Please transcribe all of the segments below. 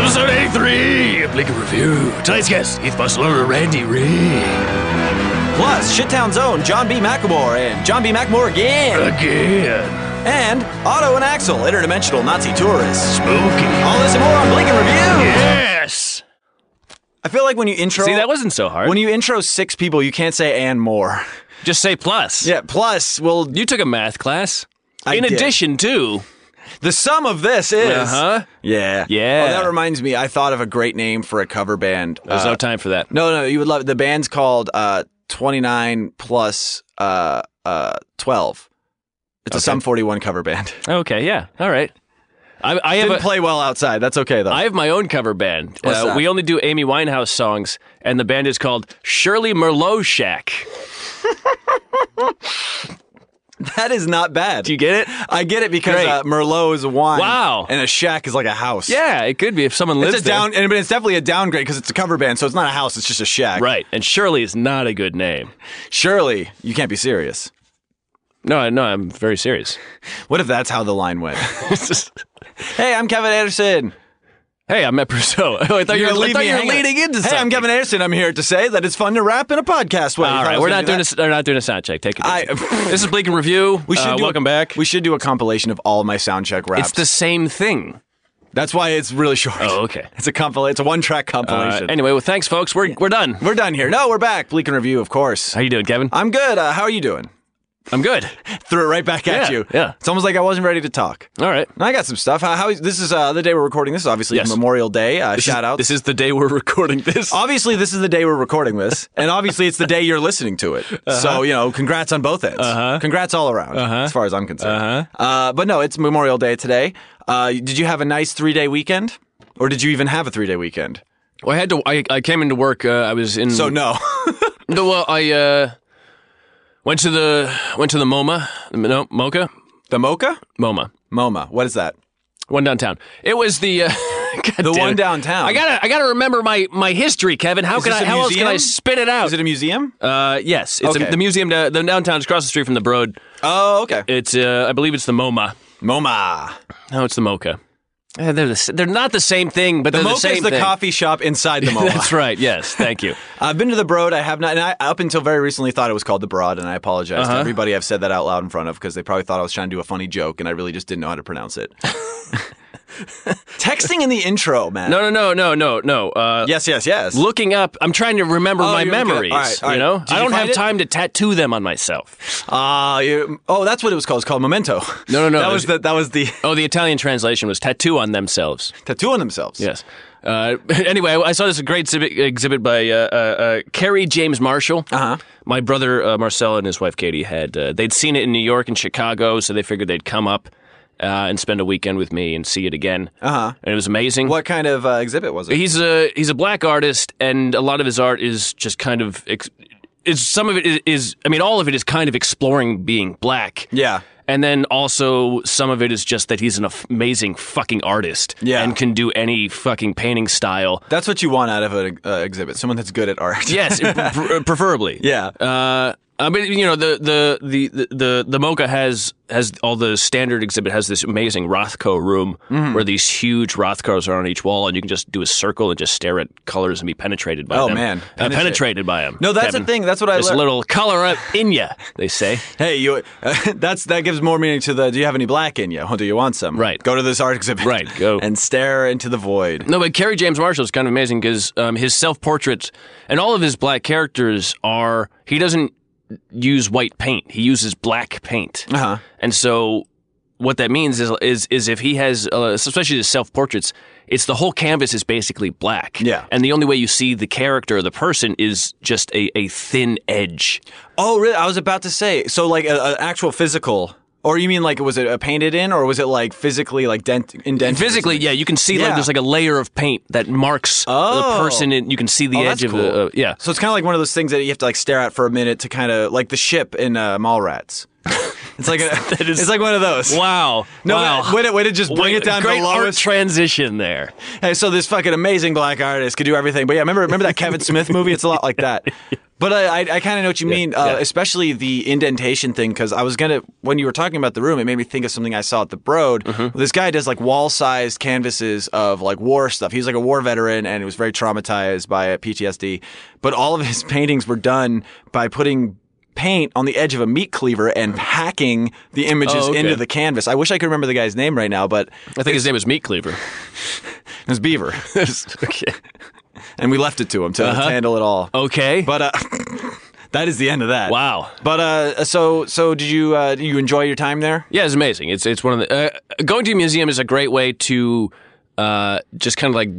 episode 83 of Blinker Review. Tonight's guest, Heath Bustler, Randy Reed. Plus, Shittown's own John B. McElmore and John B. McElmore again. Again, And Otto and Axel, interdimensional Nazi tourists. Smokey. All this and more on Blink and Review. Yes! I feel like when you intro. See, that wasn't so hard. When you intro six people, you can't say and more. Just say plus. Yeah, plus, well, You took a math class. I In did. addition to. the sum of this is. Uh-huh. Yeah. Yeah. Oh, that reminds me, I thought of a great name for a cover band. There's Uh, no time for that. No, no, you would love it. The band's called uh, 29 plus uh, uh, 12. It's a Sum 41 cover band. Okay, yeah. All right. I, I have Didn't a, play well outside. That's okay, though. I have my own cover band. Uh, What's that? We only do Amy Winehouse songs, and the band is called Shirley Merlot Shack. that is not bad. Do you get it? I get it because Great. uh, Merlot is a wine. Wow. And a shack is like a house. Yeah, it could be if someone lives It's a there. down, and, but it's definitely a downgrade because it's a cover band, so it's not a house, it's just a shack. Right, and Shirley is not a good name. Surely, you can't be serious. No, I- no, I'm very serious. What if that's how the line went? hey, I'm Kevin Anderson. hey, I'm at Brousseau. Oh, I thought you You're were, I leaving thought me you were hanging. leading into Hey, something. I'm Kevin Anderson. I'm here to say that it's fun to rap in a podcast way. You All thought I right, was we're gonna not do doing that? a, we're not doing a sound check. Take it. I- easy. this is Blink and Review. We should Uh, do a- welcome back. We should do a compilation of all my sound check raps. it's the same thing. That's why it's really short. Oh, okay. It's a compil. It's a one track Uh, compilation. anyway, well, thanks, folks. We're we're done. we're done here. No, we're back. Bleak and review, of course. How you doing, Kevin? I'm good. Uh, how are you doing? I'm good. Threw it right back at Yeah, you. yeah. It's almost like I wasn't ready to talk. All right. And I got some stuff. How, how this is uh, the day we're recording this. Obviously, Yes. Memorial Day. Uh, shout out. This is the day we're recording this. obviously, this is the day we're recording this, and obviously, it's the day you're listening to it. Uh-huh. So you know, congrats on both ends. Uh-huh. Congrats all around, as far as I'm concerned. Uh-huh. Uh, but no, it's Memorial Day today. Uh, did you have a nice three day weekend, or did you even have a three day weekend? Well, I had to. I, I came into work. Uh, I was in. So no. no, well, I uh, went to the went to the MoMA. No, Mocha, The Mocha? MoMA, MoMA. What is that? one downtown. It was the. Uh, God The damn one it. downtown. I gotta. I gotta remember my my history, Kevin. How Is can this I? a How else can I museum? spit it out? Is it a museum? uh, yes, it's Okay. a, the museum. da- The downtown is across the street from the Broad. Oh, okay. It's. Uh, I believe it's the MoMA. MoMA. No, it's the Mocha. Uh, they're the, s- they're not the same thing, but The they're the Mocha same is the thing. coffee shop inside the MoMA. That's right. Yes. Thank you. I've been to the Broad. I have not, and I up until very recently thought it was called the Broad, and I apologize Uh-huh. to everybody I've said that out loud in front of because they probably thought I was trying to do a funny joke, and I really just didn't know how to pronounce it. Texting in the intro, man. No, no, no, no, no, no. Uh, Yes, yes, yes. Looking up, I'm trying to remember my Oh, you're looking up. memories. All right, all right. You know, Did I you don't find have it? time to tattoo them on myself. Ah, you- oh, that's what it was called. It's called Memento. No, no, no. that was the that was the Oh, the Italian translation was tattoo on themselves. tattoo on themselves. Yes. Uh, anyway, I saw this great exhibit, exhibit by uh, uh, uh, Kerry James Marshall. Uh-huh. My brother uh, Marcella and his wife Katie had uh, they'd seen it in New York and Chicago, so they figured they'd come up uh, and spend a weekend with me and see it again. Uh-huh. And it was amazing. What kind of uh, exhibit was it? He's a he's a black artist, and a lot of his art is just kind of ex- is some of it is, is I mean all of it is kind of exploring being black. Yeah. And then also some of it is just that he's an af- amazing fucking artist. Yeah. And can do any fucking painting style. That's what you want out of an uh, exhibit. Someone that's good at art. Yes, pre- preferably. Yeah. Uh, I mean, you know, the the the the the, the Mocha has has all the standard exhibit has this amazing Rothko room Mm-hmm. where these huge Rothkos are on each wall, and you can just do a circle and just stare at colors and be penetrated by Oh, them. man. Uh, Penetrate. penetrated by them. No, that's the thing. That's what I This lear- little color up in ya, they say. Hey, you. that's that gives more meaning to the. Do you have any black in you? Or do you want some? Right. Go to this art exhibit. Right, go. and stare into the void. No, but Kerry James Marshall is kind of amazing because um, his self portraits and all of his black characters are he doesn't use white paint; he uses black paint. Uh-huh. And so, what that means is is is if he has, uh, especially his self portraits, it's the whole canvas is basically black. Yeah. And the only way you see the character, the person, is just a, a thin edge. Oh, really? I was about to say. So, like, an actual physical, or you mean like was it a painted in, or was it like physically like dent indented? Physically, yeah, you can see Yeah. like there's like a layer of paint that marks Oh. the person, and you can see the Oh, edge that's of cool. the uh, yeah. So it's kind of like one of those things that you have to like stare at for a minute to kind of like the ship in uh, Mallrats. It's like a, That is- it's like one of those. Wow. No, wow. way, to, way to just bring Way- it down to great the lowest. art transition there. Hey, so this fucking amazing black artist could do everything. But yeah, remember remember that Kevin Smith movie? It's a lot like that. But I I, I kind of know what you mean, uh, yeah. especially the indentation thing. Because I was gonna when you were talking about the room, it made me think of something I saw at the Broad. Mm-hmm. This guy does like wall sized canvases of like war stuff. He's like a war veteran and was very traumatized by uh, PTSD. But all of his paintings were done by putting. Paint on the edge of a meat cleaver and hacking the images Oh, okay. into the canvas. I wish I could remember the guy's name right now, but it I think his name is Meat Cleaver. was Beaver. okay. and we left it to him to Uh-huh. handle it all. Okay. But uh, that is the end of that. Oh. Wow. But uh, so so did you uh, did you enjoy your time there? Yeah, it's amazing. It's it's one of the uh, going to a museum is a great way to uh, just kind of like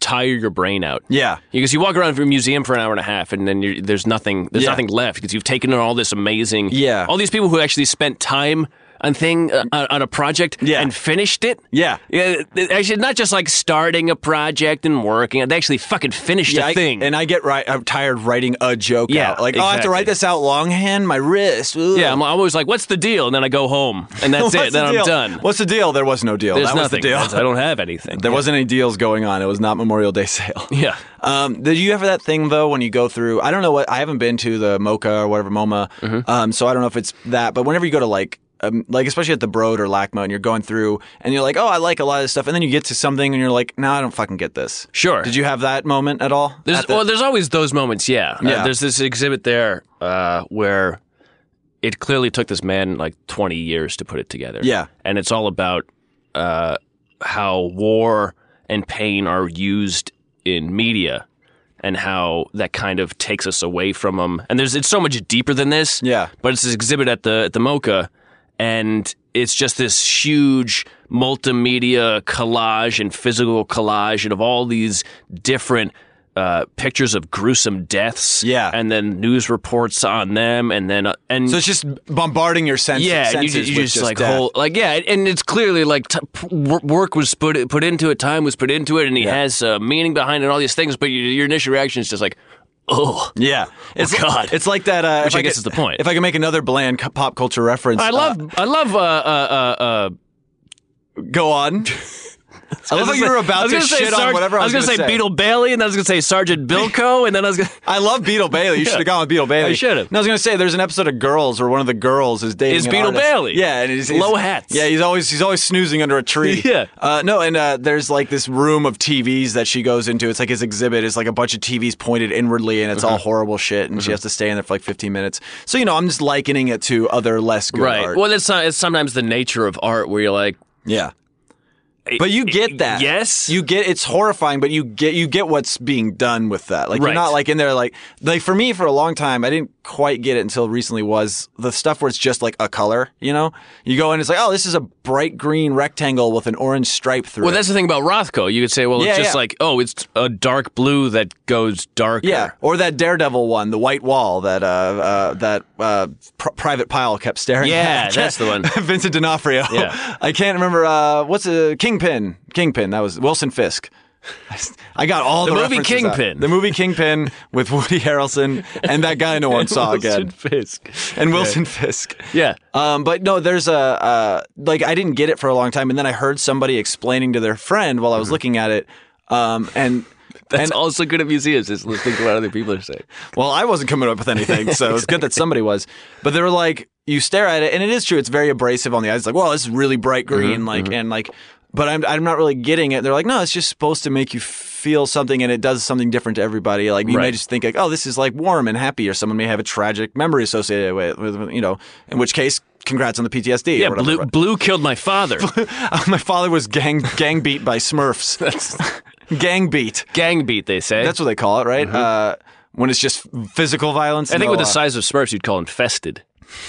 tire your brain out. Yeah. Because you walk around a museum for an hour and a half, and then you're, there's nothing there's Yeah. nothing left because you've taken in all this amazing Yeah. all these people who actually spent time on thing uh, on on a project Yeah. and finished it Yeah. yeah it- actually not just like starting a project and working they actually fucking finished a Yeah, I- thing and I get right. I'm tired writing a joke Yeah, out. Like, oh, I have to exactly. write this out longhand. My wrist. Ugh. yeah I'm always like what's the deal and then I go home and that's What's it then the I'm deal? done What's the deal? There was no deal. there's that was nothing the deal. That's- I don't have anything There yeah. wasn't any deals going on. It was not Memorial Day sale. Yeah. Um, did you ever that thing though when you go through? I don't know what I haven't been to the Mocha or whatever MoMA. Mm-hmm. Um, so I don't know if it's that. But whenever you go to like. Um, like especially at the Broad or LACMA, and you're going through, and you're like, "Oh, I like a lot of this stuff," and then you get to something, and you're like, "No, I don't fucking get this." Sure. Did you have that moment at all? There's, At the- well, there's always those moments, yeah. Uh, Yeah. there's this exhibit there uh, where it clearly took this man like 20 years to put it together. Yeah. And it's all about uh, how war and pain are used in media and how that kind of takes us away from them. And there's it's so much deeper than this. Yeah. But it's this exhibit at the at the Mocha and it's just this huge multimedia collage and physical collage and of all these different uh, pictures of gruesome deaths, Yeah. and then news reports on them, and then uh, and so it's just bombarding your sense, yeah, and you, senses. ju- you with just, like death. whole like yeah, and it's clearly like t- p- wor- work was put put into it, time was put into it, and he has uh, meaning behind it, and all these things. But your, your initial reaction is just like, oh, yeah. It's God. it's like that. Uh, Which if I could- guess is the point. If I can make another bland co- pop culture reference, I love I love uh uh uh. uh uh, go on. I love how you were I about was to gonna say shit on Sarge- whatever I was, gonna going to say Beetle Bailey, and then I was gonna say Sergeant Bilko, and then I was gonna I love Beetle Bailey. You should have gone with Beetle Bailey. I Oh, should've. No, I was gonna say there's an episode of Girls where one of the girls is dating. Is an Beetle artist. Bailey. Yeah, and he's, he's- Low hats. Yeah, he's always he's always snoozing under a tree. Yeah. Uh, no, and uh, there's like this room of TVs that she goes into. It's like his exhibit. It's like a bunch of TVs pointed inwardly, and it's all horrible shit. And she has to stay in there for like 15 minutes. So you know, I'm just likening it to other less good right. art. Well, it's not, it's sometimes the nature of art where you're like, eh, Yeah. But you get that. yes? You get it's horrifying, but you get you get what's being done with that. Like Right. you're not like in there like like for me for a long time I didn't quite get it until recently was the stuff where it's just like a color, you know? You go in it's like, "Oh, this is a bright green rectangle with an orange stripe through well, it." that's the thing about Rothko. You could say, well, Yeah, it's just yeah. like, oh, it's a dark blue that goes darker. Yeah, or that Daredevil one, the white wall that uh, uh that uh pr- Private Pile kept staring Yeah, at. that's the one. Vincent D'Onofrio. Yeah. I can't remember uh what's a Kingpin. Kingpin, that was Wilson Fisk. I got all the, The movie references out. Kingpin. The movie Kingpin with Woody Harrelson and that guy no one saw again. Fisk. And Wilson Fisk. Yeah. Um, but no, there's a uh, like I didn't get it for a long time, and then I heard somebody explaining to their friend while I was looking at it, um, and Mm-hmm. That's and also good at museums is listening to what other people are saying. Well, I wasn't coming up with anything, so it's good that somebody was. But they were like, you stare at it, and it is true. It's very abrasive on the eyes. It's like, well, this is really bright Mm-hmm, green, like, and like, but I'm I'm not really getting it. They're like, no, it's just supposed to make you feel something, and it does something different to everybody. Like you may Right. just think like, oh, this is like warm and happy, or someone may have a tragic memory associated with, with you know, in which case. Congrats on the PTSD. or Yeah, whatever. oh, blue, blue killed my father. My father was gang gang beat by Smurfs. gang beat. Gang beat, they say. That's what they call it, right? Uh, when it's just physical violence. Mm-hmm. I think no, with the uh, size of Smurfs, you'd call infested.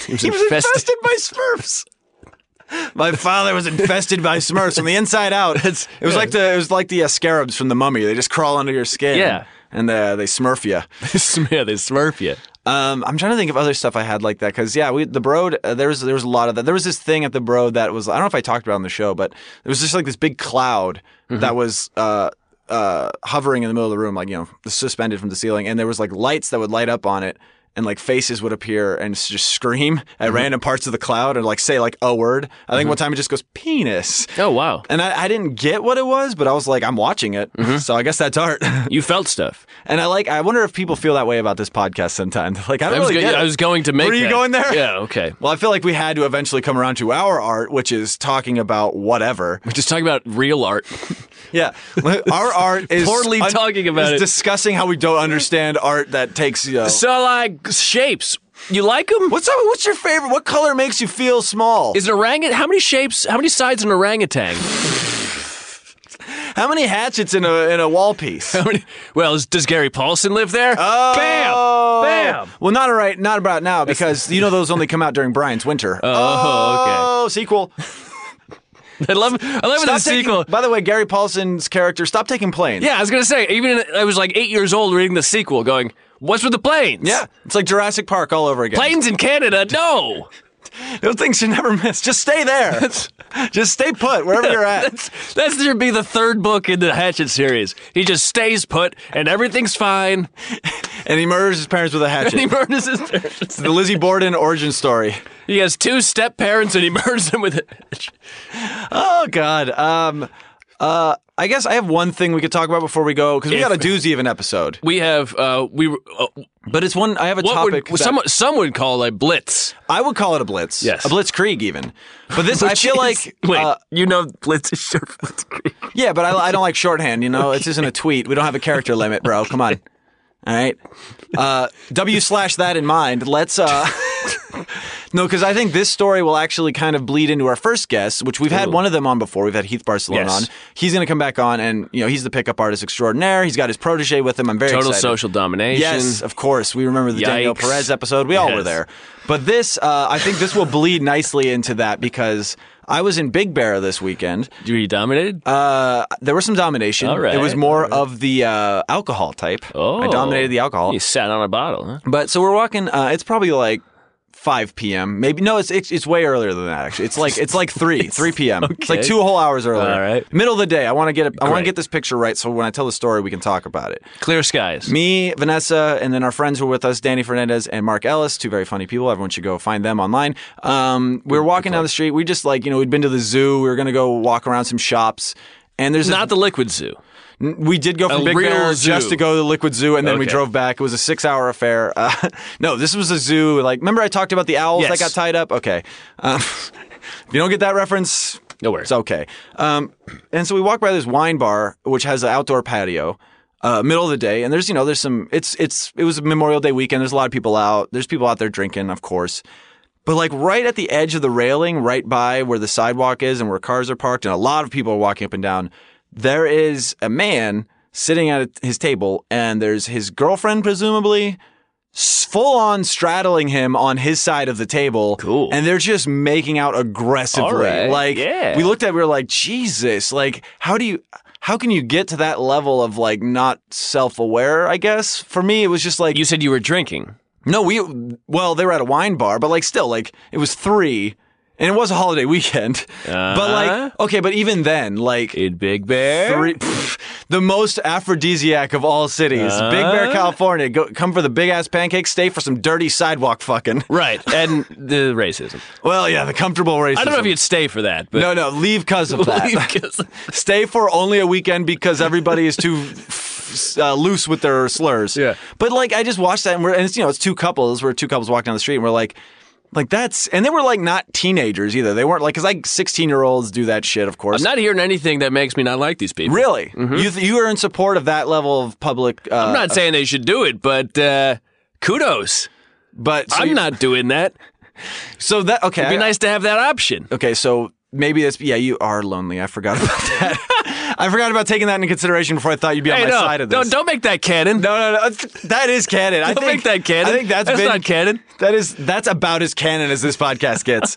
He was He was infested by Smurfs. My father was infested by Smurfs from the inside out. It's, it was like the it was like the uh, scarabs from the Mummy. They just crawl under your skin. Yeah. and uh, they Smurf you. yeah, they Smurf you. Um, I'm trying to think of other stuff I had like that because yeah, we the Broad uh, there was there was a lot of that. There was this thing at the Broad that was I don't know if I talked about it on the show, but there was just like this big cloud Mm-hmm. that was uh, uh, hovering in the middle of the room, like you know, suspended from the ceiling, and there was like lights that would light up on it. and like faces would appear and s- just scream at Mm-hmm. random parts of the cloud and like say like a word. I think one time it just goes penis. Oh wow. Mm-hmm. And I, I didn't get what it was, but I was like, I'm watching it. So I guess that's art. You felt stuff. and I like, I wonder if people feel that way about this podcast sometimes. Like, I don't I was, really go- get it. I was going to make. Were you that. going there? Yeah. Okay. Well, I feel like we had to eventually come around to our art, which is talking about whatever. We're just talking about real art. Oh. Yeah, our art is Poorly talking about is it. discussing how we don't understand art that takes you. Know, so like shapes. You like them? what's up? What's your favorite? What color makes you feel small? Is an orangutan? How many shapes? How many sides in an orangutan? how many hatchets in a in a wall piece? How many- well, is, does Gary Paulson live there? Oh. Bam! Bam! Well, not right, not about now because you know those only come out during Brian's winter. Oh, Oh, sequel. I love. I love the Stop taking- sequel. By the way, Gary Paulson's character. Stop taking planes. Yeah, I was gonna say. Even in- I was like eight years old reading the sequel, going, "What's with the planes? Yeah, it's like Jurassic Park all over again. planes in Canada? No, Those things you never miss. Just stay there. Just stay put wherever you're at. that should be the third book in the Hatchet series. He just stays put, and everything's fine. And he murders his parents with a hatchet. He murders his parents. the Lizzie Borden origin story. He has two step parents, and he murders them with a hatchet. Oh God. Um. Uh. I guess I have one thing we could talk about before we go because we got a doozy of an episode. We have uh, we uh, But it's one. I have a what topic. would that- some some would call a blitz. I would call it a blitz. Yes. A blitzkrieg even. But this I feel like. wait, uh, you know, blitz is short for blitz. yeah, but I, I don't like shorthand. You know, this isn't a tweet. We don't have a character limit, bro. Come on. All right. Uh, w slash that in mind. Let's. Uh, no, because I think this story will actually kind of bleed into our first guest, which we've had one of them on before. We've had Heath Barcelona Yes. on. He's going to come back on, and you know he's the pickup artist extraordinaire. He's got his protege with him. I'm very Total excited. social domination. Yes, of course. We remember the Daniel Yikes. Perez episode. We all were Yes. there. But this, uh, I think this will bleed nicely into that because I was in Big Bear this weekend. you be dominated. Uh, there was some domination. All right, Oh. It was more of the uh, alcohol type. I dominated the alcohol. You sat on a bottle, huh? But so we're walking. Uh, it's probably like 5 p.m. Maybe no, it's, it's it's way earlier than that. Actually, it's like it's like three 3 p.m. It's like okay. two whole hours earlier. All right. middle of the day. I want to get a, I want to Great. get this picture right. So when I tell the story, we can talk about it. Clear skies. Me, Vanessa, and then our friends were with us, Danny Fernandez and Mark Ellis, two very funny people. Everyone should go find them online. Um, we were walking down the street. We just like, you know, we'd been to the zoo. We were going to go walk around some shops. And there's Not the liquid zoo. this, Mm, we did go from a Big real Bear zoo. just to go to the Liquid Zoo, and then we Okay. drove back. It was a six-hour affair. Uh, no, this was a zoo. Like, remember I talked about the owls that Yes. got tied up? Okay, um, if you don't get that reference, No worries. it's okay. Um, and so we walk by this wine bar, which has an outdoor patio, uh, middle of the day. And there's, you know, there's some, it's, it's, it was Memorial Day weekend. There's a lot of people out. There's people out there drinking, of course. But like right at the edge of the railing, right by where the sidewalk is and where cars are parked, and a lot of people are walking up and down, there is a man sitting at his table, and there's his girlfriend, presumably, full on straddling him on his side of the table. Cool. And they're just making out aggressively. All right, Like yeah. we looked at, it, we were like, Jesus, like how do you how can you get to that level of like not self aware, I guess? For me, it was just like You said you were drinking. no, we well, they were at a wine bar, but like still, like it was three, and it was a holiday weekend. But Uh-huh. like, okay, but even then, like In Big Bear. three, pff, the most aphrodisiac of all cities, Big Bear, Uh-huh. California. Go, come for the big ass pancakes, stay for some dirty sidewalk fucking. Right. And the racism. Well, yeah, the comfortable racism. I don't know if you'd stay for that, but No, no, leave cause of that. stay for only a weekend because everybody is too uh, loose with their slurs. Yeah. But like, I just watched that, and we're and it's you know it's two couples. We're two couples walking down the street, and we're like. Like that's, and they were like not teenagers either. They weren't like, cause like sixteen year olds do that shit, of course. I'm not hearing anything that makes me not like these people. really, you th- you are in support of that level of public. Uh, I'm not saying they should do it, but uh, kudos. but so I'm you- not doing that. So that okay, It'd be I- nice to have that option. Okay, so maybe it's yeah, you are lonely. I forgot about that. I forgot about taking that into consideration before I thought you'd be on Hey, my no, side of this. don't don't make that canon. No, no, no. it's- That is canon. I Don't make think that canon. I think that's, That's been, not canon. That is that's about as canon as this podcast gets.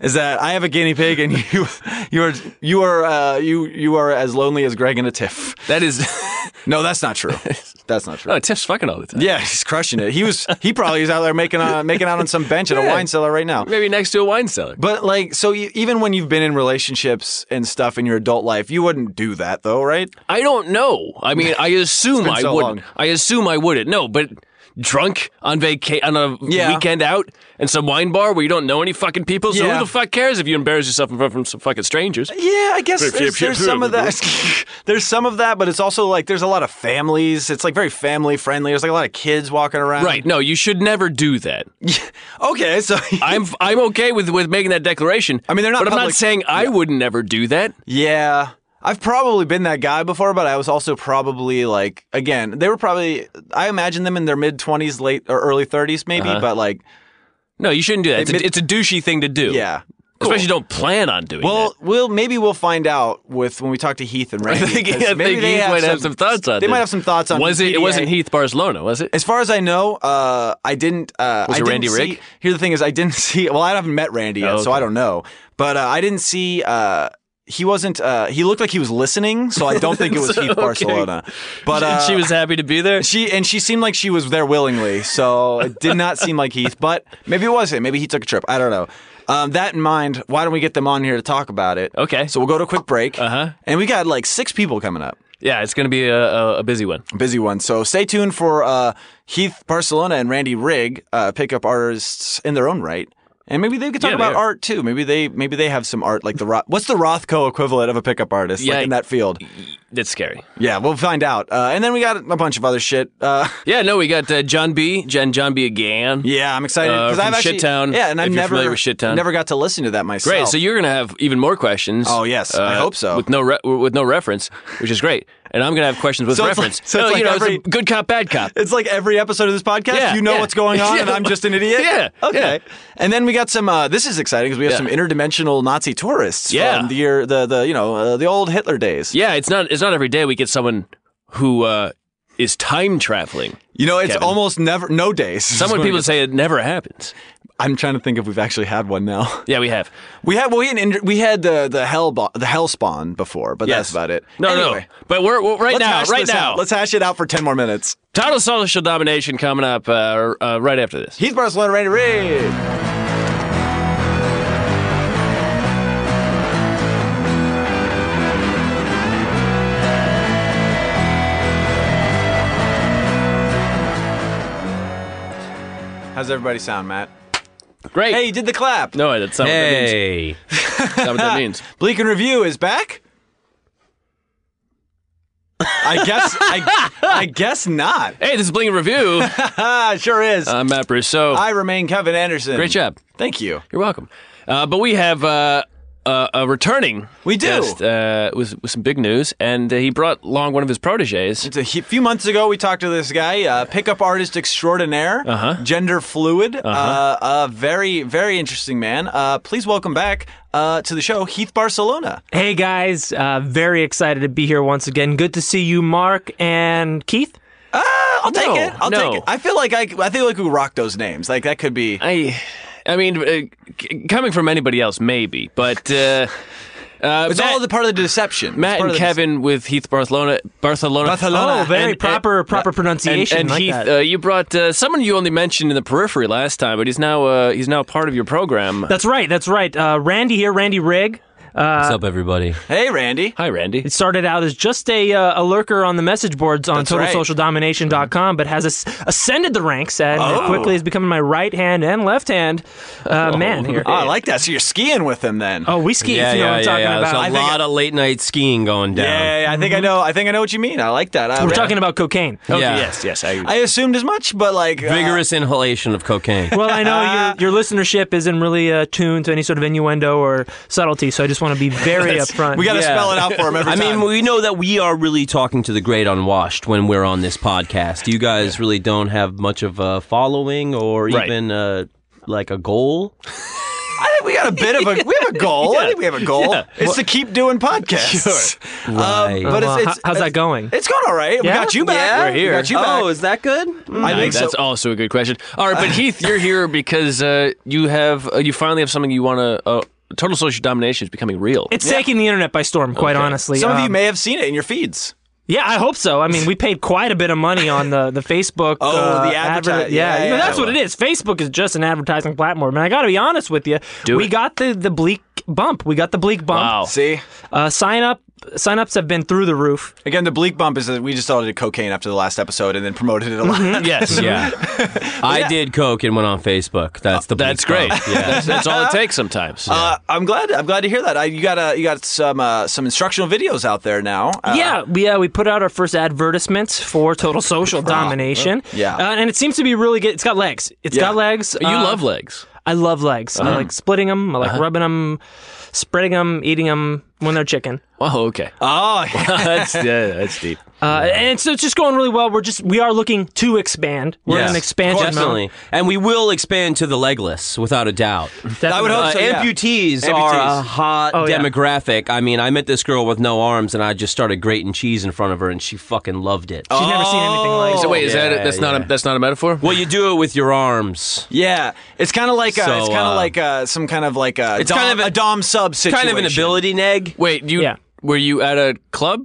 is that I have a guinea pig and you you are you are uh, you you are as lonely as Greg and a tiff. That is, No, that's not true. That's not true. oh, Tiff's fucking all the time. yeah, he's crushing it. He was he probably is out there making uh, making out on some bench at a Yeah. wine cellar right now. Maybe next to a wine cellar. But like, so you, even when you've been in relationships and stuff in your adult life, you wouldn't do that though, right? I don't know. I mean, I assume been I so wouldn't. long. I assume I wouldn't. No, but drunk on vaca- on a Yeah. weekend out in some wine bar where you don't know any fucking people. So Yeah. who the fuck cares if you embarrass yourself in front of some fucking strangers? Yeah, I guess Pip, there's, pip, there's pip, some of that. there's some of that, but it's also like there's a lot of families. It's like very family friendly. There's like a lot of kids walking around. Right. No, you should never do that. Okay. So I'm I'm okay with with making that declaration. I mean, they're not But I'm not public- saying I would never do that. yeah, I've probably been that guy before, but I was also probably like again, they were probably I imagine them in their mid twenties, late or early thirties, maybe. Uh-huh. But like, No, you shouldn't do that. It's a, Admit- it's a douchey thing to do. yeah. Especially don't plan on doing Well, that. we'll maybe we'll find out with when we talk to Heath and Randy. I think, 'cause I maybe think they Heath might have some thoughts on They this. might have some thoughts on Was it? It PDA. wasn't Heath Barcelona, was it? As far as I know, uh, I didn't. Uh, Was I it didn't Randy see- Rick? Here's the thing: is I didn't see. Well, I haven't met Randy yet, Oh, so okay. I don't know. But uh, I didn't see. Uh, he wasn't. Uh, he looked like he was listening, so I don't think it was So, Heath okay. Barcelona. But uh, she was happy to be there. She and she seemed like she was there willingly, so it did not seem like Heath. But maybe it was him. Maybe he took a trip. I don't know. Um, that in mind, why don't we get them on here to talk about it? Okay. So we'll go to a quick break. Uh Uh-huh. And we got like six people coming up. Yeah, it's going to be a, a, a busy one. busy one. So stay tuned for uh, Heath Barcelona and Randy Rigg, uh, pickup artists in their own right. And maybe they could talk Yeah, about yeah. art too. Maybe they maybe they have some art like the Ro- what's the Rothko equivalent of a pickup artist Yeah, like in that field? That's scary. Yeah, we'll find out. Uh, and then we got a bunch of other shit. Uh, Yeah, no, we got uh, John B. Jen John B. again. yeah, I'm excited Uh, because from I've actually Shittown, yeah, and I've if you're never familiar with Shittown. never got to listen to that myself. Great. So you're going to have even more questions. uh, Oh, yes. I hope so. With no re- with no reference, which is great. And I'm going to have questions with So it's like- reference. so it's No, like you know, every- it's a good cop, bad cop. It's like every episode of this podcast, Yeah, you know yeah. what's going on, and Yeah. I'm just an idiot. Yeah, Okay. And then we got some. Uh, this is exciting because we have Yeah. some interdimensional Nazi tourists Yeah. from the year, the the you know uh, the old Hitler days. Yeah, it's not it's not every day we get someone who uh, is time traveling. You know, it's Kevin. almost never no days. Someone people say it never happens. I'm trying to think if we've actually had one now. Yeah, we have. We had well, we had, an inter- we had the the hell bo- the hell spawn before, but that's Yes. about it. No, anyway, no. But we're, we're right Let's now, hash right this out. now. Let's hash it out for ten more minutes. Total social domination coming up uh, uh, right after this. Heath Barcelona, Randy Reid. How's everybody sound, Matt? Great. Hey, you did the clap. No, that's not Hey. what that means. That's not what that means. Bleak and Review is back. I guess. I, I guess not. Hey, this is Bling Review. Ah, sure is. I'm Matt Brousseau. I remain Kevin Anderson. Uh, Great job. Thank you. You're welcome. Uh, but we have uh, uh, a returning We do. guest, uh, with, with some big news, and uh, he brought along one of his proteges. It's a he- few months ago, we talked to this guy, uh, pickup artist extraordinaire, uh-huh. gender fluid, uh a very, very interesting man. Uh, please welcome back uh, to the show, Heath Barcelona. Hey guys, uh, very excited to be here once again. Good to see you, Mark and Keith. I'll take No, it. I'll no. take it. I feel like I, I feel like we rock those names. Like that could be. I, I mean, uh, c- coming from anybody else, maybe, but uh, uh, It's Matt, all the part of the deception. It's Matt and part of the Kevin with Heath Barcelona, Barcelona, Barcelona. Oh, very And- proper proper and, pronunciation. and like Heath, that. uh, you brought uh, someone you only mentioned in the periphery last time, but he's now uh, he's now part of your program. that's right. That's right. Uh, Randy here, Randy Rigg. What's up, everybody? deception. Hey, Randy. Hi, Randy. It started out as just a uh, a lurker on the message boards on That's right. totalsocialdomination.com, but has as- ascended the ranks and quickly has become my right hand and left hand uh, man here. Oh, I like that. So you're skiing with him then. oh, we ski. Yeah, if you know what yeah, I'm yeah, talking yeah. about. There's a I think- lot of late night skiing going down. yeah, yeah, I think I know. I think I know what you mean. I like that. I, We're talking about cocaine. Yeah. Yes, yes, I agree. I assumed as much, but like uh, Vigorous inhalation of cocaine. Well, I know your, your listenership isn't really uh, tuned to any sort of innuendo or subtlety, so I just want to be very upfront. we got to Yeah. spell it out for him every I time. mean, we know that we are really talking to the great unwashed when we're on this podcast. You guys really don't have much of a following or Right. even uh, like a goal. I think we got a bit of a we have a goal. I think we have a goal. It's to keep doing podcasts. Um, Right. but Well, it's, it's, ho- how's that going? It's going all right. We Yeah? got you back. Yeah? We're here. We got you back. Oh, is that good? Mm. I think so. that's also a good question. All right, but Heath, you're here because uh, you have uh, you finally have something you want to. Uh, total social domination is becoming real. It's taking the internet by storm, quite honestly. Some of you Um, may have seen it in your feeds. yeah, I hope so. I mean, we paid quite a bit of money on the the Facebook. Oh, uh, the adverti- adver- yeah, yeah, you yeah, know, that's what it is. Facebook is just an advertising platform, and I got to be honest with you, we it. Oh. got the the bleak bump. We got the bleak bump. Wow. See, Uh, sign up signups have been through the roof. Again, the bleak bump is that we just all did cocaine after the last episode and then promoted it a lot. Mm-hmm. Yes. Yeah. I did coke and went on Facebook. That's the. That's bleep great. code. Yeah. That's, that's all it takes sometimes. Uh, I'm glad. I'm glad to hear that. I, you got uh, you got some uh, some instructional videos out there now. Uh, yeah, we, uh, we put out our first advertisements for Total Social Domination. Yeah. Uh, and it seems to be really good. It's got legs. It's Yeah. got legs. you Uh, love legs. I love legs. Uh-huh. I like splitting them. I like rubbing 'em, rubbing them, spreading them, eating them when they're chicken. Oh, okay. Oh, that's yeah, that's deep. Uh, and so it's just going really well. We're just we are looking to expand. We're in Yes, an expansion Definitely. mode. And we will expand to the legless, without a doubt. I would hope Uh, so. yeah. amputees, are a Amputees. hot Oh, yeah. demographic. I mean, I met this girl with no arms, and I just started grating cheese in front of her, and she fucking loved it. She's never seen anything Oh. like. So wait, is Oh, yeah, that that's not yeah. a, that's not a metaphor? Well, you do it with your arms. Yeah, it's kind of like uh, it's So, kind of uh, like uh, some kind of like a it's dom, kind of a, a- dom sub situation. Kind of an ability neg. Wait, you Yeah. were you at a club?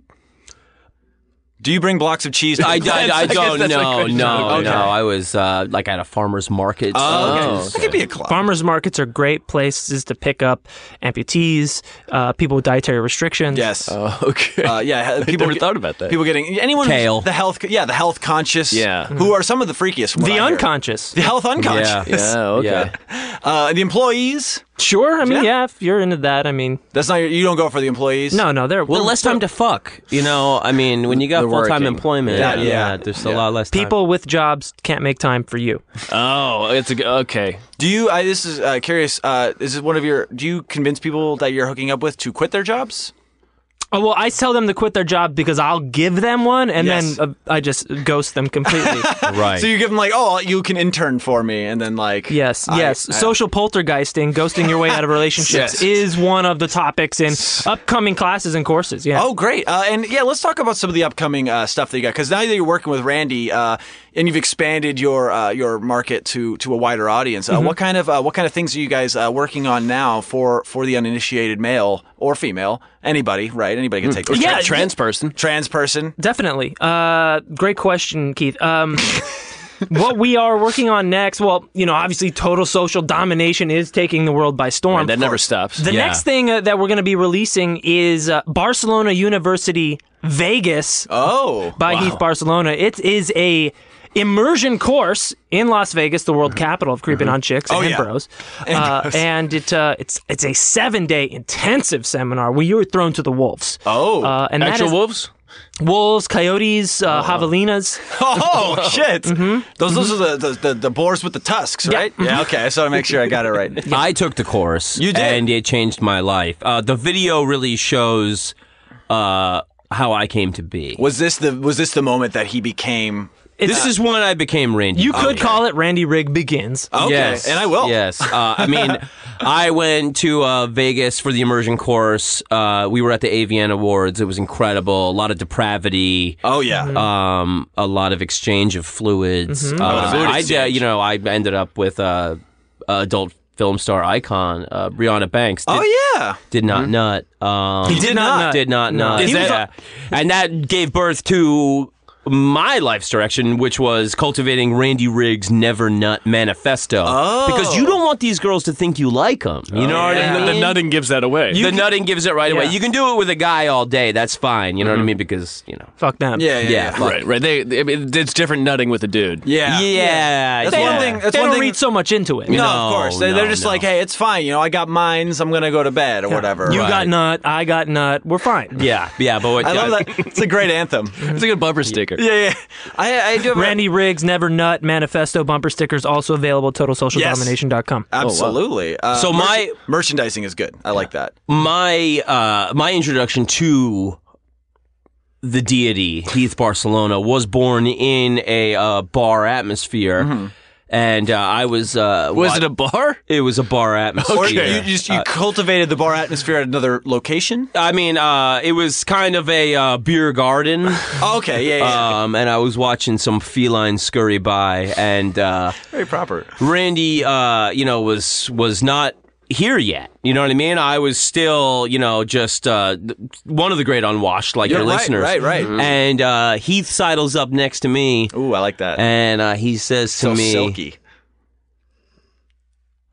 Do you bring blocks of cheese? To I, I, the- I, I guess don't that's a know. good No, joke. Okay. no. I was uh, like at a farmer's market. Oh, okay. That could be a club. Farmers markets are great places to pick up amputees, uh, people with dietary restrictions. Yes. Oh, okay. Uh, yeah, people never get- thought about that. People getting anyone who's Kale. the health yeah the health conscious Yeah. who are some of the freakiest from what the I hear. unconscious. the health unconscious yeah, Oh, okay. Oh, Yeah. uh, the employees Sure, I mean, yeah. if you're into that, I mean, that's not your, you don't go for the employees no, no, they're Well, we're- less time to fuck. You know, I mean, when you got The full time working. employment, Yeah, yeah. there's Yeah. a lot less time. people with jobs can't make time for you. Oh, it's a, g- okay. do you I this is uh, curious uh, is this one of your do you convince people that you're hooking up with to quit their jobs Oh well, I tell them to quit their job because I'll give them one, and Yes. then uh, I just ghost them completely. right? so you give them like oh you can intern for me and then like Yes, I- yes. I- Social poltergeisting, ghosting your way out of Yes. relationships is one of the topics in upcoming classes and courses. Yeah. Oh, great. Uh, and yeah, let's talk about some of the upcoming uh, stuff that you got. Because now that you're working with Randy uh, and you've expanded your uh, your market to to a wider audience, uh, what kind of uh, what kind of things are you guys uh, working on now for for the uninitiated male or female, anybody, right? Anybody can take this. Yeah, A trans person. Trans person. Definitely. Uh, great question, Keith. Um, what we are working on next, well, you know, obviously total social domination is taking the world by storm. That never stops. the yeah. next thing uh, that we're going to be releasing is uh, Barcelona University Vegas Oh. by Heath Barcelona. It is a immersion course in Las Vegas, the world capital of creeping on chicks and Mm-hmm. Oh, yeah. bros. Uh, and it uh, it's it's a seven day intensive seminar where you are thrown to the wolves. Oh. Uh, and that Actual is wolves? wolves, coyotes, uh, javelinas. oh shit! Those those are the, the, the, the boars with the tusks, right? Yeah. okay, I so to make sure I got it right. I took the course. You did? and it changed my life. Uh, the video really shows uh, how I came to be. Was this the was this the moment that he became? This is when I became Randy. You could call it Randy Rigg Begins. Oh, Okay, Yes, and I will. Yes, uh, I mean, I went to uh, Vegas for the immersion course. Uh, we were at the AVN Awards. It was incredible. A lot of depravity. Oh yeah. um, a lot of exchange of fluids. Mm-hmm. Uh, fluid I, did- exchange. you know, I ended up with uh, uh, adult film star icon uh, Brianna Banks. Did, oh yeah. did not nut. Um, He did not nut. Mm-hmm. Did not nut. Is Yeah. that- and that gave birth to my life's direction, which was cultivating Randy Riggs' Never Nut Manifesto. Oh. Because you don't want these girls to think you like them. You know what I mean? The nutting gives that away. the nutting gives it right away. Yeah. You can do it with a guy all day. That's fine. You know what I mean? Because, you know. Fuck them. Yeah. Yeah. Yeah. yeah. fuck. right, right. They, I mean, it's different nutting with a dude. Yeah. Yeah. That's yeah. one thing. That's they one don't thing. read so much into it. no, No, of course. They, no, they're just no. like, hey, it's fine. You know, I got mines. I'm gonna go to bed or whatever. You Right. got nut. I got nut. We're fine. Yeah, yeah, but what, I love that. It's a great anthem. It's like a bumper sticker. Yeah, yeah. I, I do. Have a- Randy Riggs Never Nut Manifesto bumper stickers also available at totalsocialdomination.com. absolutely. Uh, Oh, So merch- my- merchandising is good. I like that. my uh, my introduction to the deity Heath Barcelona was born in a uh, bar atmosphere, and uh, I was uh, Mm-hmm. Was it a bar? it was a bar atmosphere. You, you just you Uh, cultivated the bar atmosphere at another location. I mean, uh, it was kind of a uh, beer garden. Oh, okay. Yeah. yeah. Um, and I was watching some feline scurry by, and uh, Very proper. Randy, uh, you know, was was not here yet. You know what I mean? I was still, you know, just uh, th- one of the great unwashed, like Yeah, your right, listeners. right, right. Mhm. And uh, Heath sidles up next to me, Ooh, I like that. and uh, he says to so me, silky.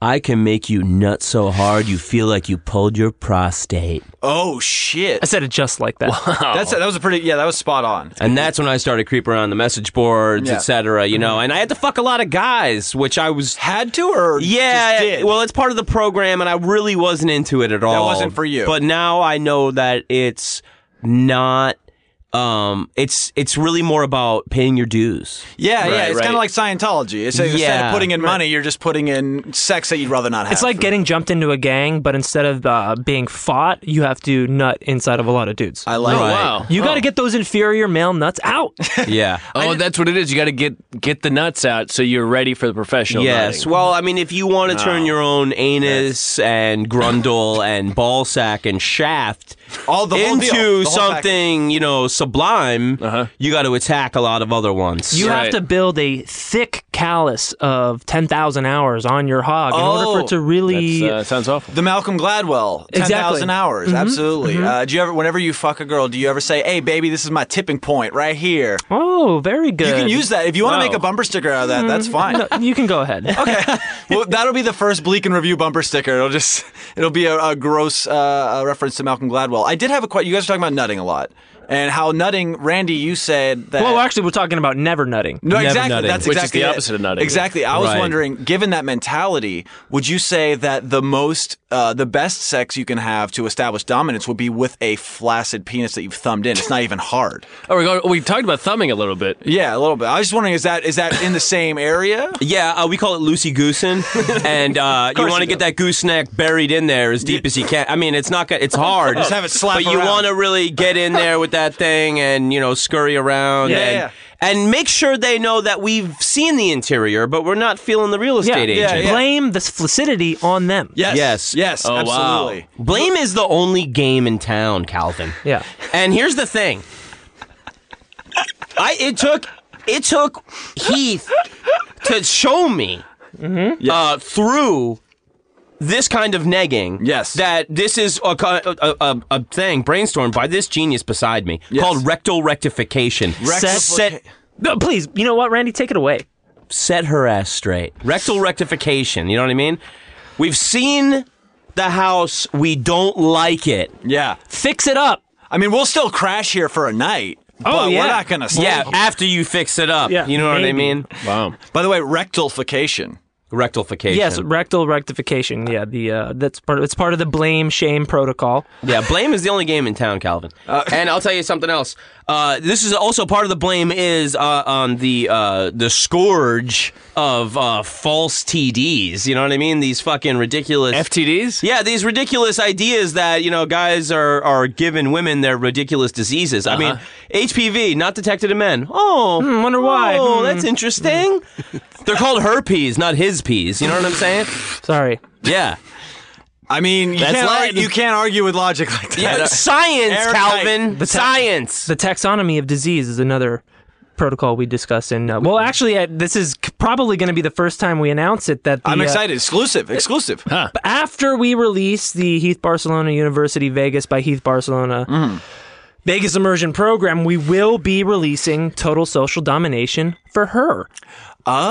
I can make you nut so hard you feel like you pulled your prostate. Oh shit. I said it just like that. That's that was a pretty yeah. That was spot on. And that's when I started creeping around the message boards, Yeah. Mm-hmm. etc. You know, and I had to fuck a lot of guys, which I was. Had to or Yeah, just did? well, it's part of the program, and I really wasn't into it at all. wasn't for you. But now I know that it's not. Um, it's it's really more about paying your dues. yeah, yeah. Right, It's right. kind of like Scientology. It's instead Yeah, of putting in money, you're just putting in sex that you'd rather not have. It's like getting jumped into a gang, but instead of uh, being fought, you have to nut inside of a lot of dudes. I like. Oh, it. wow. you got to get those inferior male nuts out. Yeah. Oh, that's what it is. You got to get get the nuts out so you're ready for the professional. Yes. nutting. Well, I mean, if you want to turn your own anus and grundle and ball sack and shaft All the whole into deal, the whole Uh-huh. something, you know, sublime, you got to attack a lot of other ones. You Right. have to build a thick callus of 10,000 hours on your hog in order for Oh, it to really. That's, uh, sounds awful. The Malcolm Gladwell, ten thousand Exactly. Mm-hmm. hours, absolutely. Uh, do you ever, whenever you fuck a girl, do you ever say, "Hey, baby, this is my tipping point right here"? oh, very good. Mm. You can use that if you want to Wow. make a bumper sticker out of that. That's fine. No, you can go ahead. Okay, well, that'll be the first Bleak and Review bumper sticker. It'll just, it'll be a, a gross uh, uh reference to Malcolm Gladwell. I did have a question. You guys are talking about nutting a lot, and how nutting, Randy, you said that. Well, actually, we're talking about never nutting. No, Never exactly. nutting. That's Which is exactly the it. opposite of nutting. Exactly. I was Right. wondering, given that mentality, would you say that the most, uh, the best sex you can have to establish dominance would be with a flaccid penis that you've thumbed in? It's not even hard. Oh, we, go- we talked about thumbing a little bit. Yeah, a little bit. I was just wondering, is that is that in the same area? Yeah, uh, we call it Lucy Goosen, and uh, you want to get that gooseneck buried in there as deep as you can. I mean, it's not gonna, it's hard. Just have it slap But you around. want to really get in there with that thing and you know scurry around Yeah, and yeah. and make sure they know that we've seen the interior, but we're not feeling the real Yeah, estate agent. yeah. blame the flaccidity on them. Yes. Yes. Yes. Oh, wow. absolutely. Blame is the only game in town, Calvin. Yeah. And here's the thing. I it took it took Heath to show me Mm-hmm. uh, through this kind of negging. Yes. that this is a co- a, a, a thing brainstormed by this genius beside me called rectal rectification. Rectifica- set No, please. You know what, Randy? Take it away. set her ass straight. Rectal rectification. You know what I mean? We've seen the house. We don't like it. Yeah. Fix it up. I mean, we'll still crash here for a night. Oh, but yeah. We're not gonna. Sleep. Yeah, after you fix it up. Yeah, you know what I maybe. mean? Wow. By the way, rectilification. Rectification. Yes, rectal rectification. Yeah, the uh, that's part. Of, it's part of the blame shame protocol. Yeah, blame is the only game in town, Calvin. and I'll tell you something else. Uh, this is also part of the blame is uh, on the uh, the scourge of uh, false TDs. You know what I mean? These fucking ridiculous. FTDs? yeah, these ridiculous ideas that you know guys are are giving women their ridiculous diseases. I mean, HPV not detected in men. Oh, wonder why. Oh, Hmm. that's interesting. They're called herpes, not his peas. You know what I'm saying? Sorry. Yeah. I mean, you That's can't, ar- Latin. you can't argue with logic like that. Yeah, science, Airtight. Calvin. The ta- science. The taxonomy of disease is another protocol we discuss in. Uh, well, actually, uh, this is c- probably going to be the first time we announce it. That the, I'm uh, excited. Exclusive. Exclusive. after we release the Heath Barcelona University Vegas by Heath Barcelona Mm-hmm. Vegas immersion program, we will be releasing Total Social Domination for her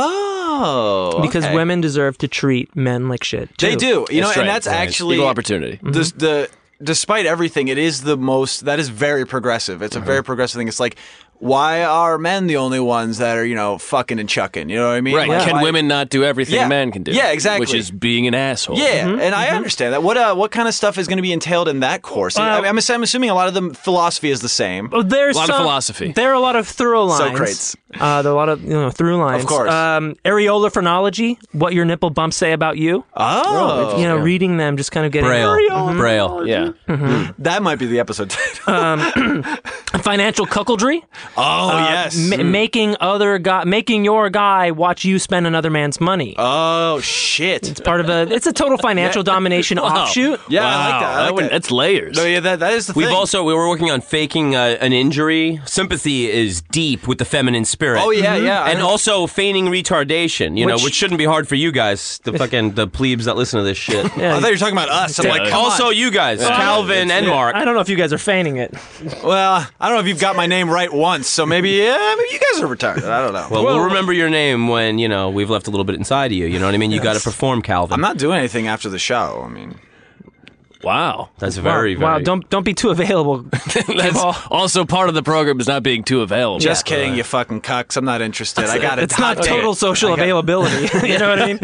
Oh. because okay. women deserve to treat men like shit. They too. do. You know, That's and right, that's right. actually Mm-hmm. Equal opportunity. This, the despite everything, it is the most that is very progressive. It's a very progressive thing. It's like why are men the only ones that are, you know, fucking and chucking? You know what I mean? Right. Like, Can why- women not do everything Yeah. men can do? Yeah, exactly. Which is being an asshole. Yeah, and I understand that. What uh, what kind of stuff is going to be entailed in that course? I, I'm, I'm assuming a lot of the philosophy is the same. Well, Oh, there's A lot of some- philosophy. There are a lot of through lines. Socrates. Uh, there are a lot of you know through lines. course. Um, areolar phrenology. What your nipple bumps say about you. Oh, you know, reading them, just kind of getting Mm-hmm. Braille. Yeah. that might be the episode title. financial cuckoldry. oh yes. Ma- making other guy, making your guy watch you spend another man's money. oh shit. it's part of a. It's a total financial domination offshoot. Yeah, I wow. like that. I like Oh, wouldn't- that. That's layers. No, yeah, that, that is the We've thing. also we were working on faking uh, an injury. Sympathy is deep with the feminine spirit. Oh yeah, yeah. I And know. also feigning retardation, you know, Which- which shouldn't be hard for you guys, the fucking the plebes that listen to this Oh, shit. I thought you were talking about us. I'm like, come also on. you guys, Calvin and Mark. I don't know if you guys are feigning it. well, I don't don't know if you've got my name right once, so maybe yeah, maybe you guys are retired. I don't know. Well, we'll remember your name when you know we've left a little bit inside of you. You know what I mean? You got to perform, Calvin. I'm not doing anything after the show. I mean, Wow. That's very, wow, very. don't don't be too available. That's also part of the program is not being too available. just kidding, you fucking cucks. I'm not interested. I got it. It's not total social availability. you know what I mean?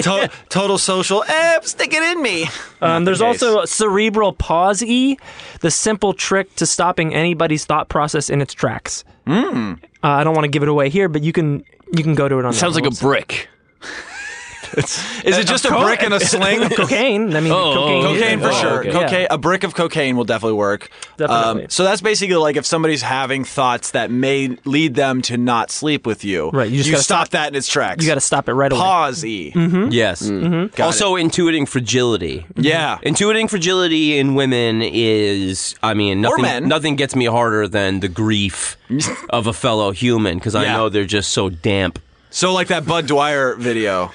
To- total social. Eh, stick it in me. Um, there's also cerebral pause E, the simple trick to stopping anybody's thought process in its tracks. Uh, I don't want to give it away here, but you can you can go to it on. Sounds that like a brick. Is it just a brick and a sling? website. cocaine. I mean, Oh, cocaine. oh, Cocaine for Oh, sure. okay. Cocaine, a brick of cocaine will definitely work. Um, Definitely. so that's basically like if somebody's having thoughts that may lead them to not sleep with you. Right, you just stop, gotta that in its tracks. You Mm-hmm. got to stop it right away. pause. E. Yes. Also, intuiting fragility. Mm-hmm. Yeah. Intuiting fragility in women is, I mean, nothing, men. nothing gets me harder than the grief of a fellow human because I Yeah. know they're just so damp. So like that Bud Dwyer video.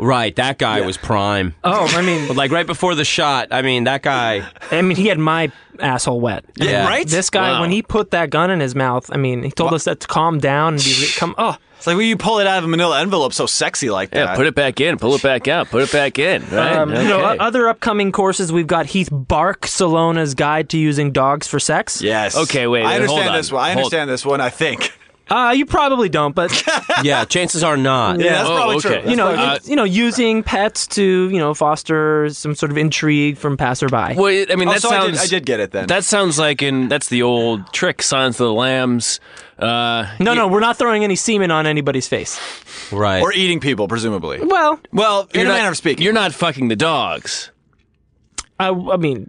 Right, that guy was prime. Oh, I mean, Like right before the shot, I mean, that guy. I mean, he had my asshole wet. Yeah. Right? This guy, Wow. when he put that gun in his mouth, I mean, he told us that to calm down and be re- come. Oh, It's like, well, you pull it out of a manila envelope so sexy like that. Yeah, put it back in, pull it back out, put it back in. Right? Um, You know, o- Okay. other upcoming courses we've got Heath Barcelona's Guide to Using Dogs for Sex. Yes. Okay, wait, I wait, hold understand on. this one. I Hold- understand this one, I think. Uh, you probably don't, but Yeah, chances are not. Yeah, that's Oh, probably okay. true. That's you know, probably Uh, you, you know, using pets to you know foster some sort of intrigue from passerby. Well, it- I mean, Oh, that so I did- sounds. I did get it then. That sounds like in that's the old trick, Signs of the Lambs. Uh, no, no, we're not throwing any semen on anybody's face. Right. Or eating people, presumably. Well, Well, in you're a not- manner of speaking. you're not fucking the dogs. I, I mean,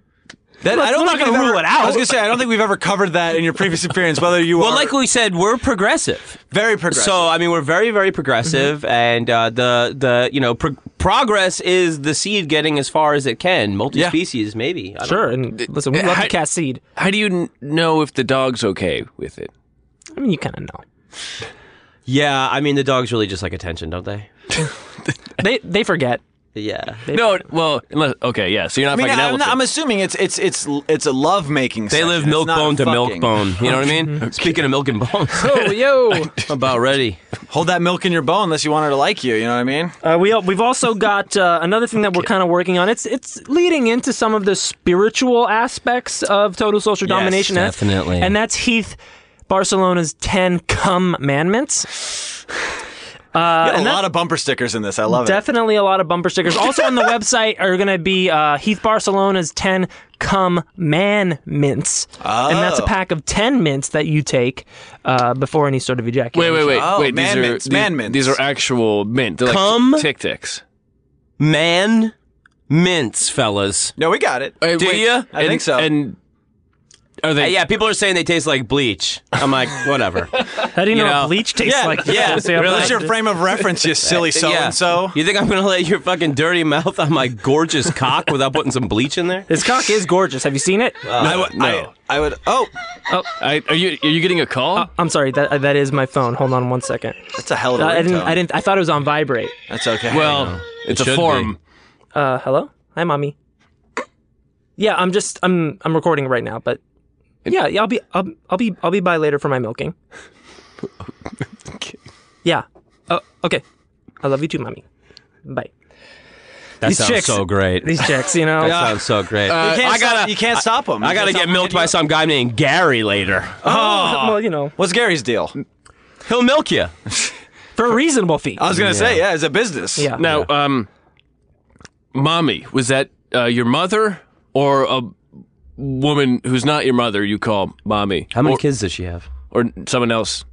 That- I we're not think gonna we've rule ever- it out. I was going to say, I don't think we've ever covered that in your previous appearance, whether you well, are like we said, we're progressive. very progressive. So I mean, we're very, very progressive, Mm-hmm. and uh, the the you know pro- progress is the seed getting as far as it can. Multi species, maybe. I don't- sure. And listen, we love I- to cast seed. How do you n- know if the dog's okay with it? I mean, you kind of know. Yeah, I mean, the dogs really just like attention, don't they? They they forget. Yeah. No, well, unless okay, yeah. So you're not I mean, fucking I'm, elephant. not- I'm assuming it's it's it's it's a love making. They live milk bone to milk bone. You know what I mean? Speaking of milk and bones, Oh, yo. about ready. Hold that milk in your bone unless you want her to like you. You know what I mean? Uh, we al- we've also got uh, another thing that we're kind of working on. It's it's leading into some of the spiritual aspects of total social domination, and that's- definitely. and that's Heath Barcelona's ten commandments. Uh, Got a and that- lot of bumper stickers in this. I love it. definitely a lot of bumper stickers. Also on the website are going to be uh, Heath Barcelona's ten come man mints, and that's a Oh. pack of ten mints that you take uh, before any sort of wait, ejaculation. wait, wait, Oh, wait. These man are mints, these, man mints. These are actual mint. They're like Cum? tic tacs. Man, mints, fellas. No, we got it. Do ya? I think so. And are Uh, they? yeah, people are saying they taste like bleach. I'm like, whatever. How do you, You know, know. what bleach tastes Yeah, like? yeah. Say I'm Really? not- That's your frame of reference, you silly so yeah. and so. You think I'm gonna let your fucking dirty mouth on my gorgeous cock without putting some bleach in there? His cock is gorgeous. Have you seen it? I would- no. Uh, I, I would. Oh, I, are you? Are you getting a call? Uh, I'm sorry. That that is my phone. Hold on one second. that's a hell of a. Uh, I didn't. ringtone. I didn't. I thought it was on vibrate. That's okay. well, it's should a form. Uh, hello. Hi, mommy. Yeah, I'm just. I'm. I'm recording right now, but. Yeah, yeah, I'll be, I'll, I'll be, I'll be by later for my milking. Yeah. Oh, okay. I love you too, mommy. Bye. That These sounds chicks- so great. These chicks, you know. That sounds so great. you can't uh, I stop- gotta, you can't stop them. I gotta get milked by some guy named Gary later. Oh, well, you know, What's Gary's deal? He'll milk you. for a reasonable fee. I was gonna say, yeah, as a business. yeah. Now, um, mommy, was that uh, your mother or a woman who's not your mother you call mommy? How many or, kids does she have? Or someone else?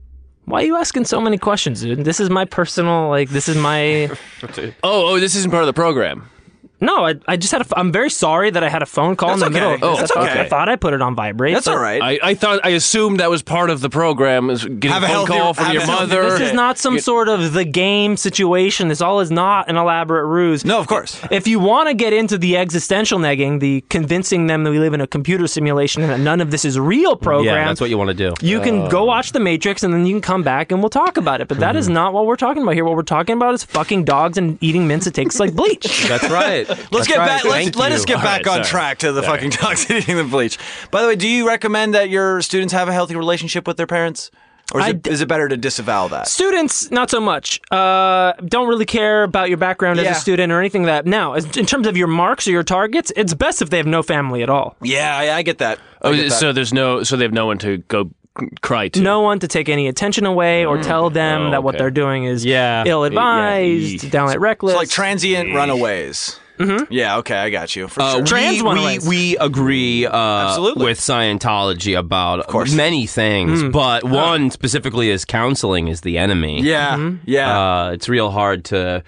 Why are you asking so many questions, dude? This is my personal. Like, this is my. Oh, oh, this isn't part of the program. No, I, I just had a. ph- I'm very sorry that I had a phone call in That's the okay. middle. Of this. Oh, that's I, thought, okay. I thought I put it on vibrate. that's but all right. I, I thought I assumed that was part of the program. Is getting Have a a phone healthy- call from have a your healthy- mother. This is not some sort of the game situation. This all is not an elaborate ruse. no, of course. If you want to get into the existential negging, the convincing them that we live in a computer simulation and that none of this is real program, Yeah, that's what you Uh. want to do. you can go watch The Matrix and then you can come back and we'll talk about Hmm. it. But that is not what we're talking about here. What we're talking about is fucking dogs and eating mints that tastes like bleach. That's right. right. Let's get right. back. Let's, Thank let us get you. Uh, All back right, on sorry. track to the fucking dogs eating the bleach. By the way, do you recommend that your students have a healthy relationship with their parents, or is, I it, is it better to disavow that? Students, not so much. Uh, don't really care about your background Yeah. as a student or anything like that. Now, as, in terms of your marks or your targets, it's best if they have no family at all. Yeah, I, I get that. I Oh, get that. so there's no, so they have no one to go c- cry to. No one to take any attention away or tell them Oh, that what okay. they're doing is Yeah. ill advised, Yeah. downright reckless. It's like transient runaways. Mm-hmm. Yeah, okay, I got you. For sure. Trans Uh, we, we, runaways. we agree uh, oh Absolutely. Hmm. with Scientology about many things, but one specifically is counseling is the enemy. Uh. yeah, yeah. Uh, it's real hard to,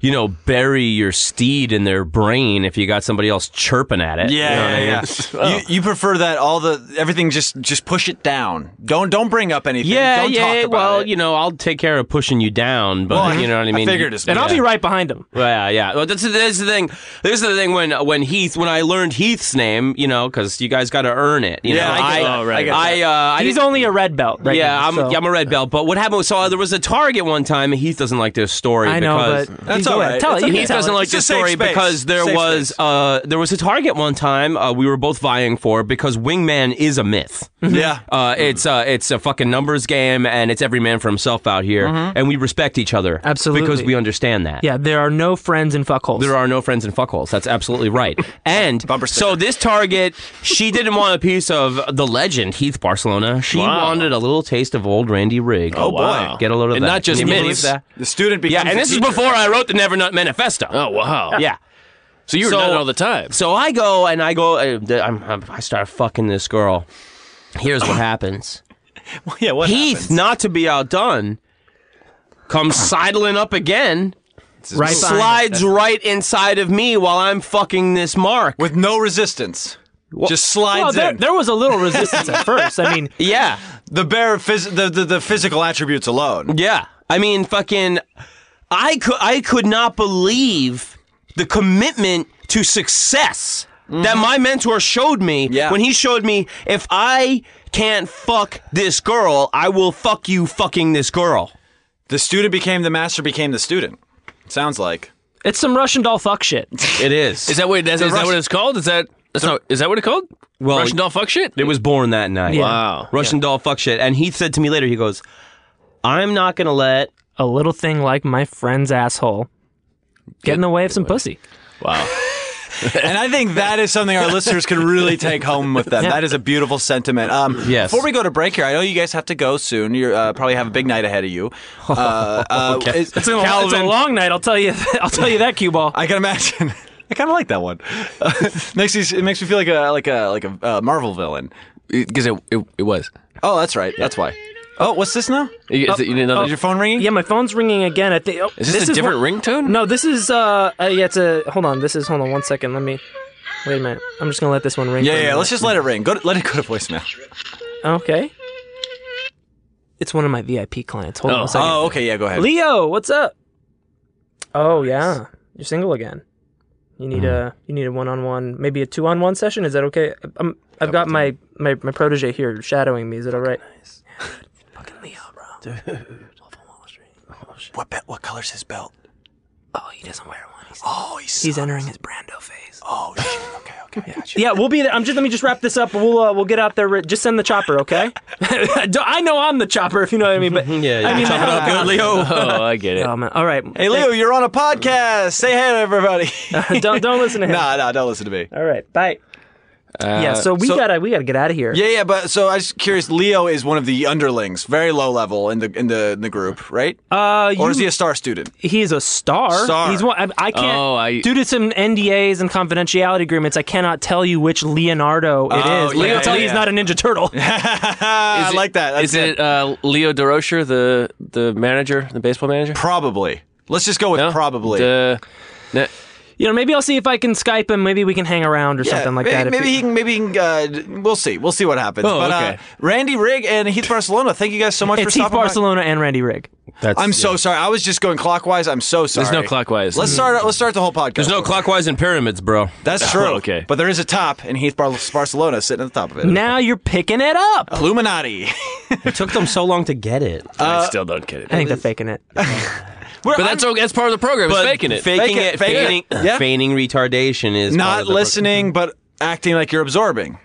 you know, bury your steed in their brain if you got somebody else chirping at it. You know what I Yeah, mean? Oh. yeah, yeah. You, you prefer that all the everything just just push it down. Don't don't bring up anything. Yeah, don't yeah. Talk about well, it. you know, I'll take care of pushing you down, but Well, you know what I mean. figured as and I'll be right behind them. Yeah, yeah. Well, that's, that's the thing. This is the thing when when Heath when I learned Heath's name, you know, because you guys got to earn it. You Yeah, know? I get that. I, Oh, right. I, uh, I He's didn't- only a red belt, right? yeah, now, I'm, so- yeah, I'm a red belt. But what happened was, so there was a Target one time, and Heath doesn't like this story. I know, because, but That's go all ahead. right. Tell it. That's You okay. can Heath tell doesn't it. like It's a this safe story space. because there Safe was space. uh, there was a Target one time uh, we were both vying for because Wingman is a myth. Mm-hmm. yeah. Uh, it's uh, it's a fucking numbers game, and it's every man for himself out here, and we respect each other Mm-hmm. Absolutely. because we understand that. Yeah, there are no friends in fuckholes. There are no friends in fuckholes. That's absolutely right. And Bumper sticker. so this target, she didn't want a piece of the legend Heath Barcelona. She wanted a little taste of old Randy Rigg. Oh wow. get a load of And that. not just Can you believe myths. that? the student Yeah, becomes. and the this is teacher. before I wrote the Never Nut Manifesto. Oh wow. Yeah. So you were So- done all the time. So I go and I go. uh, th- I'm, I'm, I start fucking this girl. Here's what happens. yeah. What Heath, happens? not to be outdone, comes sidling up again, right behind slides right inside of me while I'm fucking this mark. with no resistance. just them. slides Well, Oh, there, in. there was a little resistance at first. I mean, Yeah. the bare phys- the, the the physical attributes alone. Yeah. I mean, fucking, I could, I could not believe the commitment to success that my mentor showed me Yeah. when he showed me if I can't fuck this girl, I will fuck you fucking this girl. The student became the master, became the student. Sounds like. it's some Russian doll fuck shit. It is. Is that what is, is that what it's called? Is that that's not is that what it's called? Well, Russian doll fuck shit. It was born that night. Yeah. Wow. Russian doll fuck shit. And he said to me later, he goes, I'm not going to let. A little thing like my friend's asshole get in the way of some pussy. Wow. And I think that is something our listeners can really take home with them. That is a beautiful sentiment. Um, Yes. Before we go to break here, I know you guys have to go soon. You uh, probably have a big night ahead of you. Uh, uh, is- Oh, It's a, it's a long night. I'll tell you. I'll tell you that cue ball. I can imagine. I kind of like that one. makes you, it makes me feel like a like a like a uh, Marvel villain. Because it, it it was. Oh, that's right. That's why. Oh, what's this now? You, is it- you didn't know Is that your phone ringing? Yeah, my phone's ringing again. I think. Oh, Is this, a different one- ringtone? No, this is. Uh, uh, yeah, it's a. Hold on. This is. Hold on. One second. Let me. Wait a minute. I'm just gonna let this one ring. Yeah, for a yeah. minute. Let's just let it ring. Go to, let it go to voicemail. Okay. It's one of my VIP clients. Hold on Oh. a second. Oh, okay. Yeah, go ahead. Leo, what's up? Oh yeah, you're single again. You need a you need a one on one, maybe a two on one session. Is that okay? i I've got my, my my protege here shadowing me. Is it all right? Fucking Leo, bro. What be- what color's his belt? Oh, he doesn't wear one. He's, Oh, he's, he's entering his Brando phase. oh shit. Okay, okay. Gotcha. Yeah, we'll be there. I'm just let me just wrap this up. We'll uh, we'll get out there. Just send the chopper, okay? I know I'm the chopper, if you know what I mean. But Yeah, yeah. I mean, Chop it up Uh, good, Leo. oh, I get it. Oh, man. all right. Hey, Leo, you're on a podcast. Say hey to everybody. don't don't listen to him. nah, nah. Don't listen to me. All right, bye. yeah, so we so- gotta we gotta get out of here. Yeah, yeah, but so I was curious. Leo is one of the underlings, very low level in the in the in the group, right? Uh, or you- is he a star student? he's a star. Star. He's one. I, I can't. Oh, I- due to some NDAs and confidentiality agreements, I cannot tell you which Leonardo it is. Oh, But I yeah, can tell yeah, you he's yeah. not a Ninja Turtle. I like that. That's Is it uh, Leo DeRocher, the the manager, the baseball manager? probably? Let's just go with No? probably. The- no. you know, maybe I'll see if I can Skype him. Maybe we can hang around or Yeah, something like maybe, that. if Maybe he- he can. Maybe he can. Uh, d- we'll see. We'll see what happens. Oh, but uh, okay. Randy Rigg and Heath Barcelona, thank you guys so much for it's Heath stopping by. Barcelona and Randy Rigg. That's, I'm so sorry. I was just going clockwise. I'm so sorry. There's no clockwise. Let's start. Let's start the whole podcast. There's no clockwise in pyramids, bro. Oh, That's true. okay. But there is a top, and Heath Bar- Barcelona is sitting at the top of it. Now you're picking it up. I Illuminati. It took them so long to get it. Uh, I still don't get it. think they're faking it. But that's okay. That's part of the program. It's But faking it. faking Fake it, it, fake it. feigning, Yeah. feigning retardation is part Not of the- Mm-hmm. listening, but acting like you're absorbing.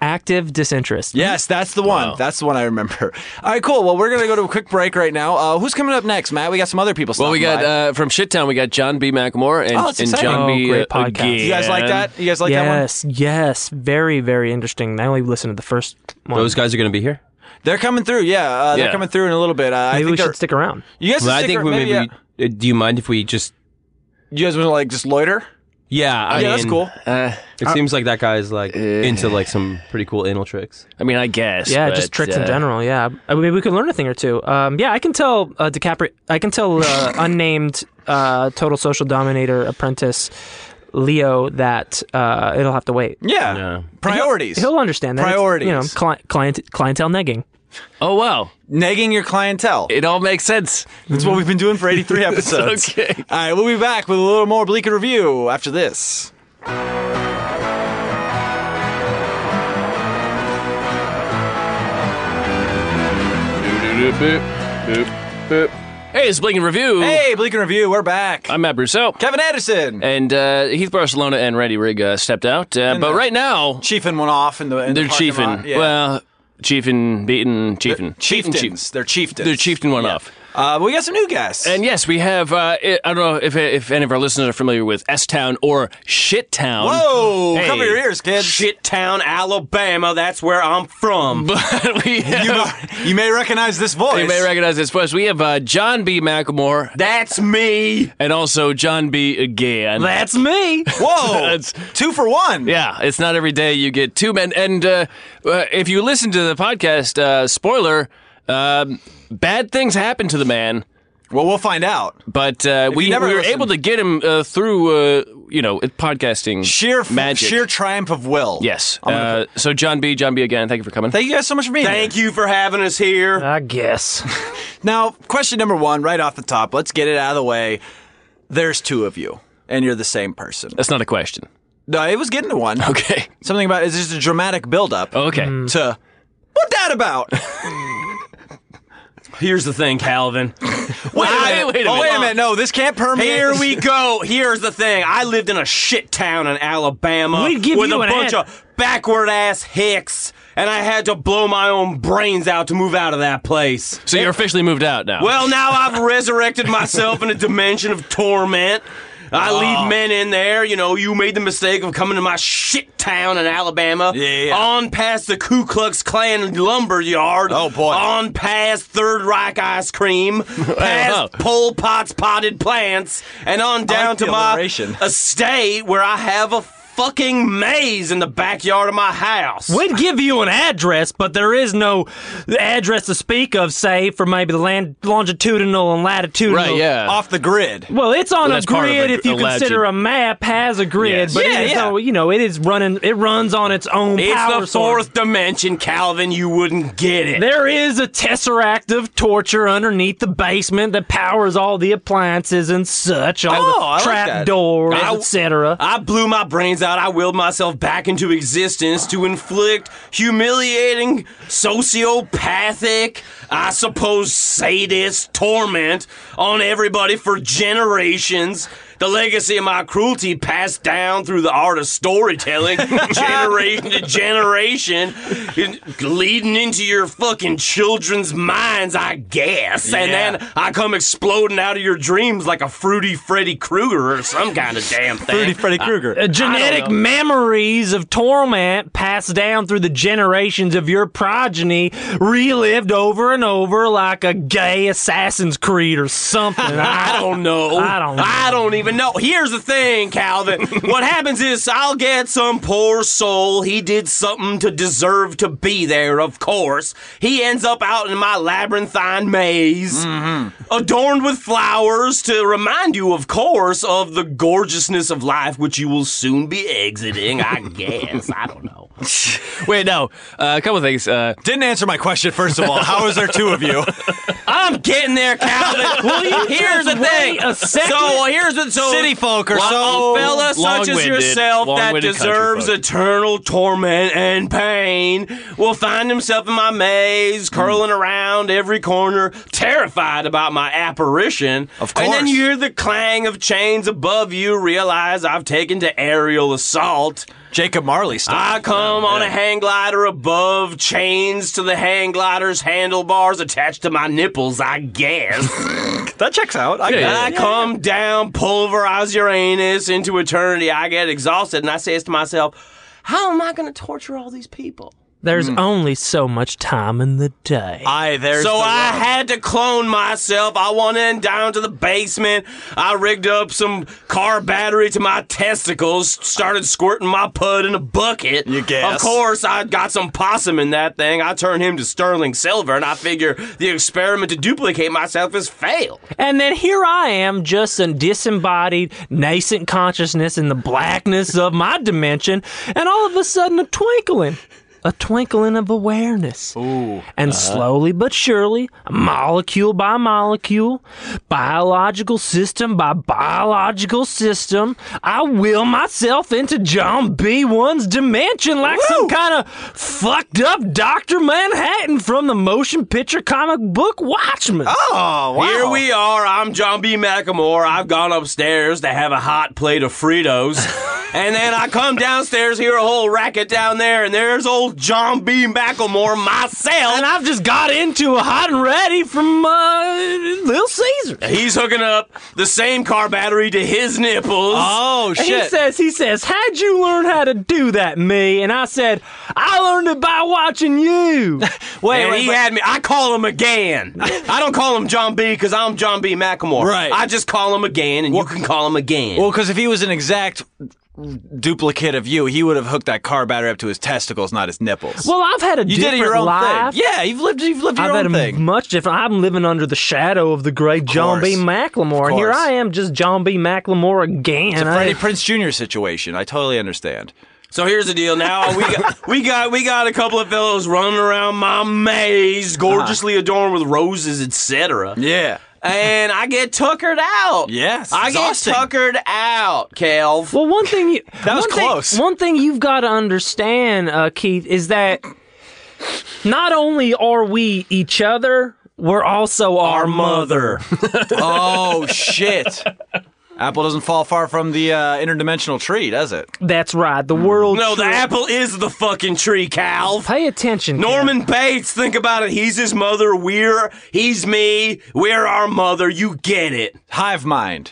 Active disinterest. Yes, that's the one. That's the one I remember. All right, cool. Well, we're gonna go to a quick break right now. Uh, who's coming up next, Matt? We got some other people. well, we got stopping by. uh, from Shittown. We got John B. McMore and, Oh, that's and exciting. John B. Oh, great uh, podcast. again. you guys like that? You guys like that one? yes, yes, very, very interesting. I only listened to the first one. Those guys are going to be here. They're coming through. Yeah, uh, they're Yeah. coming through in a little bit. Uh, I Maybe think we they're- should stick around. You guys, Well, I stick think ar- we maybe. uh, uh, do you mind if we just? you guys want to like just loiter. Yeah, I yeah, mean, that's cool. Uh, It seems like that guy's like into like some pretty cool anal tricks. I mean, I guess. Yeah, but, just tricks uh, in general. Yeah, I mean, we could learn a thing or two. Um, yeah, I can tell uh, DiCaprio. I can tell uh, unnamed uh, total social dominator apprentice Leo that uh, it'll have to wait. Yeah, Yeah. priorities. He'll understand that. It's, You know, Priorities. cli- client clientele negging. Oh wow, Negging your clientele. it all makes sense. That's what we've been doing for 83 episodes. okay. All right, we'll be back with a little more Bleak Review after this. Hey, it's Blinking Review. Hey, Bleak Review, we're back. I'm Matt Brousseau. Kevin Anderson. And uh, Heath Barcelona and Randy Rigg uh, stepped out. Uh, but uh, right now, Chiefin went off in the in they're the parking lot. chiefing. Yeah. Well, chiefing, beaten, chiefing. Beaten, Chieftains. chief- They're chieftains. Their chieftain went off. Uh, we got some new guests. And yes, we have. Uh, I I don't know if if any of our listeners are familiar with S Town or Shit Town. Whoa, Hey. cover your ears, kids. Shittown, Alabama. That's where I'm from. But we have, You, you, are- you may recognize this voice. may recognize this voice. We have uh, John B. McElmore That's me. and also John B. again. That's me. Whoa, That's- two for one. Yeah, it's not every day you get two men. And uh, uh, if you listen to the podcast, uh, spoiler, um, bad things happen to the man. Well, we'll find out. But uh, we, you never we were listen- able to get him uh, through, uh, you know, it- podcasting Sheer f- magic. sheer triumph of will. yes. I'm gonna- Uh, so John B, John B again. Thank you for coming. Thank you guys so much for being here. Thank you for having us here. I guess. Now, question number one, right off the top, let's get it out of the way. There's two of you, and you're the same person. That's not a question. No, it was getting to one. Okay. Oh. Something about it's just a dramatic buildup Okay. to what that about? Here's the thing, Calvin. Wait I- wait a oh, minute. wait a minute. No, this can't permeate. Here we go. Here's the thing. I lived in a shit town in Alabama We'd give with you a an bunch ad- of backward ass hicks, and I had to blow my own brains out to move out of that place. So you're officially moved out now. Well, now I've resurrected myself in a dimension of torment. Ah. I lead men in there. You know, you made the mistake of coming to my shit town in Alabama. Yeah. On past the Ku Klux Klan lumber yard. Oh, boy. On past Third Reich ice cream. wow. past Pol Pot's potted plants. And on down to the my alliteration. estate where I have a fucking maze in the backyard of my house. We'd give you an address, but there is no address to speak of, save for maybe the land longitudinal and latitudinal. right, yeah. off the grid. Well, it's on a that's part of grid a- if you a consider legend. a map has a grid, Yes. but Yeah, it is, yeah. no- you know, it is running. It runs on its own it's power the source. fourth dimension, Calvin. You wouldn't get it. There is a tesseract of torture underneath the basement that powers all the appliances and such, all Oh, the I like trap that. doors, I- etc. I blew my brains out. I willed myself back into existence to inflict humiliating, sociopathic, I suppose sadist torment on everybody for generations. The legacy of my cruelty passed down through the art of storytelling, generation to generation, leading into your fucking children's minds, I guess. And Yeah. then I come exploding out of your dreams like a fruity Freddy Krueger or some kind of damn thing. Pretty Freddy Krueger. Uh, genetic memories of torment passed down through the generations of your progeny, relived over and over like a gay Assassin's Creed or something. I I don't know. I don't know. Oh, I don't even know. Here's the thing, Calvin. what happens is I'll get some poor soul. He did something to deserve to be there, of course. He ends up out in my labyrinthine maze, Mm-hmm. adorned with flowers to remind you, of course, of the gorgeousness of life, which you will soon be exiting, I guess. I don't know. Wait, no. Uh, a couple things. Uh, Didn't answer my question, first of all. How is there two of you? I'm getting there, Calvin. you just here's the thing. wait a second? So here's the, so City folk are Well, so a fella such as long-winded, yourself that long-winded country deserves folk. eternal torment and pain will find himself in my maze, Hmm. curling around every corner, terrified about my apparition. Of And then course. you hear the clang of chains above you, realize I've taken to aerial assault. Jacob Marley stuff. I come on a hang glider above, chains to the hang glider's handlebars attached to my nipples, I guess. that checks out. I And I come down, pulverize your anus into eternity. I get exhausted, and I says to myself, "How am I going to torture all these people?" There's only so much time in the day. I there's so the I word. had to clone myself. I went in down to the basement. I rigged up some car battery to my testicles. Started squirting my pud in a bucket. You guess. Of course, I got some possum in that thing. I turned him to sterling silver, and I figure the experiment to duplicate myself has failed. And then here I am, just a disembodied, nascent consciousness in the blackness of my dimension, and all of a sudden a twinkling. A twinkling of awareness. Ooh. And slowly but surely, molecule by molecule, biological system by biological system, I will myself into John B1's dimension like some kind of fucked up Dr. Manhattan from the motion picture comic book Watchmen. Oh wow. Here we are. I'm John B. McElmore. I've gone upstairs to have a hot plate of Fritos. and then I come downstairs, hear a whole racket down there, and there's old John B. McElmore myself. and I've just got into a hot and ready from uh, Little Caesars. He's hooking up the same car battery to his nipples. Oh And He shit. says, he says, how'd you learn how to do that, me? And I said, I learned it by watching you. wait, and wait, he wait. had me. I call him again. I don't call him John B. because I'm John B. McElmore. Right. I just call him again, and you can call him again. Well, because if he was an exact duplicate of you, he would have hooked that car battery up to his testicles, not his nipples. well, I've had a you different did it your own life. thing. Yeah, you've lived. You've lived your I've had own a thing. much different. I'm living under the shadow of the great John B. course. McLemore. Of Here course. I am, just John B. McLemore again. It's a I- Freddie Prince Jr. situation. I totally understand. So here's the deal. Now we got we got we got a couple of fellows running around my maze, Uh-huh. gorgeously adorned with roses, etc. Yeah. And I get tuckered out. Yes, I get exhausting. tuckered out, Calv. Well, one thing you That was one thing- close. one thing you've got to understand, uh, Keith, is that not only are we each other, we're also our, mother. Oh shit. Apple doesn't fall far from the uh, interdimensional tree, does it? That's right. The world. No, the should- apple is the fucking tree, Calv. Pay attention, Keith. Norman Bates, think about it. He's his mother. We're he's me. We're our mother. You get it. Hive mind.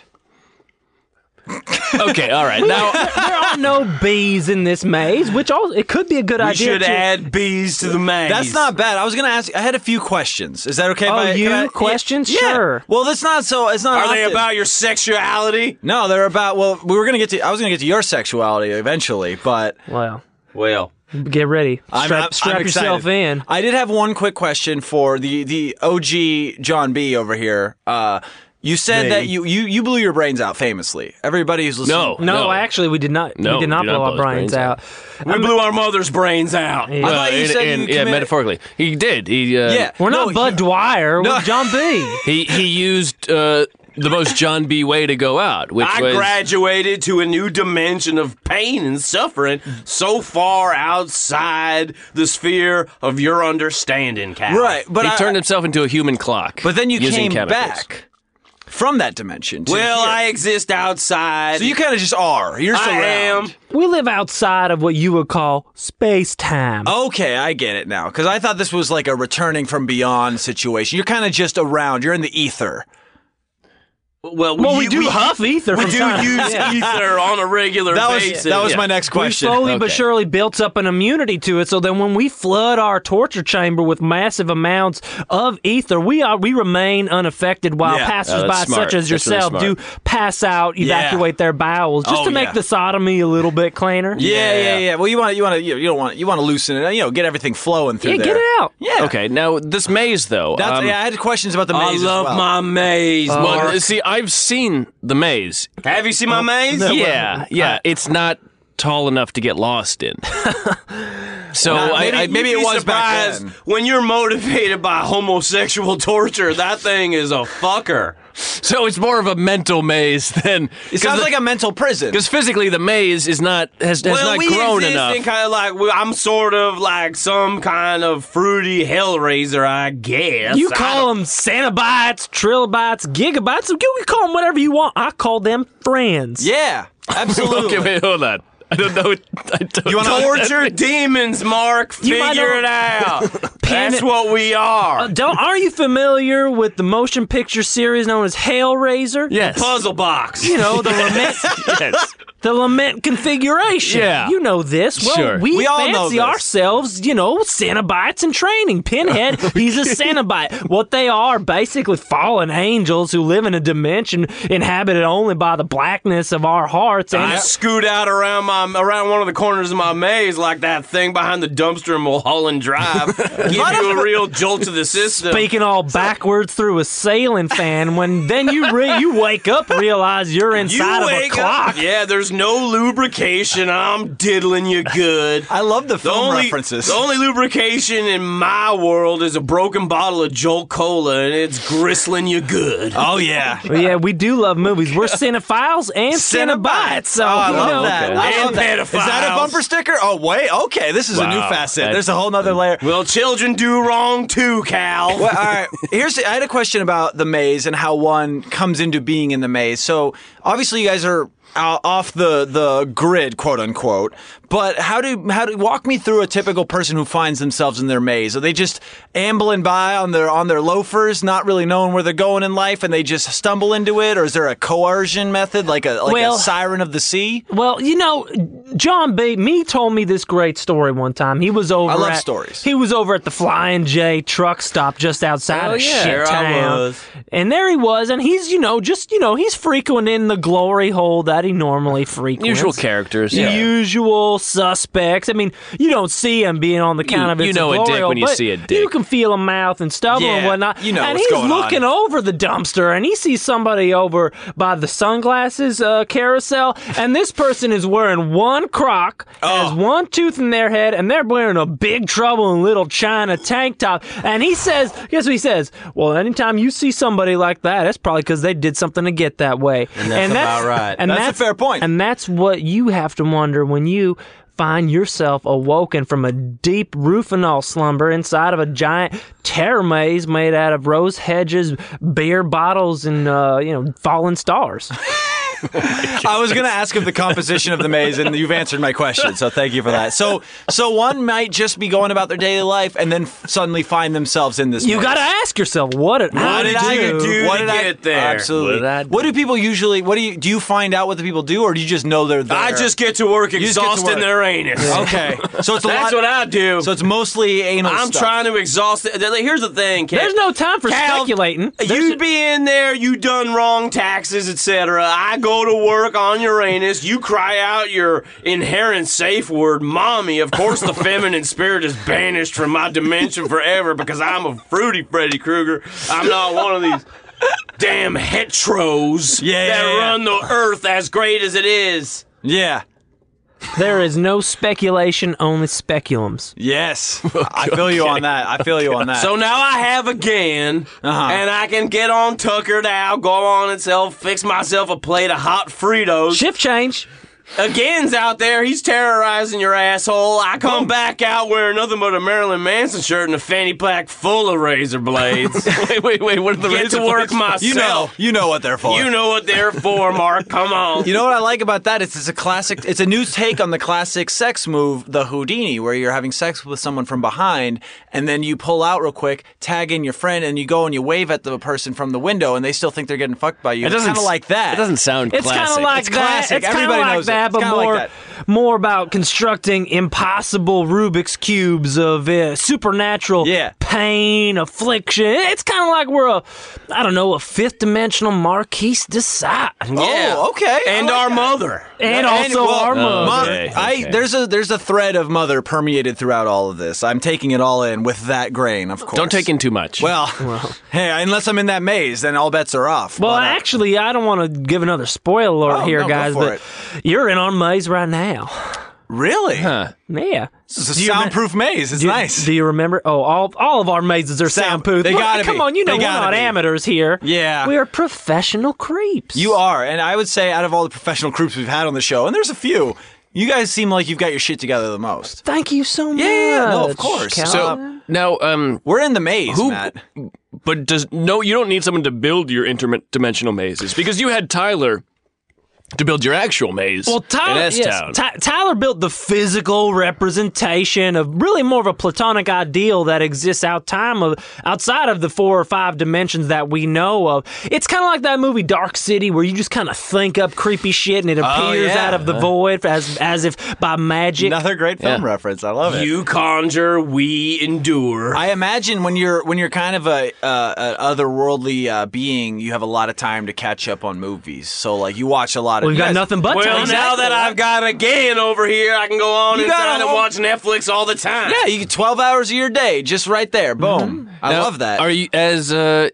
Okay, all right. Now, there are no bees in this maze, which all it could be a good We idea. should to- add bees to the maze. That's not bad. I was gonna ask. I had a few questions. Is that okay? if Oh, I, can you? I- yeah, Questions? Yeah. Sure. Well, that's not so. It's not. Are they often. about your sexuality? No, they're about. Well, we were gonna get to. I was gonna get to your sexuality eventually, but Well, Well, get ready. Strap, I'm, I'm- strap I'm yourself excited. in. I did have one quick question for the the OG John B over here. Uh, you said They- that you, you you blew your brains out famously. Everybody who's listening. no, No, actually, we did not. No, we did not blow our his brains brains out. we blew our mother's brains out. Yeah. Well, thought you uh, in- said in- you yeah, committed- metaphorically, he did. He uh, Yeah. We're No, not Bud he- Dwyer. No. We're John B. He he used uh, the most John B. way to go out, which I was graduated to a new dimension of pain and suffering so far outside the sphere of your understanding, Cal. Right, but he I, turned himself into a human clock. But then you using came chemicals. back from that dimension. To Well, here. I exist outside. So you kind of just are. You're I am. surrounded. We live outside of what you would call space time. Okay, I get it now. Because I thought this was like a returning from beyond situation. You're kind of just around. You're in the ether. Well, well, we, you- do huff ether We from do time. use ether on a regular That was basis. that was my next We question. slowly but Okay. surely built up an immunity to it. So then, when we flood our torture chamber with massive amounts of ether, we are we remain unaffected while Yeah. Oh, passersby that's smart. such as That's really yourself smart. do pass out, evacuate their bowels, just Oh, to make yeah. the sodomy a little bit cleaner. yeah, yeah, yeah. Well, you want you want to you don't want you want to loosen it. You know, get everything flowing through Yeah, there. get it out. Yeah. Okay, now this maze though. That's, um, yeah, I had questions about the I maze. love as well. my maze. well, Mark. see, I've seen the maze. Uh, Have you seen my maze? yeah, yeah, it's not tall enough to get lost in. So I, maybe- I, you'd maybe be it was back surprised. then. When you're motivated by homosexual torture, that thing is a fucker. So it's more of a mental maze than It sounds like a mental prison. because physically the maze is not has, has well, not we grown exist enough. in kind of like well, I'm sort of like some kind of fruity hellraiser, I guess. You I call them Sanobites, Trilobites, Gigabites. You can call them whatever you want. I call them friends. yeah, absolutely. Okay, wait, hold on. I don't know. what- I don't You wanna- know. what that- Torture demons, Mark. You might Figure not- it out. That's it- what we are. Don't aren't you familiar with the motion picture series known as Hellraiser? Yes. Puzzle box. You know the lament, Yes. the lament configuration. Yeah. you know this. Well, Sure. we, We all know fancy this. ourselves, you know, Cenobites in training. Pinhead, he's a Cenobite. What they are, are basically fallen angels who live in a dimension inhabited only by the blackness of our hearts. And I scoot out around my around one of the corners of my maze like that thing behind the dumpster in Mulholland Drive. Give you a real jolt to the system. speaking all backwards through a sailing fan when then you re- you wake up realize you're You inside of a wake clock. up. Yeah, there's no lubrication. I'm diddling you good. I love the The film only, references. the only lubrication in my world is a broken bottle of Jolt Cola, and it's gristling you good. oh yeah. But yeah, we do love movies. We're cinephiles and Cenobites. Cenobites. So oh, I you love know, that. okay. I love And that. Is that a pedophiles. bumper sticker? Oh wait, okay. This is a new Wow. facet. That- There's a whole nother layer. Well, children do wrong too, Cal. Well, all right. Here's I had a question about the maze and how one comes into being in the maze. So obviously you guys are out, off the the grid, quote unquote. But how do how do walk me through a typical person who finds themselves in their maze? Are they just ambling by on their on their loafers, not really knowing where they're going in life, and they just stumble into it? Or is there a coercion method, like a like Well- a siren of the sea? Well, you know, John B. Me told me this great story one time. He was over. I love at, stories. He was over at the Flying J truck stop just outside Oh, of yeah, there Shit I Town, was. and there he was, and he's you know just you know he's frequenting the glory hole that he normally frequents. Usual characters. The Yeah. usual suspects. I mean, you don't see him being on the count of you it's know a glory dick hole, when you but see a dick. You can feel a mouth and stubble and Yeah, whatnot. you know and what's he's going on. looking over the dumpster and he sees somebody over by the sunglasses uh, carousel, and this person is wearing one crock, has one tooth in their head, and they're wearing a big trouble in little China tank top. And he says, guess what he says? Well, anytime you see somebody like that, that's probably because they did something to get that way. And that's about right. And That's a fair point. And that's what you have to wonder when you find yourself awoken from a deep rufinol slumber inside of a giant terror maze made out of rose hedges, beer bottles, and uh, you know fallen stars. I was going to ask of the composition of the maze, and you've answered my question, so thank you for that. So, so one might just be going about their daily life and then f- suddenly find themselves in this. You maze. got to ask yourself, what did I What did do? I do What to did I- get there? Absolutely. What did I do? What do people usually? What do you do? You find out what the people do, or do you just know they're there? I just get to work just get to exhausting work. their anus. okay. So it's a That's lot. what I do. so it's mostly anal. I'm stuff. trying to exhaust it. Like, Here's the thing, Cal. There's no time for Cal, speculating. There's- You be in there, you done wrong taxes, etc. I go to work on Uranus, you cry out your inherent safe word, mommy. Of course, the feminine spirit is banished from my dimension forever because I'm a fruity Freddy Krueger. I'm not one of these damn heteros Yeah, that yeah, yeah. run the earth as great as it is. Yeah. there is no speculation, only speculums. Yes. I feel you on that. I feel you on Uh, that. So now I have a GAN, uh-huh. and I can get on Tucker now, go on and self, fix myself a plate of hot Fritos. Shift change. Again's out there. He's terrorizing your asshole. I Oh. come back out wearing nothing but a Marilyn Manson shirt and a fanny pack full of razor blades. wait, wait, wait. What are the Get razor to work blades? myself. you know. You know what they're for. You know what they're for, Mark. Come on. You know what I like about that? It's, it's a classic. It's a new take on the classic sex move, the Houdini, where you're having sex with someone from behind, and then you pull out real quick, tag in your friend, and you go and you wave at the person from the window, and they still think they're getting fucked by you. It kind of like that. It doesn't sound It's classic. kind of like It's that. classic. It's kind of Everybody like knows it. that, It's but kinda like more, that. more about constructing impossible Rubik's cubes of uh, supernatural Yeah. pain, affliction. It's kind of like we're a, I don't know, a fifth dimensional Marquise de Sade, Oh, okay. I And like our that. mother. and also well, uh, our mother. Mother- Okay, I okay. there's a there's a thread of mother permeated throughout all of this. I'm taking it all in with that grain, of course. Don't take in too much. Well, hey, unless I'm in that maze, then all bets are off. Well, But, uh, actually, I don't want to give another spoiler alert Oh, here, no, go guys, for but it. you're in our maze right now. Really? Yeah. This is a soundproof maze. It's Do you- nice. Do you remember? Oh, all all of our mazes are Sound- soundproof. they Look, gotta come be. on, you know They we're gotta not be. amateurs here. Yeah. we are professional creeps. you are, and I would say out of all the professional groups we've had on the show, and there's a few, you guys seem like you've got your shit together the most. Thank you so much. yeah, no, of course. Cal. So now, um, We're in the maze, Who- Matt. but does no? You don't need someone to build your interdimensional mazes because you had Tyler to build your actual maze. well, Tyler, in yes, S-Town. Ty- Tyler built the physical representation of really more of a platonic ideal that exists out time of outside of the four or five dimensions that we know of. It's kind of like that movie Dark City, where you just kind of think up creepy shit and it appears Oh, yeah. out of the void as as if by magic. Another great film reference. I love it. You conjure, we endure. I imagine when you're when you're kind of a, uh, a otherworldly uh, being, you have a lot of time to catch up on movies. So like you watch a lot of. We've you got guys- nothing but well, time. now that I've got a gain over here, I can go on You got inside a and whole- watch Netflix all the time. Yeah, you get 12 hours of your day just right there. Boom. Mm-hmm. I Now, love that. Are you as uh,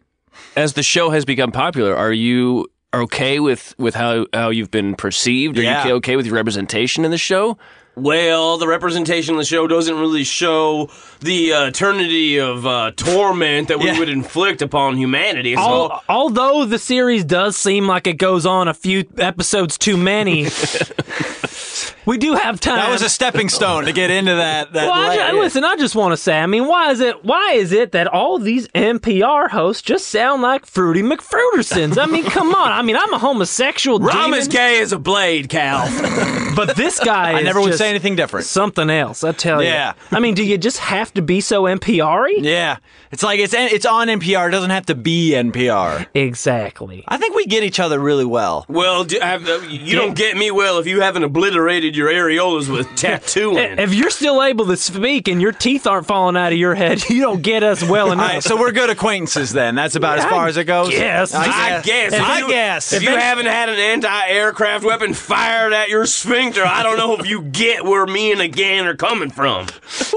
as the show has become popular? Are you okay with with how how you've been perceived? Are Yeah. you okay with your representation in the show? Well, the representation of the show doesn't really show the uh, eternity of uh, torment that we Yeah. would inflict upon humanity. So, Al- although the series does seem like it goes on a few episodes too many, we do have time. that was a stepping stone to get into that. that well, I light- ju- listen. I just want to say. I mean, why is it? Why is it that all these NPR hosts just sound like Fruity McFruitersons? I mean, come on. I mean, I'm a homosexual. I'm demon, as gay as a blade, Cal. but this guy. I is never would just say anything different. Something else, I tell you. Yeah. I mean, do you just have to be so NPR-y? Yeah, it's like it's it's on NPR. It doesn't have to be NPR. Exactly. I think we get each other really well. well, do, have, uh, you don't get me well if you haven't obliterated your areolas with tattooing. If you're still able to speak and your teeth aren't falling out of your head, you don't get us well All enough. right, so we're good acquaintances then. That's about as far as it goes. Yes, I guess. If I you- guess. If, if you any- haven't had an anti-aircraft weapon fired at your sphincter, I don't know if you get where me and again are coming from.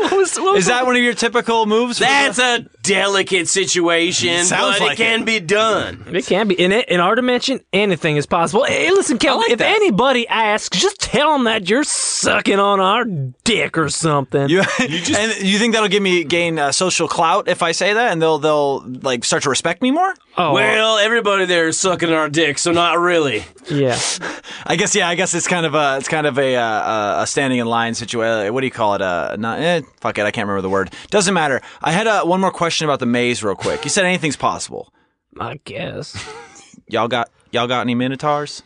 Is that one of your typical moves? That's a delicate situation, Sounds but like it can it. be done. It can be in it in our dimension. Anything is possible. Hey, listen, Kel. if that. anybody asks, just tell them that you're sucking on our dick or something. You, and you think that'll give me gain uh, social clout if I say that, and they'll they'll like start to respect me more? oh, Well, everybody there is sucking our dick, so not really. yeah. I guess yeah. I guess it's kind of a it's kind of a uh, a standing in line situation. What do you call it? Uh, not eh, fuck it. I can't remember the word. Doesn't matter. I had uh, one more question about the maze, real quick. You said anything's possible. I guess. Y'all got y'all got any minotaurs?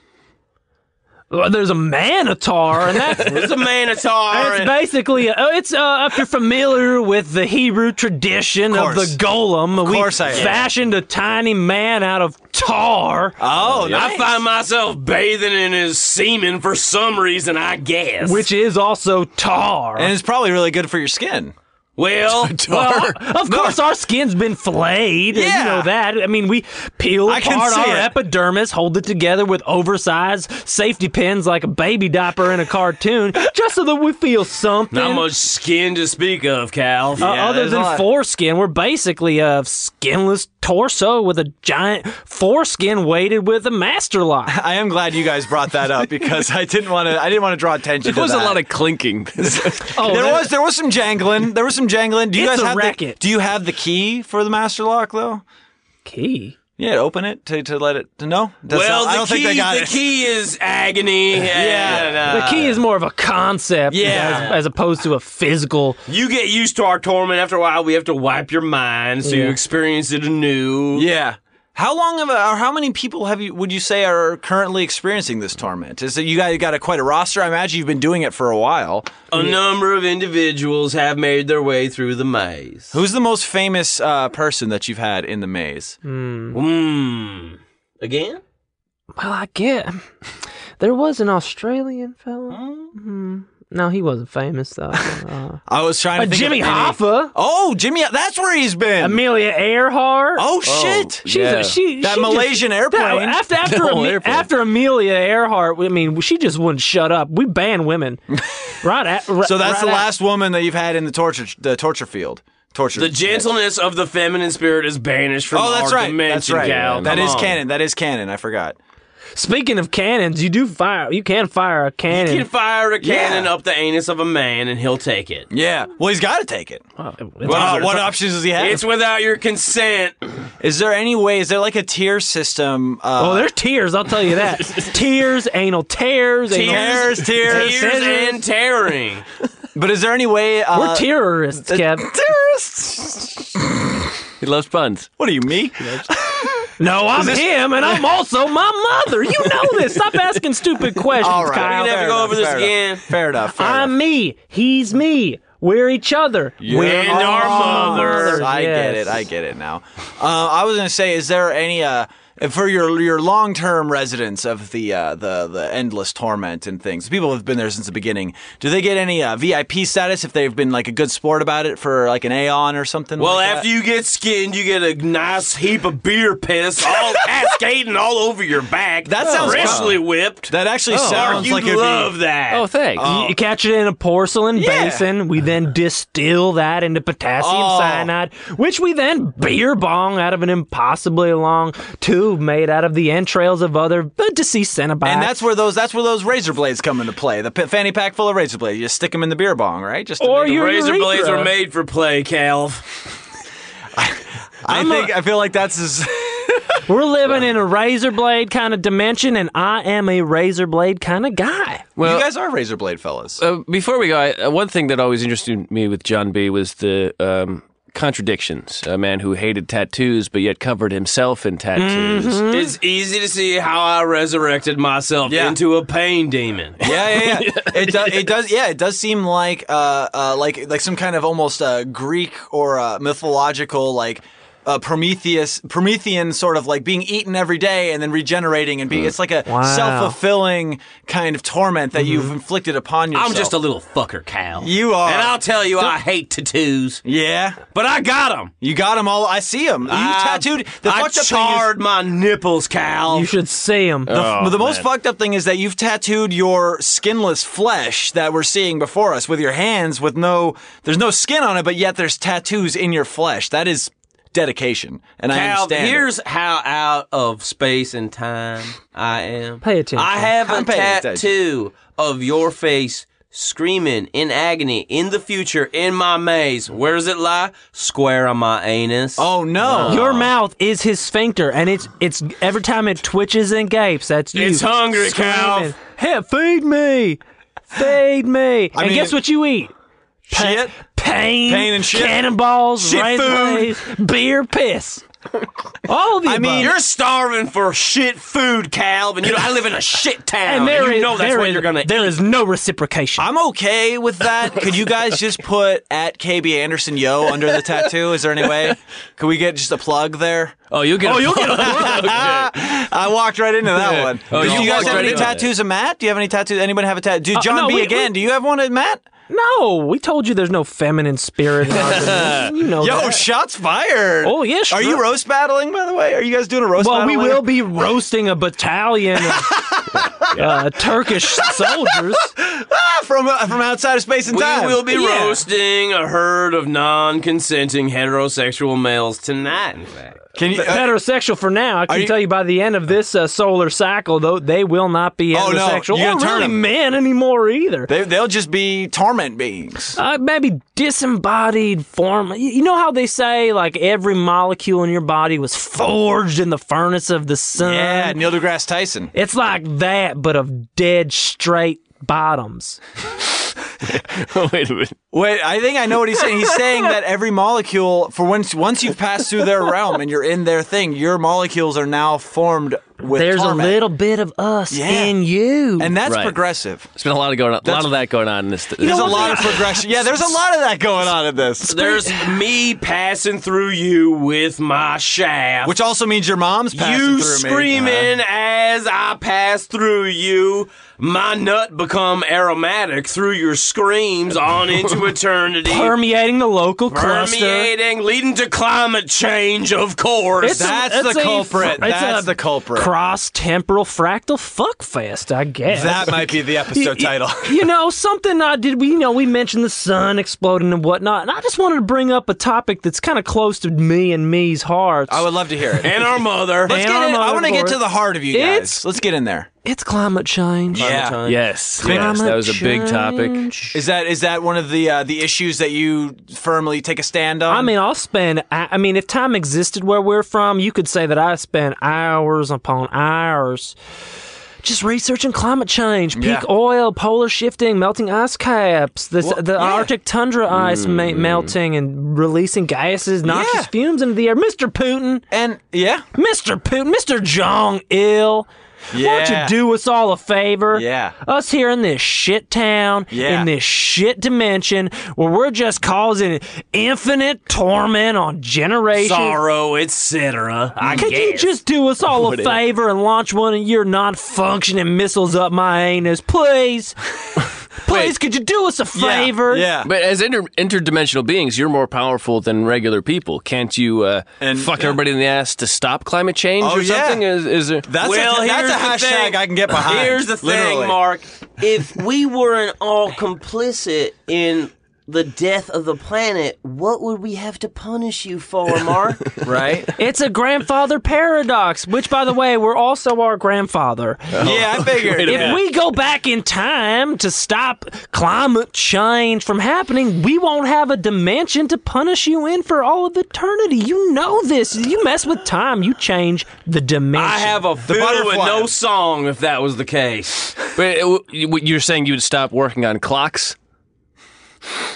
Well, there's a manatar, and that's. It's a manatar. It's basically uh, it's uh, if you're familiar with the Hebrew tradition of, Course. the golem, we course I am. fashioned a tiny man out of tar. Oh, I find myself bathing in his semen for some reason, I guess. which is also tar. and it's probably really good for your skin. well, Well, of course, our skin's been flayed. and You Yeah. know that. I mean, we peel I can apart see our it. epidermis, hold it together with oversized safety pins like a baby diaper in a cartoon, just so that we feel something. not much skin to speak of, Cal. Uh, Yeah, other there's a than lot. foreskin, we're basically a skinless torso with a giant foreskin weighted with a master lock. I am glad you guys brought that up because I didn't want to. I didn't want to draw attention. It was to a that. lot of clinking. Oh, there that- was there was some jangling. There was some jangling. Do you It's guys a have racket. The, do you have the key for the master lock though? key. Yeah, to open it to, to let it to know. That's well, not- I don't the, key, think they got the it. key is agony. and, uh, The key is more of a concept yeah. as, as opposed to a physical. You get used to our torment. After a while, we have to wipe your mind so Yeah. you experience it anew. Yeah. How long of a, or how many people have you would you say are currently experiencing this torment? Is that you guys got a, quite a roster? I imagine you've been doing it for a while. A number of individuals have made their way through the maze. Who's the most famous uh, person that you've had in the maze? Hmm. Again? Well, I get. There was an Australian fella. Mhm. No, he wasn't famous though. Uh, I was trying to think of Jimmy any- Hoffa, Oh, Jimmy, that's where he's been. Amelia Earhart. oh shit. she's a, she That she just- Malaysian airplane. No, after after, whole Ame- airplane. after Amelia Earhart, I mean, she just wouldn't shut up. We ban women, right? At, ri- So that's right the at- last woman that you've had in the torture the torture field. Torture. The gentleness of the feminine spirit is banished from Oh, that's our right. dimension, That's right. Cal. That Come is on. canon. That is canon. I forgot. Speaking of cannons, you do fire. You can fire a cannon. You can fire a cannon Yeah. up the anus of a man and he'll take it. Yeah. Well, he's got to take it. Oh, Uh, what options does he have? It's without your consent. is there any way? Is there like a tier system? oh, Uh, there's tears. I'll tell you that. tears, anal tears, anal- Tears, tears. Tears and tearing. but is there any way? Uh, We're terrorists, Kev. terrorists. He loves puns. What are you, me? No, I'm him, and I'm also my mother. You know this. Stop asking stupid questions, All right. Kyle. We're gonna have to go over this fair again. Enough. Fair enough. Fair enough. I'm me. He's me. We're each other. We're And our Oh, all mothers. mothers. I get Yes. it. I get it now. Uh, I was gonna say, is there any uh, for your your long term residents of the uh, the the endless torment and things? People who've been there since the beginning. Do they get any uh, VIP status if they've been like a good sport about it for like an Aeon or something? Well, like after you get skinned, you get a nice heap of beer piss, all cascading all over your back. That sounds freshly whipped. that, that actually sounds you like it'd be- love that. Oh, thanks. Um, You- You catch it in a porcelain Yeah. basin. We then distill that into potassium Oh. cyanide, which we then beer bong out of an impossibly long tube made out of the entrails of other uh, deceased centipedes. And that's where those that's where those razor blades come into play. The p- fanny pack full of razor blades. You just stick them in the beer bong, right? Just to Or make- your Razor urethra. blades are made for play, Calv. I think I feel like that's as We're living in a razor blade kind of dimension, and I am a razor blade kind of guy. Well, you guys are razor blade fellas. uh, before we go, I, uh, one thing that always interested me with John B was the um, contradictions. A man who hated tattoos but yet covered himself in tattoos. Mm-hmm. It's easy to see how I resurrected myself Yeah. into a pain demon. Yeah, yeah, yeah. It does. It does. Yeah, it does seem like uh, uh, like like some kind of almost uh, Greek or uh, mythological like. Uh, Prometheus, Promethean sort of like being eaten every day and then regenerating and Mm. being, it's like a Wow. Mm-hmm. self fulfilling kind of torment that you've inflicted upon yourself. I'm just a little fucker, Cal. You are. And I'll tell you, I hate tattoos, Yeah. but I got them. You got them all. I see them. You tattooed. The I fucked up thing is- charred my nipples, Cal. You should see him. The, Oh, the most fucked up thing is that you've tattooed your skinless flesh that we're seeing before us with your hands with no there's no skin on it but yet there's tattoos in your flesh that is dedication and I Cal, understand it. here's how out of space and time I am. Pay attention. I have a I'm paying attention. tattoo of your face screaming in agony in the future in my maze. Where does it lie? Square on my anus. oh no Your Uh-huh. mouth is his sphincter, and it's it's every time it twitches and gapes. That's you. It's hungry, screaming, Calv. Hey, feed me, feed me. and mean- guess what you eat? shit Pain, Pain and shit. cannonballs, Shit razor blades, beer, piss. All of the I mean, above. You're starving for shit food, Cal, and you know, I live in a shit town. and there you is- know that's there what is- you're gonna. there is no reciprocation. I'm okay with that could you guys just put at KB Anderson yo under the tattoo is there any way could we get just a plug there Oh, you'll get. Oh, you'll get. I walked right into that one Oh, do you you, guys walked have right any into it. Uh, tattoos of Matt do you have any tattoos anybody have a tattoo dude John no, B we- again we- do you have one of Matt no, we told you there's no feminine spirit. in our business. you know Yo, that. shots fired. Oh, yeah, sure. Are you roast battling, by the way? Are you guys doing a roast Well, battle? we later? will be roasting a battalion of uh, Turkish soldiers. Ah, from, uh, from outside of space and We time. will be Yeah. roasting a herd of non-consenting heterosexual males tonight. In fact, Can you, uh, Heterosexual for now. I can you- tell you by the end of this uh, solar cycle, though, they will not be Oh, no. heterosexual You're or gonna turn really them. men anymore either. they, they'll just be torment beings. Uh, maybe disembodied form. You you know how they say like every molecule in your body was forged in the furnace of the sun. yeah, Neil deGrasse Tyson. It's like that, but of dead straight bottoms. Wait a minute. Wait, I think I know what he's saying. He's saying that every molecule, for once, once you've passed through their realm and you're in their thing, your molecules are now formed with There's torment. a little bit of us Yeah. in you. and that's Right. progressive. There's been a lot of going on. A lot of that going on in this. There's this- a lot of progression. Yeah, there's a lot of that going on in this. There's me passing through you with my shaft. Which also means your mom's passing you through me. screaming as I pass through you. My nut become aromatic through your screams on into eternity. permeating the local cluster. Permeating, leading to climate change, of course. It's a- That's the it's a- culprit. it's That's a the culprit. cross temporal fractal fuckfest, I guess. That might be the episode Y- y- title. You know, something I did. We you know we mentioned the sun exploding and whatnot, and I just wanted to bring up a topic that's kind of close to me and me's heart. I would love to hear it. and our mother. Let's and get our in, I mother want to get board. to the heart of you guys. It's- Let's get in there. it's climate change. Yeah. yes, yes, Climate that was a big topic. change. Is that is that one of the uh, the issues that you firmly take a stand on? I mean, I'll spend. I I mean, if time existed where we're from, you could say that I spend hours upon hours just researching climate change, peak Yeah. oil, polar shifting, melting ice caps, the the yeah. Mm. Arctic tundra ice ma- melting and releasing gases, noxious Yeah. fumes into the air. Mister Putin, and yeah, Mister Putin, Mister Jong Il. Why Yeah. don't you do us all a favor? Yeah. Us here in this shit town, Yeah. in this shit dimension, where we're just causing infinite torment on generations. Sorrow, etc. I Could you just do us all a favor and launch one of your non-functioning missiles up my anus, please? please, could you do us a yeah, favor? Yeah. But as inter- interdimensional beings, you're more powerful than regular people. Can't you uh, And- fuck yeah. everybody in the ass to stop climate change Oh, or yeah. something? Is, is there? That's Well, a, that's here's a the hashtag thing. I can get behind. Here's the thing, literally. Mark. if we weren't all complicit in the death of the planet, what would we have to punish you for, Mark? Right? It's a grandfather paradox, which, by the way, we're also our grandfather. yeah, I figured. If Yeah. we go back in time to stop climate change from happening, we won't have a dimension to punish you in for all of eternity. You know this. You mess with time, you change the dimension. I have a The fiddle with butterfly. no song if that was the case. But it, w- you're saying you would stop working on clocks?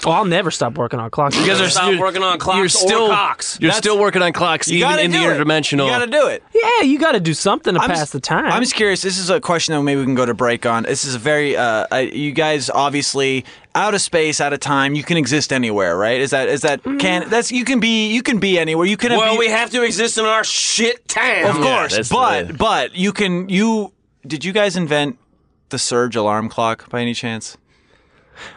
oh, I'll never stop working on clocks. You guys are Stop you're- working on clocks You're or still cocks. you're That's- still working on clocks, You even gotta in the do it. interdimensional. You gotta do it. yeah, you got to do something to pass just- the time. I'm just curious. This is a question that maybe we can go to break on. This is a very uh, I, you guys obviously out of space, out of time. You can exist anywhere, right? Is that is that Mm. can that's you can be you can be anywhere. You can Well, be, we have to exist in our shit town. of course, that's but the- but you can you did you guys invent the surge alarm clock by any chance?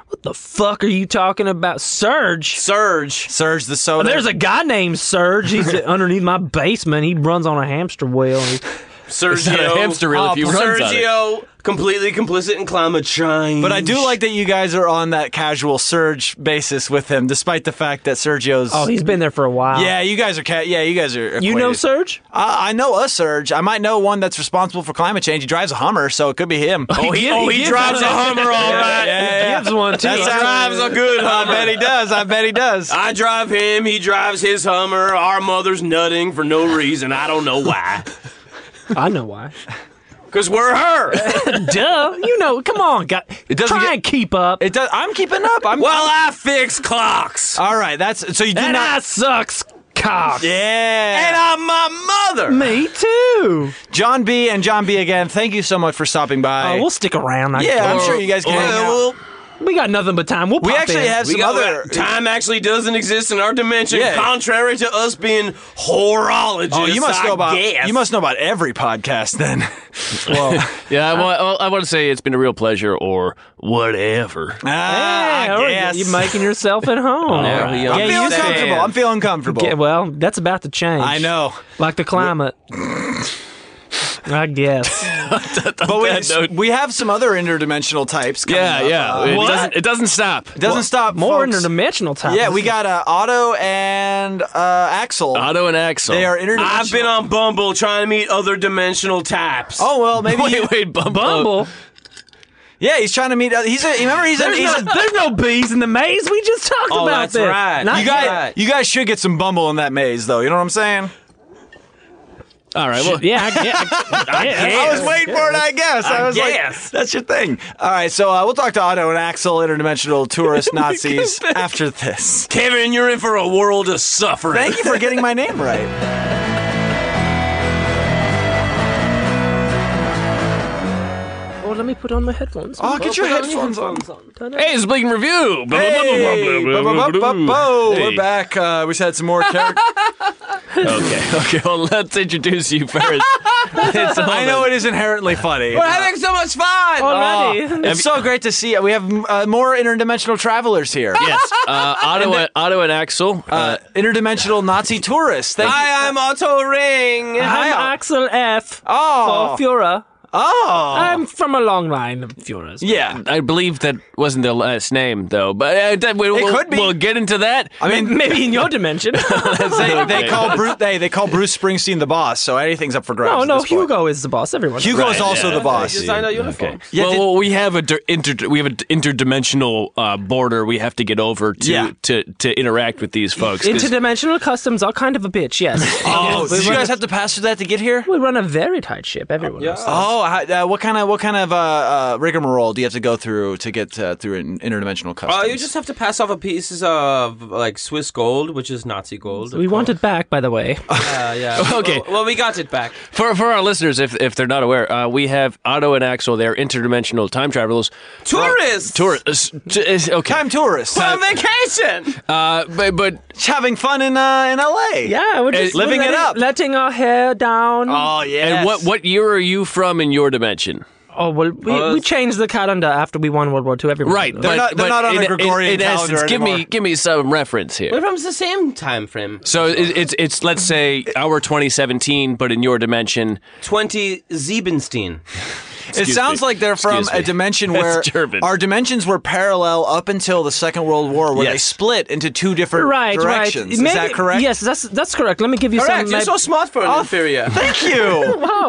what the fuck are you talking about, Surge? Surge. Surge the soda. There's a guy named Surge. He's underneath my basement. He runs on a hamster wheel. He- It's not Sergio. a hamster wheel Oh, if you runs on it. Sergio, completely complicit in climate change. but I do like that you guys are on that casual surge basis with him, despite the fact that Sergio's. oh, he's been there for a while. yeah, you guys are ca- yeah, you guys are. You know acquainted. Surge? I, I know a Surge. I might know one that's responsible for climate change. He drives a Hummer, so it could be him. Oh, he, oh, he drives a Hummer, all right. He gives one too. That's He how- drives a good I bet Hummer. he does. I bet he does. I drive him, he drives his Hummer. Our mother's nutting for no reason. I don't know why. I know why. Because we're her. Duh. You know, come on, guy. doesn't Try get- and keep up. It does. I'm keeping up. I'm well, I fix clocks. all right. That's so you do and not. I sucks cock. yeah. And I'm my mother. Me too. John B. and John B. again. Thank you so much for stopping Oh, by. we'll stick around. I yeah, I'm guess. sure you guys can. hang out. We got nothing but time. We'll we pop actually in. have We some got other. time actually doesn't exist in our dimension, Yeah. contrary to us being horologists. Oh, you must I know about. guess. You must know about every podcast then. well, Yeah, I, want, I want to say it's been a real pleasure or whatever. ah, Yeah, I or guess. You're making yourself at home. Yeah, we Ah, I'm Yeah, feeling you said- comfortable. I'm feeling comfortable. Yeah, well, that's about to change. I know. Like the climate. I guess. But that we, note- we have some other interdimensional types. Coming Yeah, up. yeah. Uh, it, doesn't, it doesn't stop. doesn't stop. More folks. interdimensional time. Yeah, we got uh, Otto and uh, Axel. Otto and Axel. They are interdimensional. I've been on Bumble trying to meet other dimensional types. Oh well, maybe. he- Wait, wait, Bumble. Bumble. yeah, he's trying to meet. Other, he's a. Remember, he's a. There's, He's no, a there's no bees in the maze. We just talked Oh, about that's this. right. Not you guys, yet. you guys should get some Bumble in that maze, though. You know what I'm saying? All right, well, Yeah, I guess. I I was waiting for it. I guess. I, was guess. like, that's your thing. All right, so uh, we'll talk to Otto and Axel, interdimensional tourist Nazis, after this. Kevin, you're in for a world of suffering. Thank you for getting my name right. Well, Oh, let me put on my headphones. Oh, get your headphones on. Hey, it's Bleak in Review. Blah, blah, blah, blah, Hey, blah, blah, blah, blah, bu-bu-bu-bu-bu. Hey. We're back. Uh, wish I had some more character. Okay, okay. Well, let's introduce you first. It's I know it is inherently funny. having so much fun. Already. It's so great to see. We have uh, more interdimensional travelers here. Yes, uh, Otto, and, Otto and Axel. Uh, Uh, interdimensional Nazi tourists. Thank you. Hi, I'm Otto Ring. I'm Hi. Axel F. Oh. For Führer. Oh. I'm from a long line of Führers. yeah. I believe that wasn't their last name, though. But uh, that- we, will could be. We'll get into that. I mean, Maybe in your dimension. they, they call Bruce they they call Bruce Springsteen the boss, so anything's up for grabs. no, at no, this point. Hugo is the boss. Everyone. Hugo is also the boss. Design a uniform. Uh, Yeah, well, did- well, we have a dir- inter- we have an interdimensional uh, border we have to get over to Yeah. to, to interact with these folks. 'cause- Interdimensional customs are kind of a bitch. Yes. Uh, Oh, did you guys have to pass through that to get here? we run a very tight ship. Everyone. knows that. Oh, how- uh, what kind of what kind of uh, uh, rigmarole do you have to go through to get uh, through an interdimensional customs? Uh, you just have to pass off a pieces of like Swiss gold, which is Nazi gold. of we course. want it back, by the way. Uh, yeah. Okay. Well, well, we got it back. for for our listeners, if if they're not aware, uh, we have Otto and Axel. They're interdimensional time travelers. Tourists. Tourists. t- uh, okay. time tourists On vacation. Uh, but but having fun in uh, in L.A. yeah, we're just living it we're letting, up. letting our hair down. Oh yes. and what what year are you from in your dimension? oh well, we, we changed the calendar after we won World War II. Everyone. Right, knows but, that. not- but they're not on in, a Gregorian in, in calendar essence, give me anymore. give me some reference here. Everyone's the same time frame. So it, it's it's let's say our 2017, but in your dimension, Twenty Ziebenstein. It sounds me. like they're from Excuse a me. dimension That's where German. our dimensions were parallel up until the Second World War, where they Yes. split into two different Right, directions. right. Is Maybe- that correct? Oh, Yes, that's that's correct. Let me give you Correct. some. You're like- so smart for an inferior. Thank you.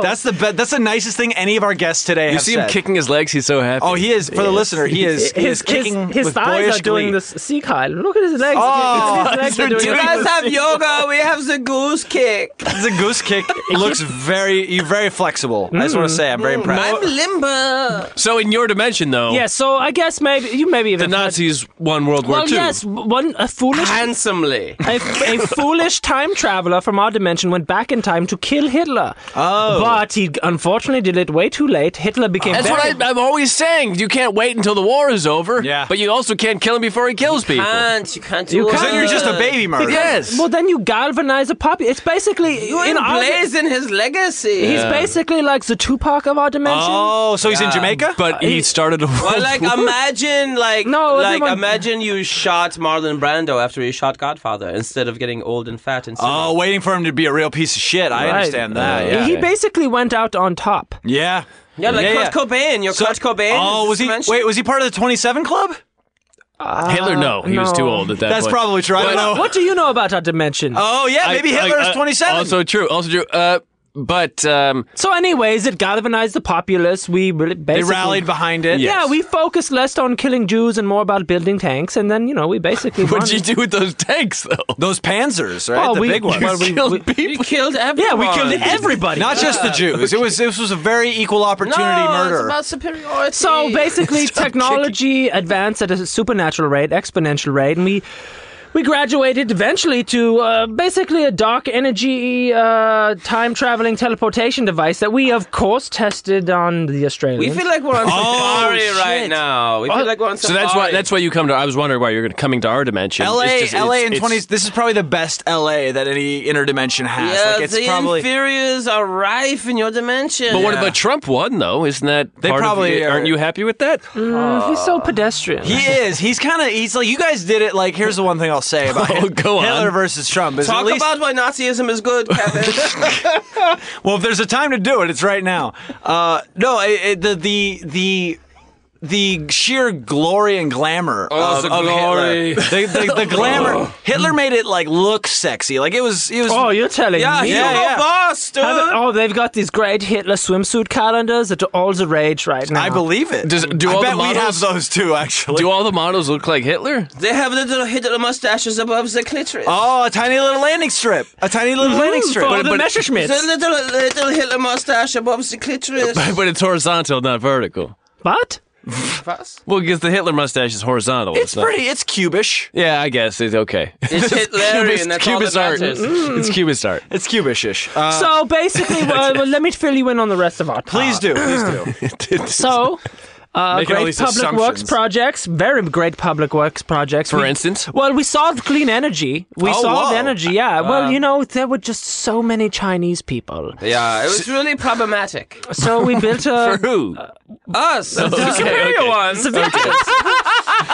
That's the be- that's the nicest thing any of our guests today you have see said. him kicking his legs. He's so happy. Oh, he is for the listener. He is. he his, is kicking his, his with thighs boyish are doing glee. this. See, Kyle, look at his legs. Oh, his legs are doing You this. guys have yoga. We have the goose kick. It's a goose kick. Looks very. You're very flexible. I just want to Mm. say I'm very impressed. I'm limber. So in your dimension, though, Yeah, so I guess maybe you maybe the even Nazis won World War Well, II. yes, one a foolish Handsomely. a, a foolish time traveler from our dimension went back in time to kill Hitler. Oh, but he unfortunately did it way too late. Hitler became That's very what I, I'm always saying. You can't wait until the war is over. Yeah. But you also can't kill him before he kills people. Can't you can't do You all can't- Then you're just a that. baby murderer. Yes. Well, then you galvanize a populace. It's basically You're in our, he's emblazing his legacy. basically like the Tupac of our dimension. Oh, so he's in Jamaica. But he started a war. Well, like imagine, like No, like everyone- imagine you shot Marlon Brando after he shot Godfather instead of getting old and fat and sick. oh, waiting for him to be a real piece of shit. I Right. understand that. He- yeah. He basically went out on top. yeah. yeah, like yeah, yeah. Kurt Cobain. You're Kurt Cobain. Oh, was he? Mentioned- Wait, was he part of the 27 Club? Hitler, no. He was no. too old at that That's point. probably true. I don't know. What do you know about our dimension? Oh yeah, I- maybe I- Hitler's I- 27. Also true. Also true. Uh, but um, so, anyways, it galvanized the populace. We really they basically rallied behind it. Yeah. Yeah, Yes. we focused less on killing Jews and more about building tanks, and then you know we basically. what'd won. you do with those tanks, though? Those Panzers, right? Oh, the we- big ones. well, we- Killed we- people. you killed yeah, everyone. we killed everybody. Not just the Jews. It was this was a very equal opportunity no, It's murder. about superiority. so basically, technology advanced at a supernatural rate, exponential rate, and we. We graduated eventually to uh, basically a dark energy uh, time traveling teleportation device that we, of course, tested on the Australians. we feel like Oh, we're on safari right now. We feel like we're on So safari. that's why that's why you come to. I was wondering why you're coming to our dimension. LA, It's just- LA it's- in it's- 20s. This is probably the best LA that any interdimension has. Yeah, like it's the probably inferiors are rife in your dimension. But what about Trump won though? Isn't that They part of probably it? are- aren't you happy with that? Mm, he's so pedestrian. he is. He's kind of. He's like you guys did it. Like here's the one thing I'll say about Oh, Hit- go on. Hitler versus Trump. Is Talk at least, about why Nazism is good, Kevin. Well, if there's a time to do it, it's right now. Uh, no, it, it, the the the. The sheer glory and glamour Oh, of, the of glory. Hitler. The, the, the glamour. Hitler made it like look sexy. Like it was. It was. Oh, you're telling yeah, me? he's Yeah, our yeah. boss, dude. How the- oh, they've got these great Hitler swimsuit calendars that are all the rage right now. I believe it. Does- do I all the bet we have models- those too, actually. Do all the models look like Hitler? They have little Hitler mustaches above the clitoris. oh, a tiny little landing strip. A tiny little landing For strip. all But- the but- Messerschmitts. The little, little Hitler mustache above the clitoris. But it's horizontal, not vertical. What? Fuss? Well, because the Hitler mustache is horizontal. It's not- pretty. It's cubish. Yeah, I guess it's okay. It's Hitlerian. That's all Cubist that art. matters. It's Cubist art. It's cubish-ish. Uh, So basically, uh, well, let me fill you in on the rest of our talk. please do. Please do. So, uh, Making all great these public works assumptions. projects, very great public works projects. For We- instance, Well, we solved clean energy. We Oh, solved whoa. energy, yeah. well, you know, there were just so many Chinese people. Yeah, it was really problematic. So we built a. who? Us, the superior ones.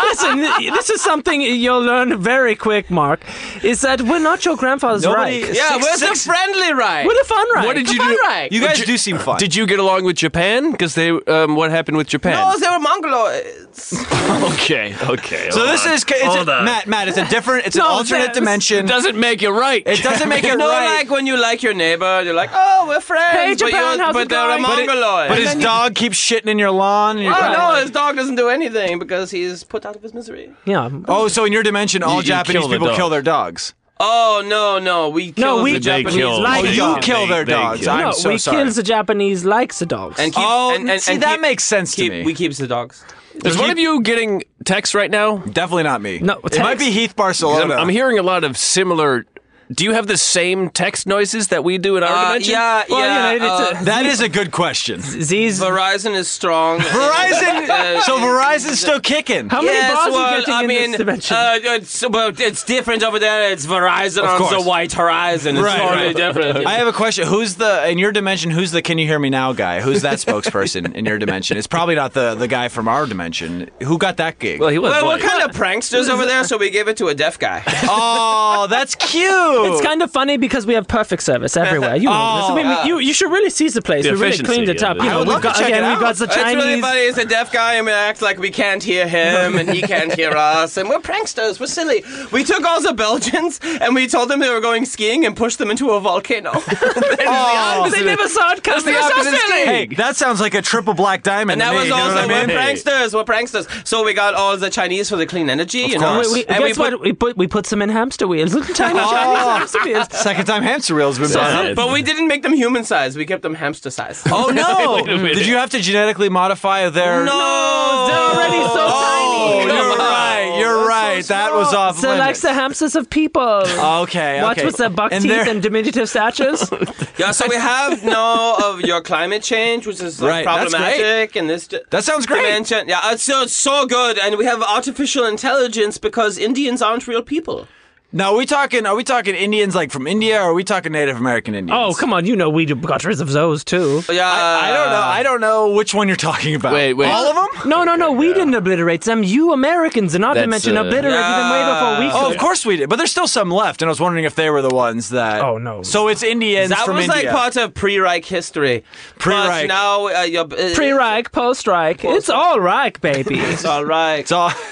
Listen, this is something you'll learn very quick, Mark, is that we're not your grandfather's Nobody- right. Yeah, Six- where's the six- friendly right? We're the fun right. What did you Come do? on, right. You guys do seem fun. Did you get along with Japan? Because they, um, what happened with Japan? Oh, they were Mongoloids. okay, okay. so this is it's Hold a, on. Matt. Matt, it's a different. It's an No, alternate that's- dimension. It doesn't make it right. It doesn't make it No, right. like when you like your neighbor, you're like, oh, we're friends. Hey, but Japan, you're- how's but it they're a going? But it- mongoloid. but his dog keeps shitting in your lawn. And you're oh, kinda no, like- his dog doesn't do anything because he's put out of his misery. Yeah. Oh, so in your dimension, all you Japanese kill the people dog. kill their dogs. Oh, no, no. We killed we- the They Japanese killed. like Oh, They- you kill their they dogs. kill. I'm no, so we sorry. kills the Japanese likes the dogs. And keep, Oh, and, and, see, and that keep- makes sense to keep, me. We keeps the dogs. Is one of you getting texts right now? Definitely not me. No, it might text. be Heath 'Cause Barcelona. I'm, I'm hearing a lot of similar. Do you have the same text noises that we do in our Uh, dimension? yeah, Well, yeah. you know, it's uh, a- That is a good question. These Verizon is strong. Verizon. so Verizon's still kicking. How many Yes, bars well, are you getting I in mean, this dimension? Uh, it's, well, it's different over there. It's Verizon on the course. white horizon. It's Right, totally right. different. I have a question. Who's the in your dimension? Who's the can you hear me now guy? Who's that spokesperson in your dimension? It's probably not the the guy from our dimension. Who got that gig? Well, he was. well, we're funny. kind of pranksters over there, so we gave it to a deaf guy. oh, that's cute. It's kind of funny because we have perfect service everywhere. You know this. I mean, we- you, you should really seize the place. The we really efficiency cleaned it of up. it. You I know, would we've love to got check it again, we've out. got the It's really Chinese. funny. It's a deaf guy, and we act like we can't hear him, and he can't hear us, and we're pranksters. We're silly. We took all the Belgians, and we told them they were going skiing, and pushed them into a volcano. Oh. they never saw it coming. They're so silly. Hey, that sounds like a triple black diamond. And that to me, was you know also what I we're mean? pranksters. We're pranksters. So we got all the Chinese for the clean energy, you know. course. We, and guess we put, what? We put we put some in hamster wheels. Little tiny Chinese hamster wheels. Second time hamster reel's been Sorry. bought. But we didn't make them human sized. We kept them hamster sized. Oh no! Wait a minute. Did you have to genetically modify their? no, they're already so Oh, tiny. you're right. You're right. that was off So like limits. the hamsters of people. okay. What's Oh, okay. with the buck And teeth they're- and diminutive statures? Yeah, so we have now of your climate change, which is like, Right, that's great. problematic, and this. That sounds great. Dimension. Yeah, it's so, it's so good, and we have artificial intelligence because Indians aren't real people. Now are we talking? Are we talking Indians like from India? or Are we talking Native American Indians? oh come on! You know we got rid of those too. Yeah, I, I don't know. I don't know which one you're talking about. Wait, wait. All of them? No, no, no. We didn't obliterate them. You Americans in our That's, dimension uh, obliterated them way before we Oh, could. of course we did. But there's still some left, and I was wondering if they were the ones that. Oh, no. So it's Indians That from was India. like part of pre-Reich history. Pre-Reich. But now uh, your uh, Pre-Reich, post-Reich. It's all Reich, baby. It's all right. It's all.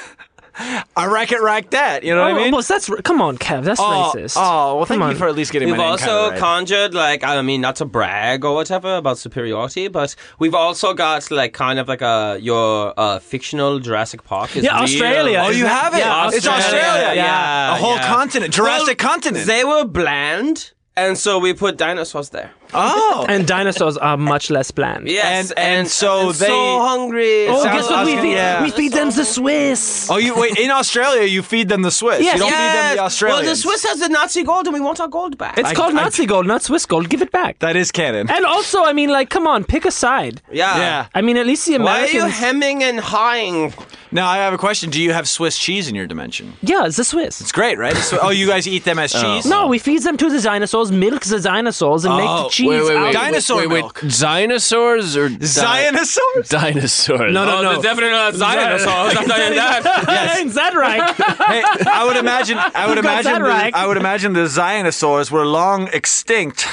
I wreck it, wreck that. You know Oh, what I mean? well, that's come on, Kev. That's oh, racist. oh, well, thank Come you on. for at least getting We've my name also kinda right. conjured, like, I mean, not to brag or whatever about superiority, but we've also got, like, kind of like a your uh, fictional Jurassic Park. Is Yeah, real. Australia. Oh, you have it. Yeah, It's Australia. Yeah, a whole yeah. continent, Jurassic Well, continent. They were bland, and so we put dinosaurs there. oh, And dinosaurs are much less bland. Yes, And- and so and they- so hungry. Oh, Sounds guess what we Austin- feed? yeah. We feed them the Swiss. oh, you wait in Australia. You feed them the Swiss. Yes. You don't feed them Yes. the Australians. Well, the Swiss has the Nazi gold, and we want our gold back. It's called I- Nazi gold, not Swiss gold. Give it back. That is canon. and also, I mean, like, come on, pick a side. yeah. yeah. Oh, I mean, at least the Why are you Americans. hemming and hawing? Now I have a question. Do you have Swiss cheese in your dimension? yeah, it's the Swiss. It's great, right? So, oh, you guys eat them as cheese? No, we feed them to the dinosaurs, milk the dinosaurs, and make Oh, the cheese. wait, wait, out wait. of- Dinosaur wait, wait, milk. Dinosaurs or di- Dinosaurs? dinosaurs? Oh, No, no, no. definitely not dinosaurs. I'm telling you that. Is that right? hey, I would imagine. I would You got imagine. that the- right. I would imagine the dinosaurs were long extinct.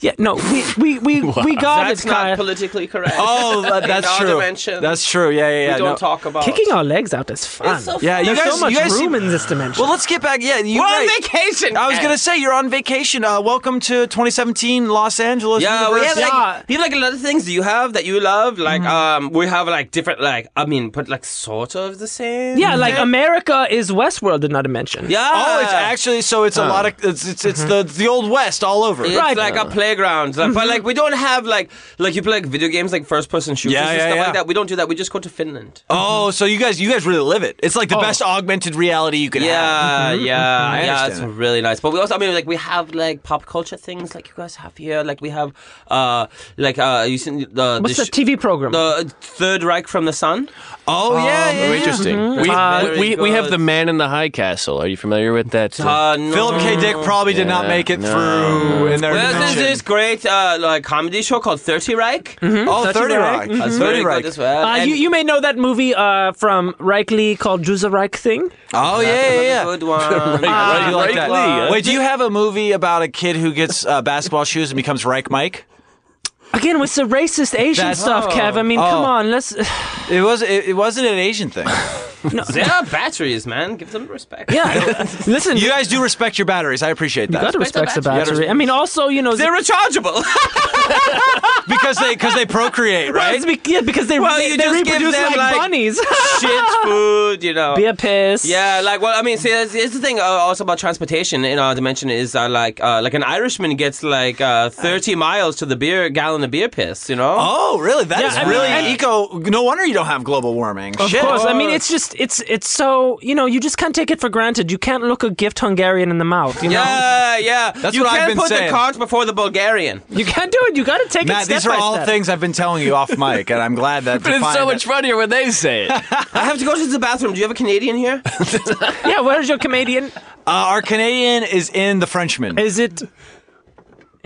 Yeah, no, we we we, we got That's it, not Kyle. politically correct. Oh, that, that's our true. dimension, That's true. Yeah, yeah, yeah. we don't no. talk about. Kicking our legs out is fun. It's so Yeah, you There's guys. so much you guys room seem- in this dimension. well, let's get back. Yeah, you. We're on right. vacation. I was Ken. gonna say you're on vacation. Uh, welcome to 2017 Los Angeles. Yeah, we have University. like Yeah. we have like a lot of things that Uh, you have that you love. Like Mm-hmm. um, we have like different like I mean, but like sort of the same. yeah, like America is Westworld in our dimension. yeah. Mm-hmm. Oh, it's actually so. It's a lot of. It's it's, it's the the old west all over. It's Right. like a playgrounds. Like, But like we don't have like like you play like video games like first person shooters Yeah, and yeah, stuff yeah. like that. We don't do that. We just go to Finland. Oh, so you guys, you guys really live it. It's like the best augmented reality you could have. Yeah, Uh, yeah, yeah. mm-hmm, understand It's that. really nice. But we also, I mean, like we have like pop culture things like you guys have here. Like we have, uh, like uh, you seen the What's the sh- TV program? the Uh, Third Reich from the Sun? Oh yeah, yeah. Very Mm-hmm. yeah. interesting. We, Very we, we have good. the Man in the High Castle. Are you familiar with that? Ah, Uh, no. Philip K. Dick probably did not Yeah, make it no. through in their Well, there's invention. this great uh, like comedy show called Thirty Reich. Oh, 30 Rock. That's 30 very Rock. good as well. uh, And- you, you may know that movie uh, from Reich Lee called Juice Reich thing. Oh, yeah, yeah, yeah. Good one. I do like Reich that. Lee, huh? Wait, do you have a movie about a kid who gets uh, basketball shoes and becomes Reich Mike? Again, what's the racist Asian That's- stuff, Kev? I mean, come Oh. on, let's. It was it, it wasn't an Asian thing. Uh, They are batteries, man. Give them respect. Yeah, listen, You guys do respect your batteries. I appreciate you got that to respect the battery. battery. I mean, also, you know, They're rechargeable. because they because they procreate, right? it's be- yeah, because they, Well, they, you they just give reproduce them, like, like- bunnies. Shit, food, you know. Be a piss. Yeah, like well, I mean, see, that's, it's the thing uh, also about transportation in our dimension is uh, like uh, like an Irishman gets like uh, thirty miles to the beer gallon of beer piss, you know. Oh, really? That is I mean, really and- eco. No wonder you don't have global warming. Of Shit. course. I mean, it's just it's it's so you know you just can't take it for granted. You can't look a gift Hungarian in the mouth. You know, Yeah, Uh, yeah. That's you what I've can't been put saying. the cart before the Bulgarian. you can't do it. You got to take it Matt, step these are by all step. things I've been telling you off mic, and I'm glad that. but it's so much funnier when they say it. I have to go to the bathroom. Do you have a Canadian here? Yeah, where's your comedian? Uh, our Canadian is in the Frenchman. Is it?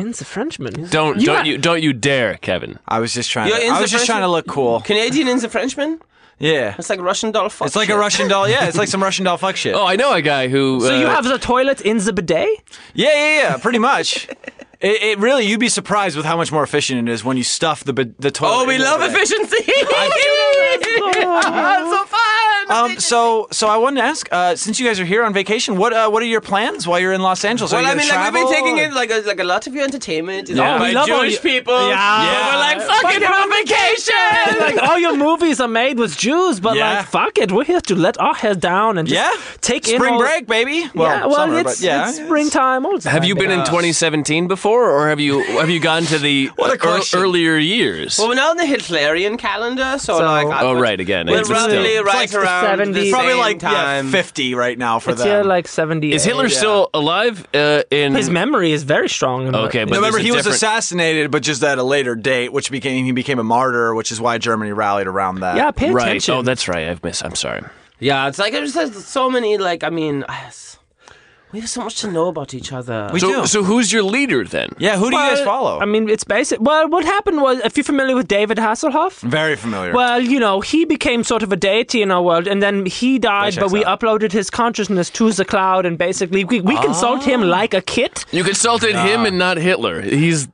It's a Frenchman. Don't You don't got- you don't you dare, Kevin. I was just trying. You're To, in I the was just trying Frenchman? to look cool. Canadian is a Frenchman. Yeah. It's like Russian doll. Fuck It's like shit. a Russian doll. Yeah, it's like some Russian doll fuck shit. Oh, I know a guy who. So you uh, have the toilet in the bidet? Yeah, yeah, yeah. Pretty much. It, it really, you'd be surprised with how much more efficient it is when you stuff the bid- the toilet. Oh, we in the love bidet. efficiency. so fun. Um, so, so I wanted to ask, uh, since you guys are here on vacation, what uh, what are your plans while you're in Los Angeles? Are Well, you I gonna mean, like we've travel been taking or- it like a, like a lot of your entertainment is Yeah. all We by love all Jewish you- people. Yeah. But we're like fucking Fucking on vacation. like all your movies are made with Jews, but Yeah. like fuck it, we're here to let our hair down and just Yeah, take in spring all- break, baby. Well, yeah, well, summer, but it's, yeah. it's springtime. Also, Have you been in 2017 before, or have you have you gone to the What a ear- question. earlier years? Well, we're now in the Hitlerian calendar, so, So- like, I- oh, right, again. we're it's- it's roughly still- right like the around the, 70s. same probably like time. yeah, fifty right now for It's them. here like seventy. is Hitler still alive? Uh, in His memory is very strong. Okay, but No, remember there's a he was different- assassinated, but just at a later date, which became he became a martyr, which is why Germany rallied around that. yeah, pay right. attention. Oh, that's right. I've missed. I'm sorry. yeah, it's like there's just so many. Like, I mean, yes. we have so much to know about each other. we So, do. so who's your leader then? yeah, who do you guys follow? I mean, it's basic. Well, what happened was, if you're familiar with David Hasselhoff, Very familiar. well, you know, he became sort of a deity in our world, and then he died, That but checks we out. uploaded his consciousness to the cloud, and basically we, we consult him like a kit. You consulted him and not Hitler. He's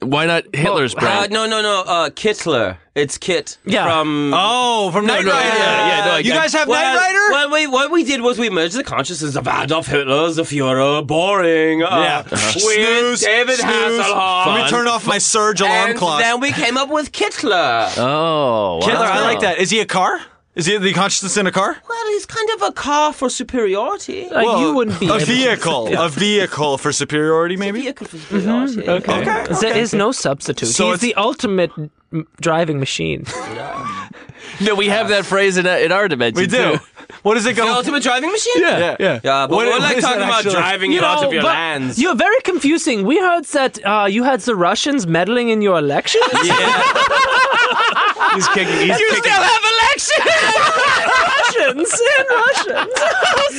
why not Hitler's Uh, brand? no, no, no. Uh, Kittler. It's Kit Yeah. from. oh, from Night no, Rider. yeah, yeah, no, I- you I- guys have Night Rider. Well, we, what we did was we merged the consciousness of Adolf Hitler, the Führer, boring, uh, Yeah. Uh-huh. weird David Hasselhoff, Let me turn off my surge alarm and clock. then we came up with Kittler. Oh, wow. Hitler, I like that. Is he a car? Is he the consciousness in a car? Well, he's kind of a car for superiority. Like Uh, you wouldn't be a able to- vehicle. a vehicle for superiority, maybe. Vehicle for superiority. Okay. There is no substitute. So He's it's- the ultimate m- driving machine. No, we have that phrase in, in our dimension. We do. too. What is it The going? ultimate driving machine? Yeah, yeah. Yeah, but What- we're what like is that talking about actually? driving you out of your but lands. You're very confusing. We heard that uh, you had the Russians meddling in your elections. He's kicking. He's You kicking. still have elections! Russians in Russians.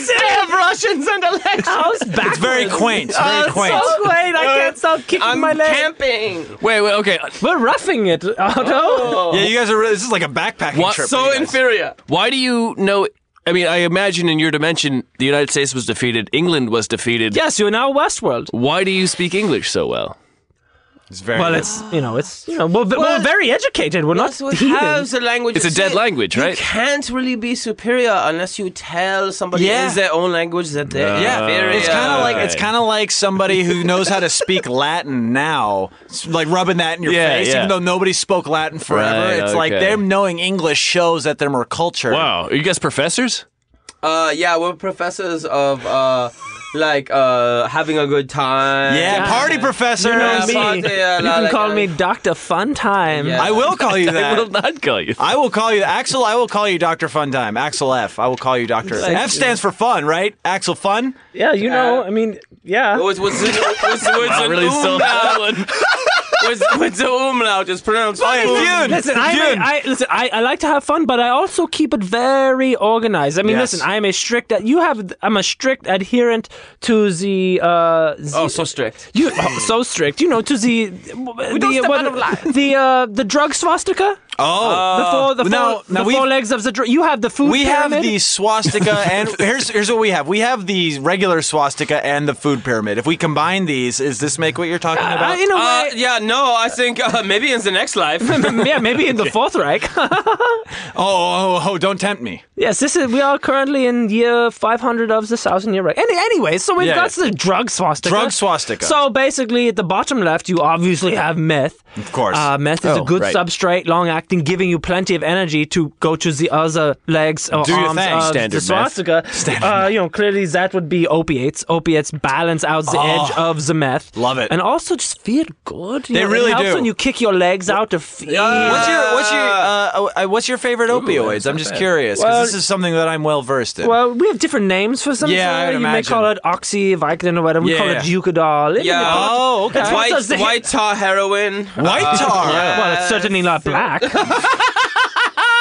They have Russians and elections! House backwards. It's very quaint. Very It's quaint. so quaint. Oh, I can't stop kicking I'm my leg. camping. Wait, wait, okay. We're roughing it, Otto. yeah, you guys are. Really, this is like a backpacking What- trip. So for you guys. inferior. Why do you know? I mean, I imagine in your dimension, the United States was defeated, England was defeated. Yes, you're now Westworld. Why do you speak English so well? It's very. Well, it's you know, it's you know, we're, we're very educated. We're not we have heathens. the language. It's a dead See, language, right? You can't really be superior unless you tell somebody Yeah. in their own language that they're yeah, inferior. it's kind of like it's Okay. kind of like somebody who knows how to speak Latin now, s- like rubbing that in your Yeah, face, yeah. even though nobody spoke Latin forever. Right, it's like okay. them knowing English shows that they're more cultured. Wow, are you guys professors? Uh, yeah, we're professors of uh, like uh, having a good time. Yeah, party professor. know me. Me. Party, uh, you la- can la- call la- me Doctor Fun Time. Yeah. I will call you that. I will not call you. I will call you Axel. I will call you Doctor Fun Time. Axel F. I will call you Doctor F. F stands for fun, right? Axel Fun. Yeah, you know, I mean, yeah. What's what's what's what's, what's an really still umlaut? one. What's, what's an umlaut? Just pronounce. Oh, yeah, Fun. Listen, I, Fun. am a, I listen. I, I like to have fun, but I also keep it very organized. I mean, Yes. listen, I am a strict. uh, You have. I'm a strict adherent to the. Uh, the Oh, so strict. You oh, so strict, you know, to the the don't step out of line. Uh, the uh, the drug swastika, Oh, the four the four, now- now the we've- four legs of the drug. You have the food. we pyramid. have the swastika, and here's here's what we have. We have the regular swastika and the food pyramid. If we combine these, is this make what you're talking Uh, about? in a Uh, way, yeah, no, I think uh, maybe in the next life. yeah, maybe in the Fourth Reich. oh, oh, oh, don't tempt me. yes, this is we are currently in year five hundred of the thousand year Reich. Any, anyway, so we've Yeah, got the drug swastika. Drug swastika. So basically, at the bottom left, you obviously have meth. Of course. Uh, meth is Oh, a good right. substrate, long acting, giving you plenty of energy to go to the other legs or Do your arms thing. of Standard the meth. swastika. Uh, you know, clearly that would be opiates. Opiates balance out the edge of the meth. Ah, Love it. And also just feel good. You They know, really it helps do. when you kick your legs out to feel. What's your what's your uh, uh, what's your favorite opioids? I'm just curious because Well- this is something that I'm well versed in. Well, we have different names for some. Yeah, I sort. would you may imagine. call it oxy, Vicodin, or whatever. We Yeah, call yeah. it Eucadol. It- Yeah. it- Oh, okay. White, white tar heroin. uh, White tar. Well, it's certainly not black.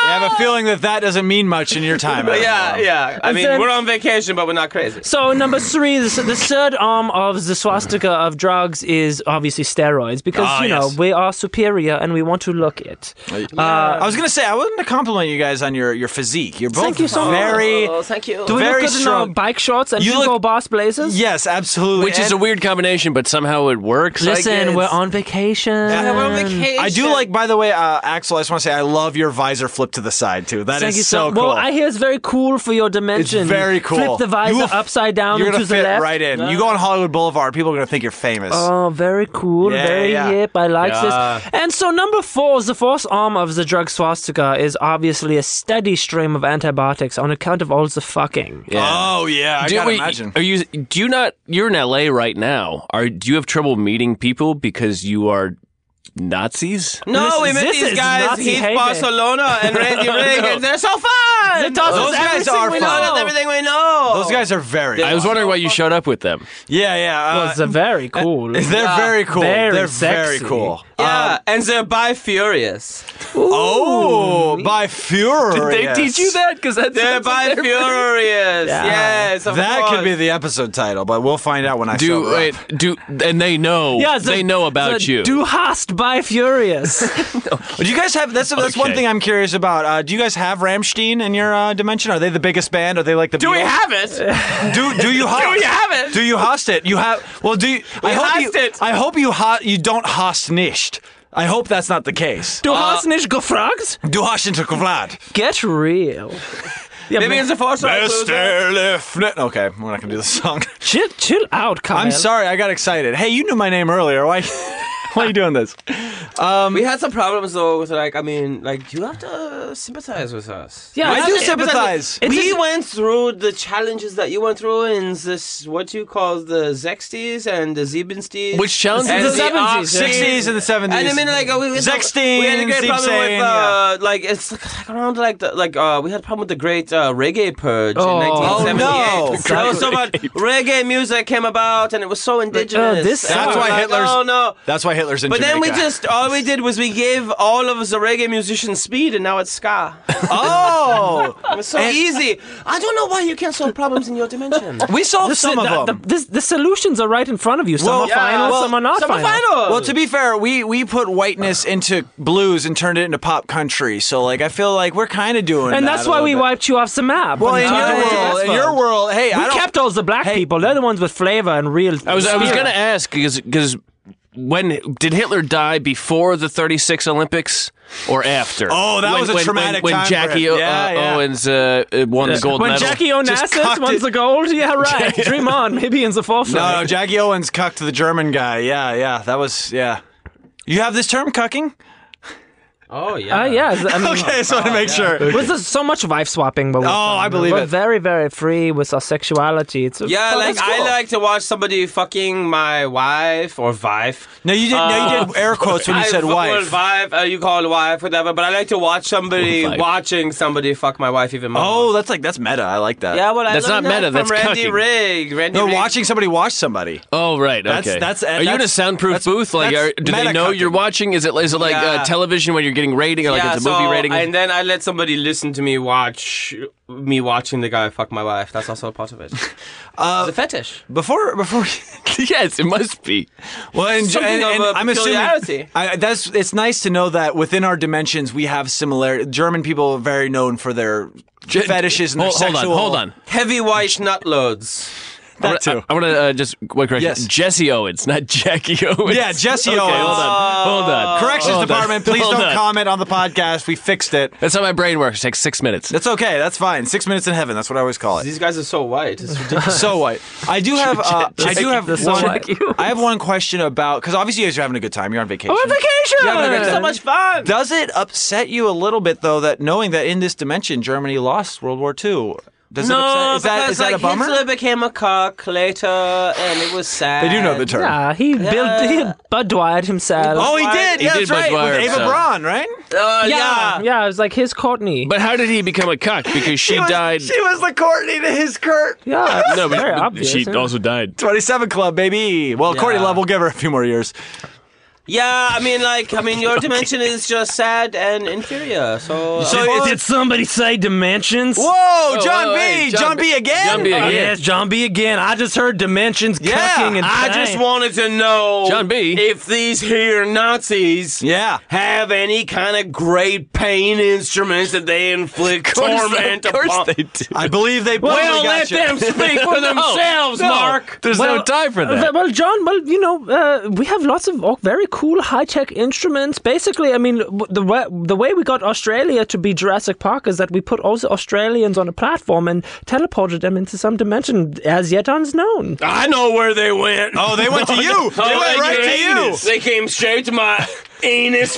I have a feeling that that doesn't mean much in your Uh, time. Adam. Yeah, yeah. I mean, then- we're on vacation, but we're not crazy. So number three, the, the third arm of the swastika of drugs is obviously steroids because Ah, you know yes. we are superior and we want to look it. I was gonna say I wanted to compliment you guys on your, your physique. You're both Thank you so much. very thank you. Do we Very look good in strong. our bike shorts and You Hugo look- Boss blazers? yes, absolutely. Which is And a weird combination, but somehow it works. I Listen, guess. we're on vacation. Yeah, we're on vacation. I do like. By the way, uh, Axel, I just want to say I love your visor flip to the side too. That is Thank you so, so. cool. Well, I hear it's very cool for your dimension. It's very cool. Flip the You visor will f- upside down You're and gonna to the fit left. Uh, right in. You go on Hollywood Boulevard, people are gonna think you're famous. Oh, very cool, Yeah, very yeah. hip. I like Yeah. this. And so number four, the fourth arm of the drug swastika is obviously a steady stream of antibiotics on account of all the fucking. Oh, yeah, I Do, gotta wait, imagine. Are you? Do you not? You're in L.A. right now. Are do you have trouble meeting people because you are Nazis? No, we This- met this these is guys, Nazi Heath heyday. Barcelona and Randy Rigg, and they're so fun. They taught us Those guys everything are we They taught us know. everything we know. Those guys are very. I was cool. wondering why you showed up with them. Yeah, yeah. uh, Well, they're very cool. they're very cool. very they're very sexy. cool. Yeah, uh, and they're bi furious. Oh, by Fuhrer. They teach you that because that's They're that's what bi furious. Yes, of That course. could be the episode title, but we'll find out when I Do sober up. wait, do and they know? Yeah, the- they know about the you. Du hast by furious. But Do you guys have that's that's one Okay. thing I'm curious about. Uh, do you guys have Ramstein in your uh, dimension? Are they the biggest band? Are they like the Do we Beatles? have it? do do you host? we have it? Do you host it? You have well. Do you, I hope host you, it. I hope you ho- you don't host nicht. I hope that's not the case. du hast Uh, nicht gefragt? Du hast into Vlad. Get real. Yeah, Maybe man, it's a force. Okay, we're not gonna do this song. chill, chill out, Kyle. I'm sorry, I got excited. Hey, you knew my name earlier. Why? Why are you doing this? We had some problems though with like I mean like you have to sympathize with us. Yeah, I it's- do it's- sympathize. It's we just- went through the challenges that you went through in this what you call the Zexties and the Ziebensteins. Which challenges? and the the, 70s, yeah. Oxies. 60s and the 70s. And I mean, like uh, we, we, had Zexstein, we had a great problem Simpson, with uh, like it's like, like around like the, like uh, we had a problem with the great uh, reggae purge Oh. in Oh, 1978. no. There was so much reggae music came about, and it was so indigenous. this And That's we're why like, Hitler's- Oh no. That's why Hitler's in But then we Jamaica. just all we did was we gave all of the reggae musicians speed, and now it's ska. oh. It was so easy. I don't know why you can't solve problems in your dimension. We solved some the, of them. The, this- the solutions are right in front of you. Some Well, are yeah, final, well, some are not Some are final. final. Well, to be fair, we we put whiteness Ah. into blues and turned it into pop country. So like, I feel like we're kind of doing. And that that's a why little we bit. wiped you off the map. Well, I'm in sorry. your world, in your world, hey, I we don't, kept all the black people. They're the ones with flavor and real. I was I was gonna ask because because when did Hitler die before the 36 Olympics or after? Oh, that When- was a when- traumatic when, when time for Jackie him. O- Yeah, uh, yeah. Owens uh, uh, won the gold When medal. Jackie cocked Onassis wants it. the gold, yeah, right. Dream on. Maybe in the fourth. No, no, round. Jackie Owens cucked the German guy. Yeah, yeah, that was yeah. You have this term, cucking. Oh yeah. Uh, yeah. it's- I mean, Oh, Okay, I just want to make sure. Was there so much wife swapping? But oh, I believe we're it. very, very free with our sexuality. It's Yeah, oh, like that's cool. I like to watch somebody fucking my wife or vife. No, you did. No, you did air quotes when you Uh, I said fuck wife. with vife, uh, you call it wife, whatever. But I like to watch somebody Wife. watching somebody fuck my wife even more. Oh, that's like that's meta. I like that. yeah, well, I That's learned not meta, that that's from Randy cucking. Rigg. Randy No, Rigg. watching somebody watch somebody. Oh right, okay. That's- that's- are you in a that's- soundproof that's- booth? Like, that's are, do they meta know you're cucking. watching? Is it is it like Yeah. uh, television when you're getting rating, or like yeah, it's a movie so- rating? And then I let somebody listen to me watch me watching the guy fuck my wife. That's also a part of it. it's a fetish. Before before. yes, it must be. Well, and, Something and, of and a I'm assuming peculiarity. I, that's it's nice to know that within our dimensions we have similar. German people are very known for their fetishes and Hold, their hold on, sexual. hold on. Heavy white nut loads. That I, too. want to uh, just quick correction. Yes. Jesse Owens, not Jackie Owens. Yeah, Jesse Okay, Owens. Uh, Hold on, hold on. Corrections Hold on. department, please Hold don't on. comment on the podcast. We fixed it. That's how my brain works. It takes six minutes. That's okay. That's fine. Six minutes in heaven. That's what I always call it. These guys are so white. It's ridiculous. So white. I do have. Uh, I do have This is one. like you. I have one question about because obviously you guys are having a good time. You're on vacation. Oh, Vacation. so much fun. Does it upset you a little bit though that knowing that in this dimension Germany lost World War II? Does it upset? Is that, because is that like a bummer? Hitler became a cock later, and it was sad. They do know the term. Nah, he built he Budweiser himself. Oh, he did. He Yeah, did that's right. Budweiser, With Ava so- Braun, right? Uh, yeah, yeah. It was like his Courtney. But how did he become a cuck? Because she died. She was the Courtney to his Kurt. yeah, it's no, but, very but obvious. she isn't it? also died. 27 Club, baby. Well, Courtney Yeah. Love, we'll give her a few more years. Yeah, I mean, like, I mean, your dimension is just sad and inferior. So, So it's- Did somebody say dimensions? Whoa, John whoa, B. hey, John, John B. B. again. John B. again. Yes, John B. again. I just heard dimensions Yeah, cucking and I bang. just wanted to know, John B. if these here Nazis Yeah. have any kind of great pain instruments that they inflict torment of course upon. they do. I believe they Well, probably got let you. them speak for themselves, Mark. There's Well, no time for Uh, that. Well, John, well, you know, uh, we have lots of oh, very cool high-tech instruments. Basically, I mean, w- the way, the way we got Australia to be Jurassic Park is that we put all the Australians on a platform and teleported them into some dimension as yet unknown. Oh I know where they went. Oh, they went to you. they Oh, went right to you. did. They came straight to my anus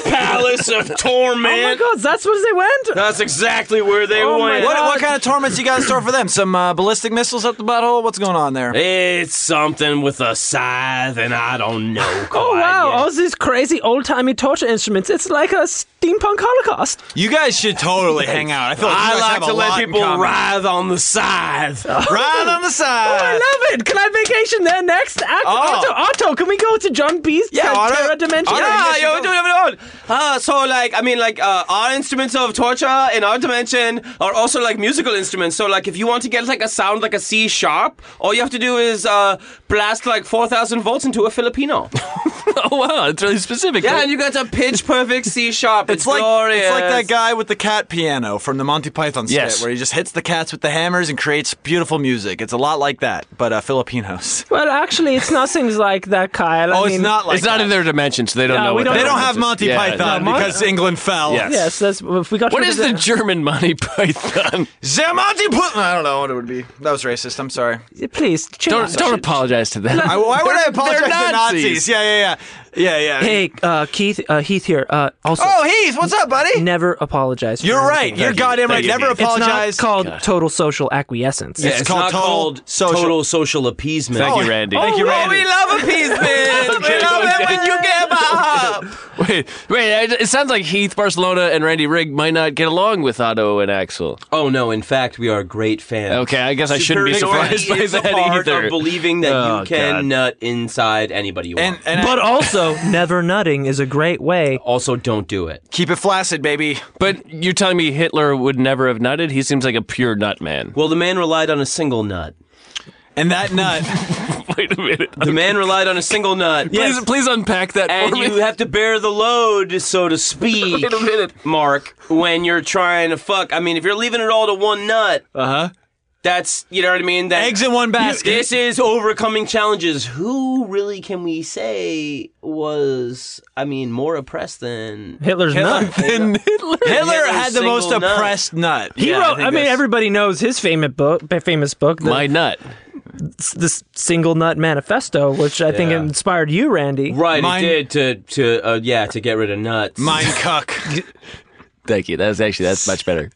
palace of Oh my torment. God, that's where they went. That's exactly where they Oh my went. What, what kind of torments you got in store for them? Some uh, ballistic missiles up the butthole? What's going on there? It's something with a scythe, and I don't know. Oh wow! All these crazy old-timey torture instruments—it's like a steampunk Holocaust. You guys should totally hang out. I feel like you I guys like have a to let lot in people common. Oh, writhe on the scythe. Right on the I side. love it. Can I vacation there next? Act- Otto, Otto, can we go to John B's Yeah, ter- Otto- Terra dimension? Otto, Yeah, Yes, you yo, do. dude, hold on. Uh, so, like, I mean, like, uh, our instruments of torture in our dimension are also like musical instruments. So, like, if you want to get like a sound like a C sharp, all you have to do is uh, blast like four thousand volts into a Filipino. oh wow, it's really specific. yeah, and you got a pitch perfect C sharp. It's, It's like glorious. it's like that guy with the cat piano from the Monty Python skit, Yes. where he just hits the cats with the hammers and creates beautiful music. It's a lot like that, but uh, Filipinos. Well, actually, it's nothing like that, Kyle. I Oh, mean- it's not like it's not that. in their dimension, so they don't Yeah, know. we what don't- that They don't is. have Monty Yeah, Python no. because England fell. Yes. Yes, that's if we got. What rid is of the German Monty Python? Sir Monty Python. I don't know what it would be. That was racist. I'm sorry. Please chill Don't out. don't apologize to them. I, why would I apologize they're to Nazis. Nazis? Yeah, yeah, yeah, yeah, yeah. Hey, uh, Keith, uh, Heath here. Uh, also, Oh, Heath, what's up, buddy? never apologize. for You're right. anything. You're goddamn right. you, Never Heath. It's apologize. not called total social acquiescence. Yeah, it's called not total called social- total social appeasement. Thank you, Randy. Thank you, Oh, Randy. we love appeasement. we Oh, love it when you give up. Wait, wait. I- It sounds like Heath Barcelona and Randy Rigg might not get along with Otto and Axel. Oh no! In fact, we are great fans. Okay, I guess I shouldn't be Superiority surprised by is a that part either. Of believing that Oh, you can nut inside anybody you and want. and But uh, also, never nutting is a great way. also, don't do it. keep it flaccid, baby. But you're telling me Hitler would never have nutted? He seems like a pure nut man. Well, the man relied on a single nut. And that nut. Wait a minute. The man relied on a single nut. Please, please unpack that And for me. you have to bear the load, so to speak. Wait a minute, Mark. When you're trying to fuck, I mean, if you're leaving it all to one nut, uh huh. Uh-huh. That's you know what I mean. That Eggs in one basket. This is overcoming challenges. Who really can we say was, I mean, more oppressed than Hitler's nut. Hitler? Hitler Hitler's had the most single nut. oppressed nut. He wrote. I, mean, everybody knows his famous book. Famous book. The, My nut. s- this single nut manifesto, which I think inspired you, Randy. Right, Mine- it did to to uh, yeah to get rid of nuts. Mine cuck. Thank you. That was actually that's much better.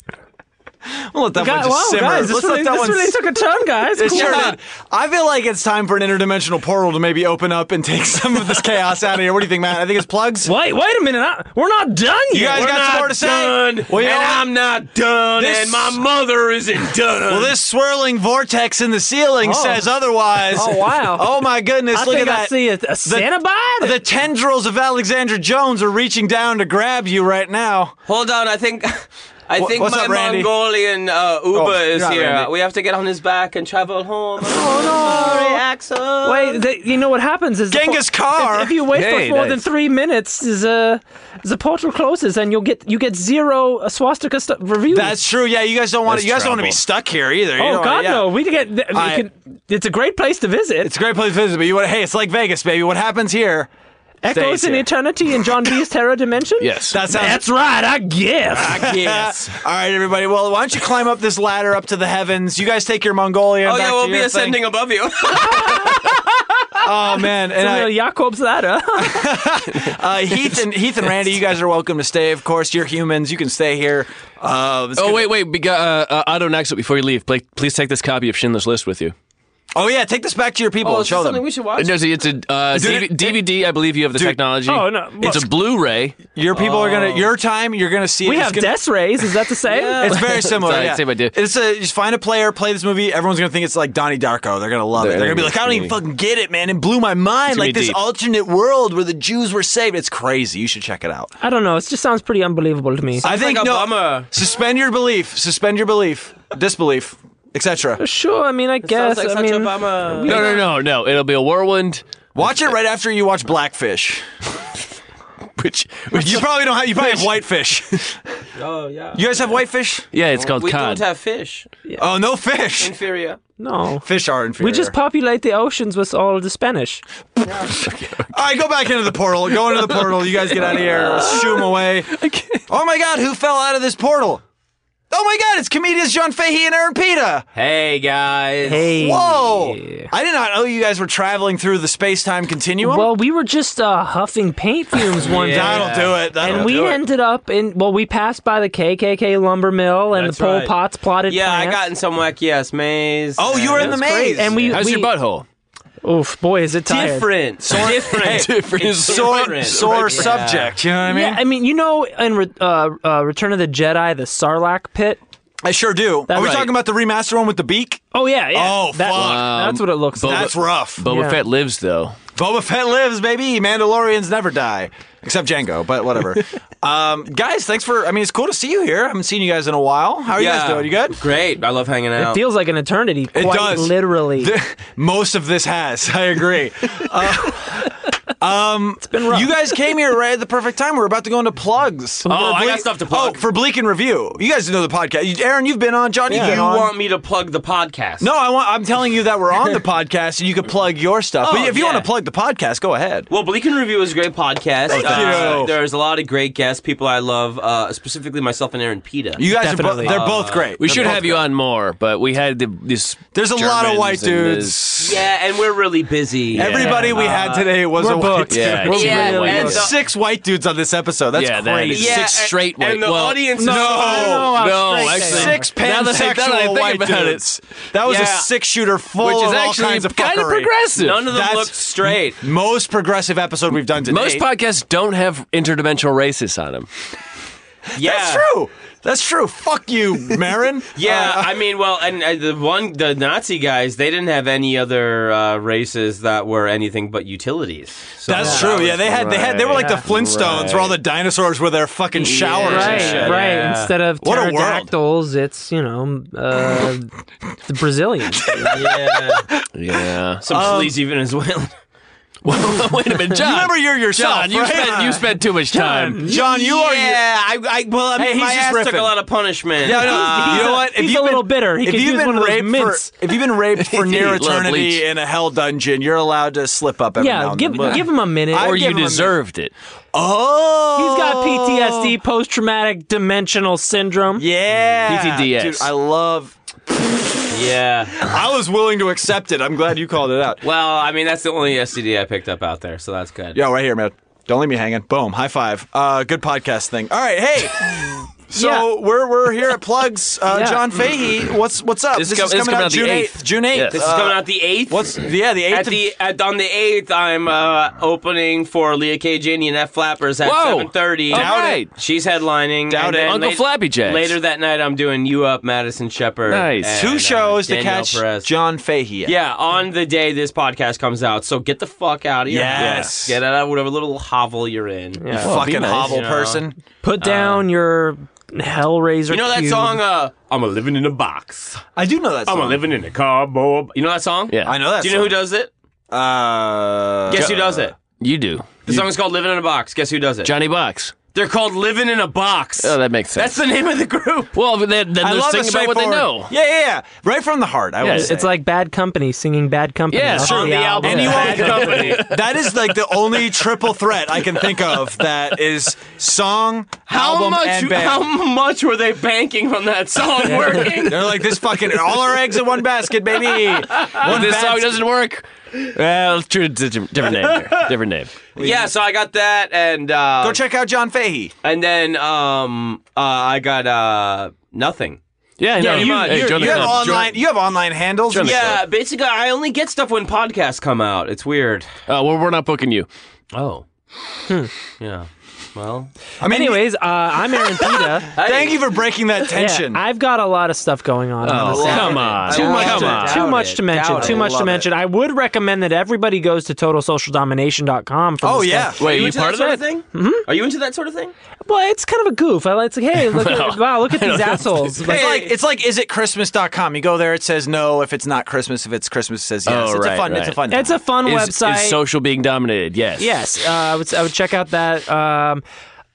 We'll let that God, one just wow, simmer. guys, this Let's really, let that this one really s- took a turn, guys. It Cool. sure did. I feel like it's time for an interdimensional portal to maybe open up and take some of this chaos out of here. What do you think, Matt? I think it's plugs. Wait, wait a minute. I, we're not done yet. You guys We're got not- some more to say? Well, you know what? not done, This- mother isn't done. Well, this swirling vortex in the ceiling says otherwise. Oh, wow. Oh my goodness! I Look think at that. I see a, a Santa bite. The tendrils of Alexander Jones are reaching down to grab you right now. Hold on, I think. I Wha- think what's my up, Randy? Mongolian uh, Uber Oh, is you're not here. Randy. We have to get on his back and travel home. Oh no, sorry, Axel. Wait, the, you know what happens is the Genghis por- Khan. If, if you wait Hey, for more nice. than three minutes, is uh, the portal closes and you'll get you get zero uh, swastika stu- reviews. That's true. Yeah, you guys don't want to, you guys don't want to be stuck here either. You oh don't wanna- God, yeah. no! We get. th- you I- can, it's a great place to visit. It's a great place to visit, but you want hey, it's like Vegas, baby. What happens here? Echoes stays in here. eternity in John Dee's Terra Dimension. Yes. That sounds. That's right. I guess. yes. All right, everybody. Well, why don't you climb up this ladder up to the heavens? You guys take your Mongolian. Oh back yeah, to we'll be your ascending Thing. above you. Oh man, and I, Real Jacob's ladder. Uh, Heath and Heath and Randy, you guys are welcome to stay. Of course, you're humans. You can stay here. Uh, this Oh could- wait, wait. Beg- uh, uh, Otto and Axel, before you leave, please, please take this copy of Schindler's List with you. Oh yeah, take this back to your people Oh, and show them. should Uh, watch. No, see, it's a uh, Dude, DV- DVD. I believe you have the technology. Oh, no, It's a Blu-ray. Your people are gonna. Your time. You're gonna see. it. Oh. we It's have gonna- death rays. Is that the same? It's very similar. Sorry, yeah. same idea. It's a just find a player, play this movie. Everyone's gonna think it's like Donnie Darko. They're gonna love it. They're gonna be like, I don't even fucking get it, man. It blew my mind. gonna Like be this deep. alternate world where the Jews were saved. It's crazy. You should check it out. I don't know. It just sounds pretty unbelievable to me. I think like a no. bummer. Suspend your belief. Suspend your belief. Disbelief. Etc. sure. I mean, I guess. Sounds like I such mean, a bummer. No, no, no, no. It'll be a whirlwind. Watch it right after you watch Blackfish. Which, which You probably don't have. You probably have whitefish. Oh yeah. You guys have whitefish? yeah, Oh, it's called We cod. don't have fish. Oh, no fish. Inferior. no. Fish are inferior. We just populate the oceans with all the Spanish. All right, go back into the portal. Go into the portal. You guys get out of here. Shoo 'em away. Oh my God, who fell out of this portal? Oh my God, it's comedians John Fahey and Aaron Pita. Hey guys. Hey. Whoa! I did not know you guys were traveling through the space-time continuum. Well, we were just uh, huffing paint fumes one day. That'll do it. That'll And we do it. ended up in, well, we passed by the KKK lumber mill and That's the Pol right. Pot's plotted Yeah, I plan. got in some wacky ass maze. oh, you were in the maze. Great. And we, How's we, your butthole? Oof, boy, is it tired. different. different. Different. It's sore, different. sore subject. You know what I mean? Yeah, I mean, you know, in Re- uh, uh, Return of the Jedi, the Sarlacc pit. I sure do. Are we right. talking about the remaster one with the beak? Oh yeah, yeah. Oh, That- fuck. That's what it looks Boba- like. That's rough. Boba Yeah. Fett lives though. Boba Fett lives, baby. Mandalorians never die, except Django. But whatever. um, guys, thanks for. I mean, it's cool to see you here. I haven't seen you guys in a while. How are you guys doing? You good? Great. I love hanging out. Feels like an eternity. Quite does. Literally. Most of this has. I agree. been rough. Uh, um, you guys came here right at the perfect time. We're about to go into plugs. Oh, I got stuff to plug. Oh, for Bleak and Review. You guys know the podcast. You- Aaron, you've been on. John, you've been you on. want me to plug the podcast? no, I want, I'm telling you that we're on the podcast and you can plug your stuff. but Oh, if you want yeah. to plug the podcast, go ahead. Well, Bleak and Review is a great podcast. Uh, Thank you. There's a lot of great guests, people I love, uh, specifically myself and Aaron Pita. You guys Definitely. are both. They're both great. We They're should both have you on more, but we had the, this. There's a lot of Germans white and this- dudes. yeah, and we're really busy. Everybody we had today was a white dude. Yeah, We're it's Yeah, really and white. the- Six white dudes on this episode. That's yeah, that is crazy. Yeah, six and- straight white. and the well, audience is no, so- no, straight actually, Six now that I- now pansexual that I think white about it, dudes. That was a Yeah. six shooter full which is of all actually kinds of kind of fuckery. progressive. None of them That's- looked straight. Most progressive episode we've done today. Most podcasts don't have interdimensional races on them. Yeah. That's true. That's true. Fuck you, Marin. Yeah, Uh, I mean, well, and uh, the one, the Nazi guys, they didn't have any other uh, races that were anything but utilities. So that's true. Yeah, they had they had they were like the Flintstones, where all the dinosaurs were their fucking showers. and Right, shit. right. Yeah. Instead of What a world. pterodactyls, it's you know uh, the Brazilians. yeah, Yeah. some Um, sleazy Venezuelan. Wait a minute, John. You remember you're yourself. John, you right? spent you spent too much time. John, you are. Yeah, I, I, well, I mean, he's my just ass took riffing. a lot of punishment. Yeah, I know. Uh, you know what? he's a you've little bitter. He if could you've use been one of those raped mints. for, if you've been raped for near Love bleach. eternity in a hell dungeon, you're allowed to slip up every now yeah, and give then. give him a minute. I- Or I'd give you him a minute. deserved it. Oh, He's got PTSD, post traumatic dimensional syndrome. Yeah, PTDS. Dude, I love. yeah. I was willing to accept it. I'm glad you called it out. Well, I mean, that's the only STD I picked up out there, so that's good. Yo, right here, man. Don't leave me hanging. Boom. High five. Uh, good podcast thing. All right. Hey. So we're we're here at Plugs. Uh, Yeah. John Fahey. What's what's up? This is com- this is coming out the June 8th. June eighth. Uh, This is coming out the eighth. What's yeah the at eighth? the at, on the eighth? I'm uh, opening for Leah K. Janey and F. Flappers at Whoa. seven thirty. All right. She's headlining. Doubt and it. then Uncle late- Flappy Jacks. Later that night, I'm doing you up, Madison Shepard. Nice. and, Two uh, shows to Danielle catch Perez. John Fahey. at. Yeah, on the day this podcast comes out. So get the fuck out of here. Yes. Get out of whatever little hovel you're in. Yeah. Fucking nice. hovel Yeah. person. Put down your Hellraiser. You know that cube. song, uh, I'm a living in a box. I do know that song. I'm a living in a cardboard. You know that song? Yeah. I know that. Do you know who does it? who? Uh, Guess who does it? You do. The song is called Living in a Box. Guess who does it? Johnny Box. They're called Living in a Box. Oh, that makes That's sense. the name of the group. well, then, then I they're love thinking the about what they straightforward- know. Yeah, yeah, yeah. Right from the heart. I would It's, say. it's like Bad Company singing Bad Company. Yeah, off sure, the album. Yeah. And you Bad company. That is like the only triple threat I can think of that is song, How album, much? and band. How much were they banking from that song working? They're like this fucking all our eggs in one basket, baby. One This bad- song doesn't work. Well, it's true. It's a di- different name. There. Different name. yeah, so I got that, and uh, Go check out John Fahey. and then um, uh, I got uh, nothing. Yeah, uh, yeah. you- you're- You have online. You have online handles. Yeah, basically, I only get stuff when podcasts come out. It's weird. Uh, well, we're not booking you. Oh, yeah. Well, I mean, Anyways, uh, I'm Aaron Pita. thank you for breaking that tension. Yeah, I've got a lot of stuff going on. on this Oh, Come on. Too much Oh, Come Too much, on. to, too much to mention. Too much Love to mention. I would recommend that everybody goes to totalsocialdomination.com for oh this yeah. stuff. Wait, you into part of sort that? of thing? Mm-hmm. Are you into that sort of thing? Well, it's kind of a goof. I like it's like, hey, look at, wow, look at these assholes. Like, It's like it's like isitchristmas.com. You go there, it says no if it's not Christmas. If it's Christmas, it says yes. Oh, it's a right, fun. It's a right. fun. it's a fun Is, is website. social being dominated? Yes. yes, uh, I would I would check out that. Um,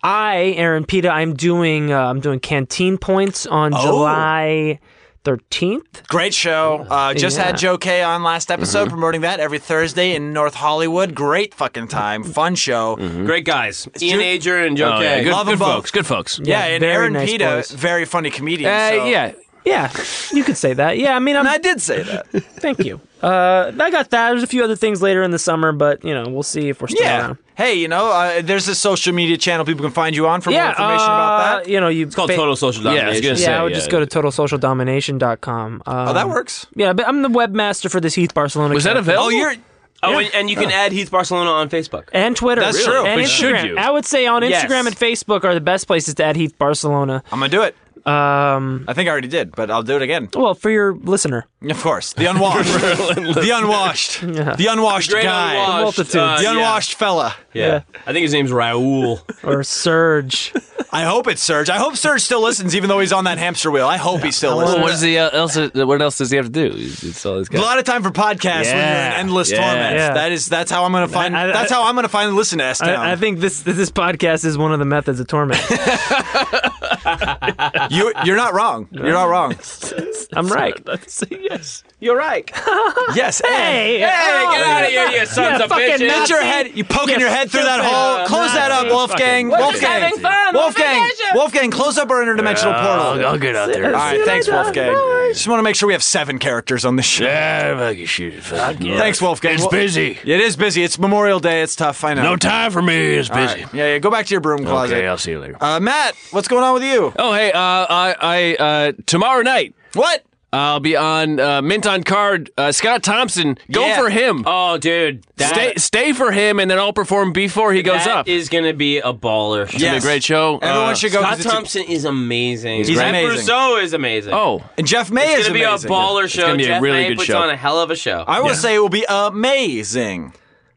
I Aaron Pita. I'm doing uh, I'm doing canteen points on July thirteenth. Great show. Uh, just Yeah. had Joe K on last episode Mm-hmm. promoting that every Thursday in North Hollywood. Great fucking time. Fun show. Mm-hmm. Great guys, Ian Ager and Joe Oh, Kay. yeah. Good, Love good 'em folks. both. Good folks. Yeah, and very Aaron nice Pita, boys. very funny comedian. Uh, so- yeah. Yeah, you could say that. Yeah, I mean, I'm, And I did say that. Thank you. Uh, I got that. There's a few other things later in the summer, but you know, we'll see if we're still yeah. around. Hey, you know, uh, there's a social media channel people can find you on for more information uh, about that. You know, you It's called Total Social Yeah, I was Domination. gonna Yeah, say, I would yeah. just go to totalsocialdomination.com. Um, Oh, that works. Yeah, but I'm the webmaster for this Heath Barcelona. Was that character. available? Oh, you're Oh, and, and you can add Heath Barcelona on Facebook. And Twitter. That's Really? true. And But should Instagram. you? I would say on Instagram Yes. and Facebook are the best places to add Heath Barcelona. I'm gonna do it. Um, I think I already did, but I'll do it again. well, for your listener. Of course, the unwashed, the unwashed, the unwashed Great guy, unwashed, Multitudes. uh, the unwashed fella. Yeah. I think his name's Raul. Or Surge. I hope it's Serge. I hope Serge still listens, even though he's on that hamster wheel. I hope he still Well, what listens. does he uh, else? What else does he have to do? He's, it's all this A guy. lot of time for podcasts when you're in Yeah. endless Yeah. torment. Yeah. That is that's how I'm gonna find. I- I- that's how I'm gonna finally listen to S Town. I, I think this this podcast is one of the methods of torment. You you're not wrong. You're not wrong. I'm right. yes. You're right. Yes. Hey. Hey, oh, Get out of here, you sons Yeah, of fucking bitches. nuts. Get your head. You poking your head through that stupid. hole. Close that up, Wolfgang. Wolfgang. having fun. We're Wolfgang. Wolfgang. Close up our interdimensional Oh, portal. I'll get out there. All right. Thanks, Wolfgang. Just want to make sure we have seven characters on this show. Yeah, I can shoot it. Thanks, Wolfgang. It's Well- busy. It is busy. It's Memorial Day. It's tough. I know. No time for me. It's All busy. right. Yeah, yeah. Go back to your broom closet. Okay, I'll see you later. uh, Matt, what's going on with you? Oh, hey, uh, I, I uh, tomorrow night What? I'll be on uh, Mint on Card. Uh, Scott Thompson, go Yeah. for him. Oh, dude. That, stay, stay for him, and then I'll perform before he goes that up. is going to be a baller. show. Yeah. It's a great show. Everyone Uh, should go. 'cause Scott it's a- Thompson is amazing. He's great. amazing. Rousseau is amazing. Oh, and Jeff May It's is going to be a amazing. baller show. gonna be a Jeff really May good puts show. on a hell of a show. I will say it will be amazing.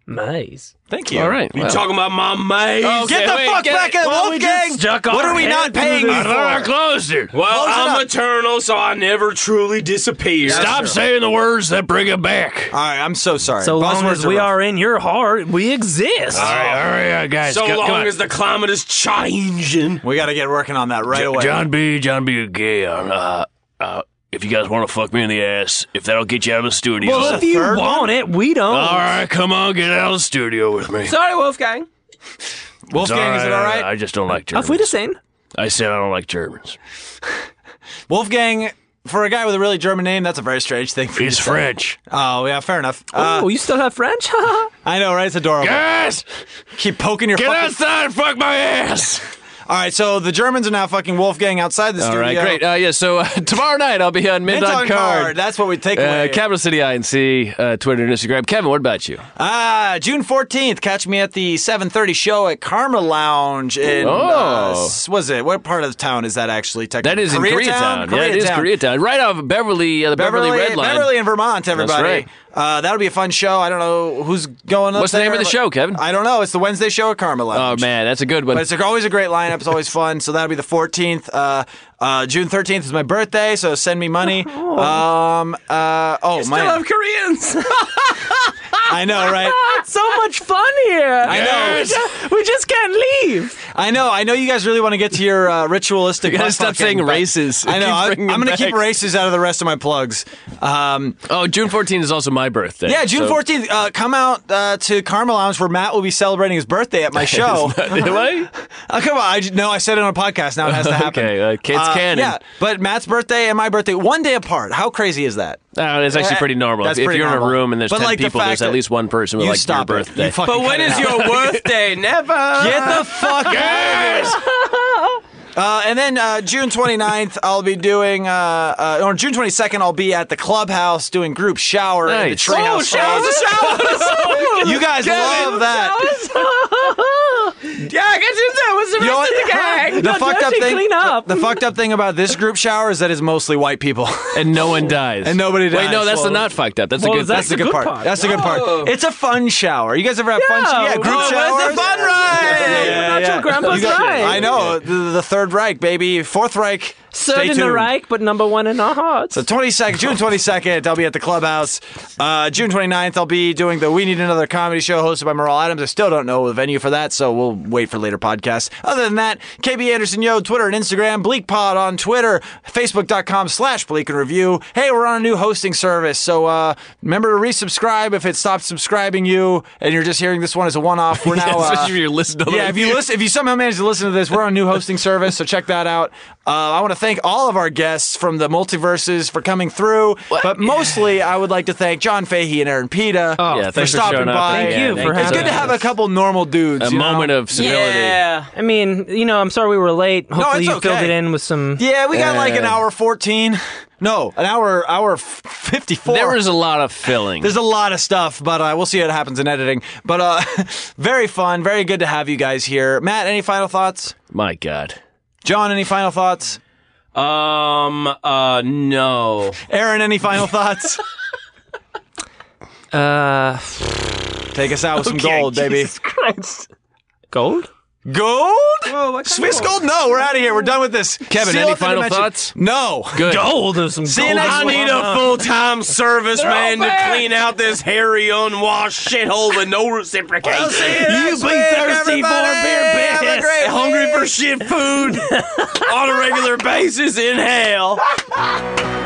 Nice. Thank you. all right. you Well. talking about my mate? Oh, Get the Okay, wait, fuck get- back in, well, we just Wolfgang. stuck what our are we head not into paying the- you I thought I for? closed it. well, Close it I'm up. eternal, so I never truly disappear. Stop saying the words that bring it back. All right, I'm so sorry. So long Buzzwords as we rough. are in your heart, we exist. All right, all right, guys. So go- come long on. as the climate is changing. We got to get working on that right away. John B. John B. Gay. Uh, uh, if you guys want to fuck me in the ass, if that'll get you out of the studio. well, if you third want it, we don't. all right, come on, get out of the studio with me. Sorry, Wolfgang. Wolfgang, is it all right? I just don't like Auf Germans. Wiedersehen. I said I don't like Germans. Wolfgang for a guy with a really German name, that's a very strange thing. For you He's to say. French. Oh yeah, fair enough. Uh, oh, you still have French? I know, right? It's adorable. Yes! Keep poking your. Get fucking... outside and fuck my ass! All right, so the Germans are now fucking Wolfgang outside the All studio. right, great. Uh, yeah, so uh, tomorrow night I'll be on Mint Mint on Card. That's what we take Uh, away. Capital City INC, uh, Twitter and Instagram. Kevin, what about you? Ah, June fourteenth. Catch me at the seven thirty show at Karma Lounge in. Uh, Oh. s- was it? What part of the town is that actually? Technically, That is in Koreatown. Koreatown. Yeah, it is Koreatown. Right off of Beverly, uh, the Beverly, Beverly, Red Line. Beverly in Vermont, everybody. right. Uh, that'll be a fun show. I don't know who's going. up What's the name there, of the but- show, Kevin? I don't know. It's the Wednesday show at Karma Oh Lounge. man, that's a good one. But it's always a great lineup. It's always fun. So that'll be the 14th. Uh, uh, June 13th is my birthday, so send me money. Um, uh, oh, my. Oh, I love Koreans. I know, right? so much fun here. I know. We just can't leave. I know. I know you guys really want to get to your uh, ritualistic. You gotta butt stop fucking, saying but races. I know. Keep I, am bringing going to them keep back. races out of the rest of my plugs. Um, oh, June 14th is also my birthday. yeah, June so- 14th. Uh, come out uh, to Karma Lounge where Matt will be celebrating his birthday at my show. Am I? Oh, come on. I, j- no, I said it on a podcast. Now it has to happen. Okay, uh, kids Uh, canon. Yeah, but Matt's birthday and my birthday one day apart. How crazy is that? Uh, it's actually pretty normal. That's if pretty you're normal. in a room and there's But, 10 like, the people, fact there's at that least one person with you like stop your it. birthday. You fucking but when cut it is out. your worth day? Never. Get the fuck Uh, and then uh, June 29th, I'll be doing, uh, uh, on June 22nd, I'll be at the clubhouse doing group shower in the Nice. treehouse. Oh, showers! you guys love that. Yeah, I guess it's that was the You know rest what? of the gang. The fucked up dirty, thing. clean up. The fucked up thing about this group shower is that it's mostly white people. and no one dies. And nobody Wait, no, dies. that's the Well- not fucked up. That's a well, good. That's that's the a the good. good part. part. That's the good part. It's a fun shower. You guys ever have fun? shower? Yeah, group Oh, shower. where's the fun Yeah, ride? yeah, Not your grandpa's You got- Reich. I know the, the Third Reich, baby. Fourth Reich. Third Stay in tuned. the Reich, but number one in our hearts. The 22nd, June 22nd, I'll be at the clubhouse. Uh, June 29th, I'll be doing the We Need Another Comedy Show hosted by Merle Adams. I still don't know the venue for that, so we'll wait for later podcasts. Other than that, KB Anderson Yo, Twitter and Instagram, Bleak Pod on Twitter, Facebook.com slash Bleak and Review. Hey, we're on a new hosting service, so uh, remember to resubscribe if it stops subscribing you and you're just hearing this one as a one off. We're now. uh, Especially if you're listening. To yeah, if you listen, if you somehow manage to listen to this, we're on a new hosting service, so check that out. Uh, I want to thank all of our guests from the multiverses for coming through, but mostly I would like to thank John Fahey and Aaron Pita yeah, for thanks for stopping showing up. by. Oh, Thank you Yeah, for It's having good to us. have a couple normal dudes. a you know? moment of civility. Yeah. I mean, you know, I'm sorry we were late. Hopefully it's you filled okay. it in with some. Yeah, we got like an hour fourteen. No, an hour hour fifty four. There was a lot of filling. There's a lot of stuff, but uh, we'll see what happens in editing. But uh, very fun, very good to have you guys here. Matt, any final thoughts? My God. John, any final thoughts? Um. Uh. No. Aaron, any final thoughts? Uh, Take us out with some gold, baby. gold? Gold? Swiss gold? No, we're out of here. We're done with this. Kevin, any final thoughts? No. Good. Oh, Gold is some See you next I week. need a full-time serviceman to back. clean out this hairy, unwashed shithole with no reciprocation. You be thirsty for beer, Have a great hungry for shit food on a regular basis. Inhale.